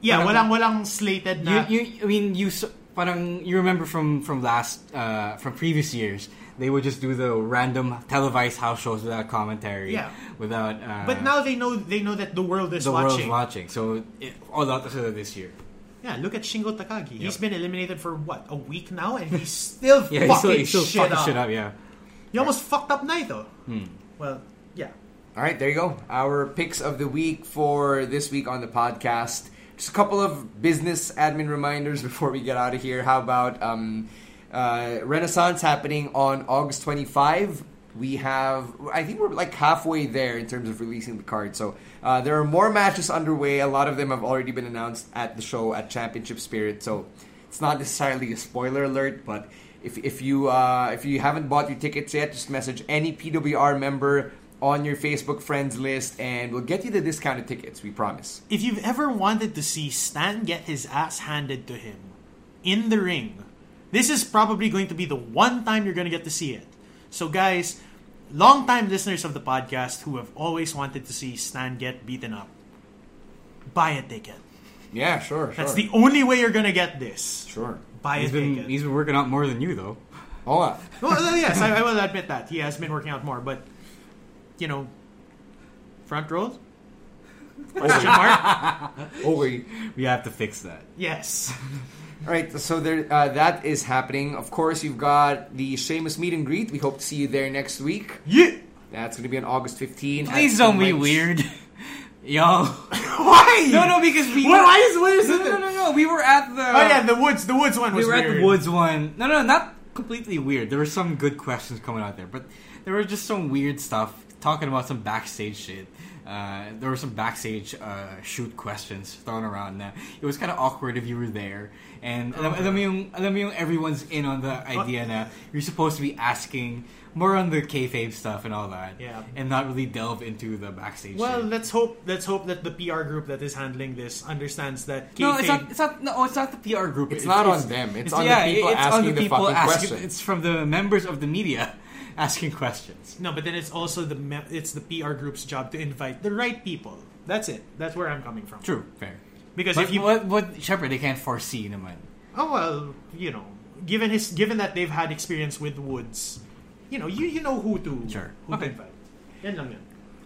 [SPEAKER 5] yeah,
[SPEAKER 4] parang-
[SPEAKER 5] walang walang slated na.
[SPEAKER 4] You, you, I mean, you, s- parang, you remember from from last, uh, from previous years, they would just do the random televised house shows without commentary,
[SPEAKER 5] Yeah.
[SPEAKER 4] without. Uh,
[SPEAKER 5] But now they know they know that the world is
[SPEAKER 4] the world's
[SPEAKER 5] watching.
[SPEAKER 4] watching, so it, all out to this year.
[SPEAKER 5] Yeah, look at Shingo Takagi. He's been eliminated for what a week now, and he's (laughs) still
[SPEAKER 4] Yeah, he's
[SPEAKER 5] fucking
[SPEAKER 4] still, he's still
[SPEAKER 5] shit,
[SPEAKER 4] fucking
[SPEAKER 5] up. Hmm.
[SPEAKER 4] shit up. Yeah,
[SPEAKER 5] He almost fucked up Naito. Well, yeah,
[SPEAKER 3] All right, there you go. Our picks of the week for this week on the podcast. Just a couple of business admin reminders (laughs) before we get out of here. How about um, uh, Renaissance happening on August 25? We have, I think we're like halfway there in terms of releasing the card. So uh, there are more matches underway. A lot of them have already been announced at the show at Championship Spirit. So it's not necessarily a spoiler alert, but if, if you uh, if you haven't bought your tickets yet, just message any PWR member on your Facebook friends list, and we'll get you the discounted tickets. We promise.
[SPEAKER 5] if you've ever wanted to see Stan get his ass handed to him in the ring, this is probably going to be the one time you're going to get to see it. So, guys, longtime listeners of the podcast who have always wanted to see Stan get beaten up, buy a ticket.
[SPEAKER 3] Yeah, sure.
[SPEAKER 5] That's the only way you're going to get this.
[SPEAKER 3] sure.
[SPEAKER 5] Buy
[SPEAKER 4] he's
[SPEAKER 5] a
[SPEAKER 4] been
[SPEAKER 5] ticket.
[SPEAKER 4] he's been working out more than you though.
[SPEAKER 3] Hola.
[SPEAKER 5] well, uh, yes, I, I will admit that he has been working out more, but you know, front
[SPEAKER 4] (laughs)
[SPEAKER 5] row. Question mark?
[SPEAKER 3] Over.
[SPEAKER 4] We have to fix that.
[SPEAKER 5] Yes.
[SPEAKER 3] All right, so there, uh, that is happening. Of course, you've got the Seamus meet and greet. We hope to see you there next week.
[SPEAKER 5] Yeah.
[SPEAKER 3] That's going to be on August 15. at
[SPEAKER 4] Please don't be
[SPEAKER 3] Mike's-
[SPEAKER 4] weird, (laughs) yo.
[SPEAKER 5] Why?
[SPEAKER 4] No, no, because we.
[SPEAKER 5] What- why is- what is
[SPEAKER 4] no,
[SPEAKER 5] it
[SPEAKER 4] No, no,
[SPEAKER 5] that-
[SPEAKER 4] no, no. We were at the.
[SPEAKER 5] Oh yeah, the woods. The woods one
[SPEAKER 4] we
[SPEAKER 5] was
[SPEAKER 4] were at
[SPEAKER 5] weird.
[SPEAKER 4] the woods one. No, no, not completely weird. There were some good questions coming out there, but there were just some weird stuff talking about some backstage shit. Uh, there were some backstage uh, shoot questions thrown around. Na it was kind of awkward if you were there. And alam, alam, mo yung, alam mo yung everyone's in on the idea na you're supposed to be asking more on the kayfabe stuff and all that,
[SPEAKER 5] Yeah.
[SPEAKER 4] and not really delve into the backstage.
[SPEAKER 5] Well,
[SPEAKER 4] shit.
[SPEAKER 5] let's hope. Let's hope that the PR group that is handling this understands that.
[SPEAKER 4] No, it's
[SPEAKER 5] kayfabe-
[SPEAKER 4] not. It's not. No, it's not the PR group.
[SPEAKER 3] It's not on them. It's on the people asking the fucking questions.
[SPEAKER 4] It's from the members of the media (laughs) asking questions.
[SPEAKER 5] No, but then it's also the me- it's the PR group's job to invite the right people. That's it. That's where I'm coming from.
[SPEAKER 4] True, fair.
[SPEAKER 5] Because
[SPEAKER 4] But
[SPEAKER 5] if you
[SPEAKER 4] what, what Shepard, they can't foresee naman.
[SPEAKER 5] Oh well, you know, given his given that they've had experience with Woods, you know, you you know who to
[SPEAKER 4] Sure.
[SPEAKER 5] who
[SPEAKER 4] Okay.
[SPEAKER 5] to invite. Yan lang yan.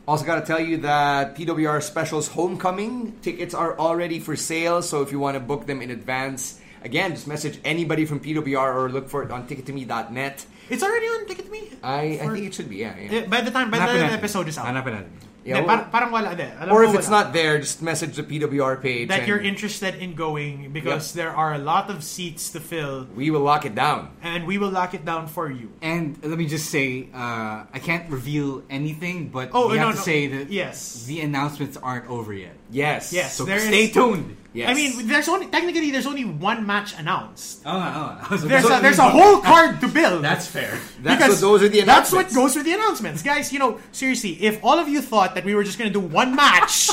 [SPEAKER 3] Also, got to tell you that PWR Specials Homecoming tickets are already for sale. So if you want to book them in advance, again, just message anybody from PWR or look for it on tickettome.net.
[SPEAKER 5] It's already on Ticket Me. eh,
[SPEAKER 3] I, I think it should be, yeah. yeah.
[SPEAKER 5] by the time by the
[SPEAKER 4] Hanapin
[SPEAKER 5] time the
[SPEAKER 4] natin.
[SPEAKER 5] episode is out.
[SPEAKER 4] Hanapin natin.
[SPEAKER 3] Yeah,
[SPEAKER 5] Hindi,
[SPEAKER 3] well-
[SPEAKER 5] par- parang wala. Hindi, alam
[SPEAKER 3] or
[SPEAKER 5] ko
[SPEAKER 3] if it's
[SPEAKER 5] wala.
[SPEAKER 3] not there, just message the PWR page.
[SPEAKER 5] that
[SPEAKER 3] and
[SPEAKER 5] you're interested in going because there are a lot of seats to fill,
[SPEAKER 3] We will lock it down.
[SPEAKER 5] and we will lock it down for you.
[SPEAKER 4] And let me just say, uh, I can't reveal anything, but
[SPEAKER 5] Oh,
[SPEAKER 4] we
[SPEAKER 5] no,
[SPEAKER 4] have to
[SPEAKER 5] no.
[SPEAKER 4] say that
[SPEAKER 5] Yes.
[SPEAKER 4] the announcements aren't over yet.
[SPEAKER 3] Yes.
[SPEAKER 5] Yes,
[SPEAKER 4] So
[SPEAKER 5] there
[SPEAKER 4] stay
[SPEAKER 5] is-
[SPEAKER 4] tuned.
[SPEAKER 3] Yes.
[SPEAKER 5] I mean, there's only technically there's only one match announced.
[SPEAKER 4] Oh, oh, oh.
[SPEAKER 5] There's a, there's a whole card to build.
[SPEAKER 4] That's fair.
[SPEAKER 3] That's what those are the
[SPEAKER 5] That's what
[SPEAKER 3] announcements.
[SPEAKER 5] goes with the announcements, guys. You know, seriously, if all of you thought that we were just gonna do one match,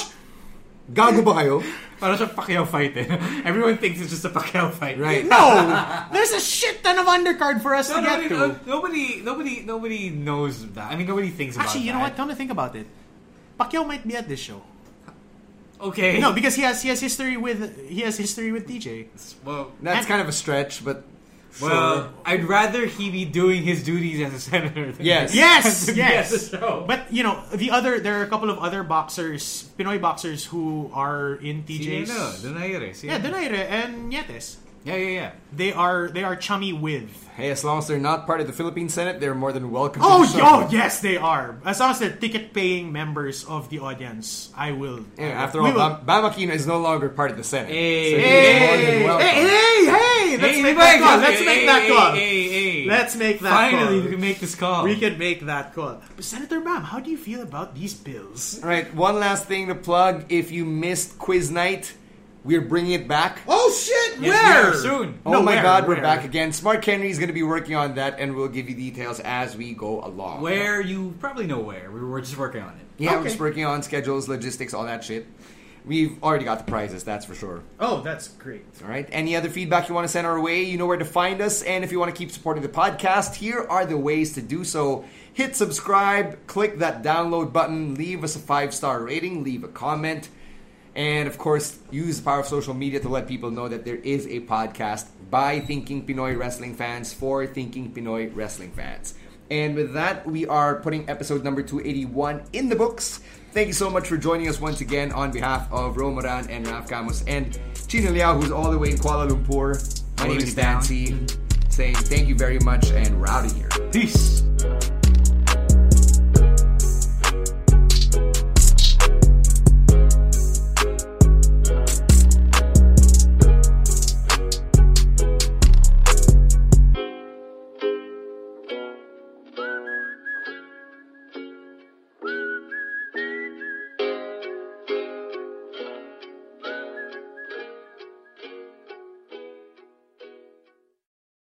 [SPEAKER 3] Gago ba kayo?
[SPEAKER 4] Parang siyang Pacquiao fight. Eh. (laughs) Everyone thinks it's just a Pacquiao fight.
[SPEAKER 3] Right.
[SPEAKER 5] no, there's a shit ton of undercard for us
[SPEAKER 4] No,
[SPEAKER 5] to
[SPEAKER 4] no,
[SPEAKER 5] get
[SPEAKER 4] no,
[SPEAKER 5] to.
[SPEAKER 4] no, nobody, nobody, nobody knows that. I mean, nobody thinks about
[SPEAKER 5] Actually, you know what?
[SPEAKER 4] that.
[SPEAKER 5] Come to think about it, Pacquiao might be at this show.
[SPEAKER 4] Okay.
[SPEAKER 5] No, because he has he has history with he has history with DJ.
[SPEAKER 4] well,
[SPEAKER 3] That's kind of a stretch, but.
[SPEAKER 4] well,
[SPEAKER 3] Sure.
[SPEAKER 4] I'd rather he be doing his duties as a senator. Than
[SPEAKER 3] Yes.
[SPEAKER 5] Yes,
[SPEAKER 4] Yes,
[SPEAKER 5] yes.
[SPEAKER 4] so.
[SPEAKER 5] But you know, the other there are a couple of other boxers, Pinoy boxers who are in TJ's.
[SPEAKER 4] Donaire.
[SPEAKER 5] Yeah, Donaire and Nietes.
[SPEAKER 4] Yeah, yeah, yeah.
[SPEAKER 5] They are they are chummy with.
[SPEAKER 3] Hey, as long as they're not part of the Philippine Senate, they're more than welcome. to
[SPEAKER 5] Oh,
[SPEAKER 3] the show.
[SPEAKER 5] yo, yes, they are. As long as they're ticket-paying members of the audience, I will.
[SPEAKER 3] Yeah, after
[SPEAKER 5] we
[SPEAKER 3] all,
[SPEAKER 5] will-
[SPEAKER 3] Bam- Bam Aquino is no longer part of the Senate.
[SPEAKER 4] Hey.
[SPEAKER 3] so you're more than
[SPEAKER 5] Hey,
[SPEAKER 3] welcome.
[SPEAKER 5] hey, hey! Let's
[SPEAKER 4] Hey, we
[SPEAKER 5] make that
[SPEAKER 4] might-
[SPEAKER 5] call. Let's
[SPEAKER 4] hey,
[SPEAKER 5] make
[SPEAKER 4] hey,
[SPEAKER 5] that
[SPEAKER 4] hey,
[SPEAKER 5] call.
[SPEAKER 4] hey, hey.
[SPEAKER 5] Let's make that
[SPEAKER 4] Finally,
[SPEAKER 5] call.
[SPEAKER 4] we can make this call.
[SPEAKER 5] We can make that call. But Senator Bam, how do you feel about these bills?
[SPEAKER 3] All right, one last thing to plug. If you missed quiz night, we're bringing it back.
[SPEAKER 5] Oh shit!
[SPEAKER 4] Yes,
[SPEAKER 5] where
[SPEAKER 4] we are soon.
[SPEAKER 3] Oh
[SPEAKER 5] No,
[SPEAKER 3] my
[SPEAKER 5] where?
[SPEAKER 3] God, we're
[SPEAKER 5] Where?
[SPEAKER 3] back again. Smart Henry is going to be working on that, and we'll give you details as we go along.
[SPEAKER 4] Where you probably know where. We were just working on it.
[SPEAKER 3] Yeah, we're
[SPEAKER 5] Okay.
[SPEAKER 3] just working on schedules, logistics, all that shit. We've already got the prizes, that's for sure.
[SPEAKER 5] Oh, that's great.
[SPEAKER 3] All right. Any other feedback you want to send our way, you know where to find us. And if you want to keep supporting the podcast, here are the ways to do so. Hit subscribe, click that download button, leave us a five star rating, leave a comment, and of course, use the power of social media to let people know that there is a podcast by Thinking Pinoy Wrestling fans for Thinking Pinoy Wrestling fans. And with that, we are putting episode number 281 in the books. Thank you so much for joining us once again on behalf of Romoran and Raf Camus and Chino Liao, who's all the way in Kuala Lumpur. My name
[SPEAKER 4] Holding
[SPEAKER 3] is
[SPEAKER 4] it down.
[SPEAKER 3] Nancy, saying thank you very much, and we're out of here.
[SPEAKER 4] Peace.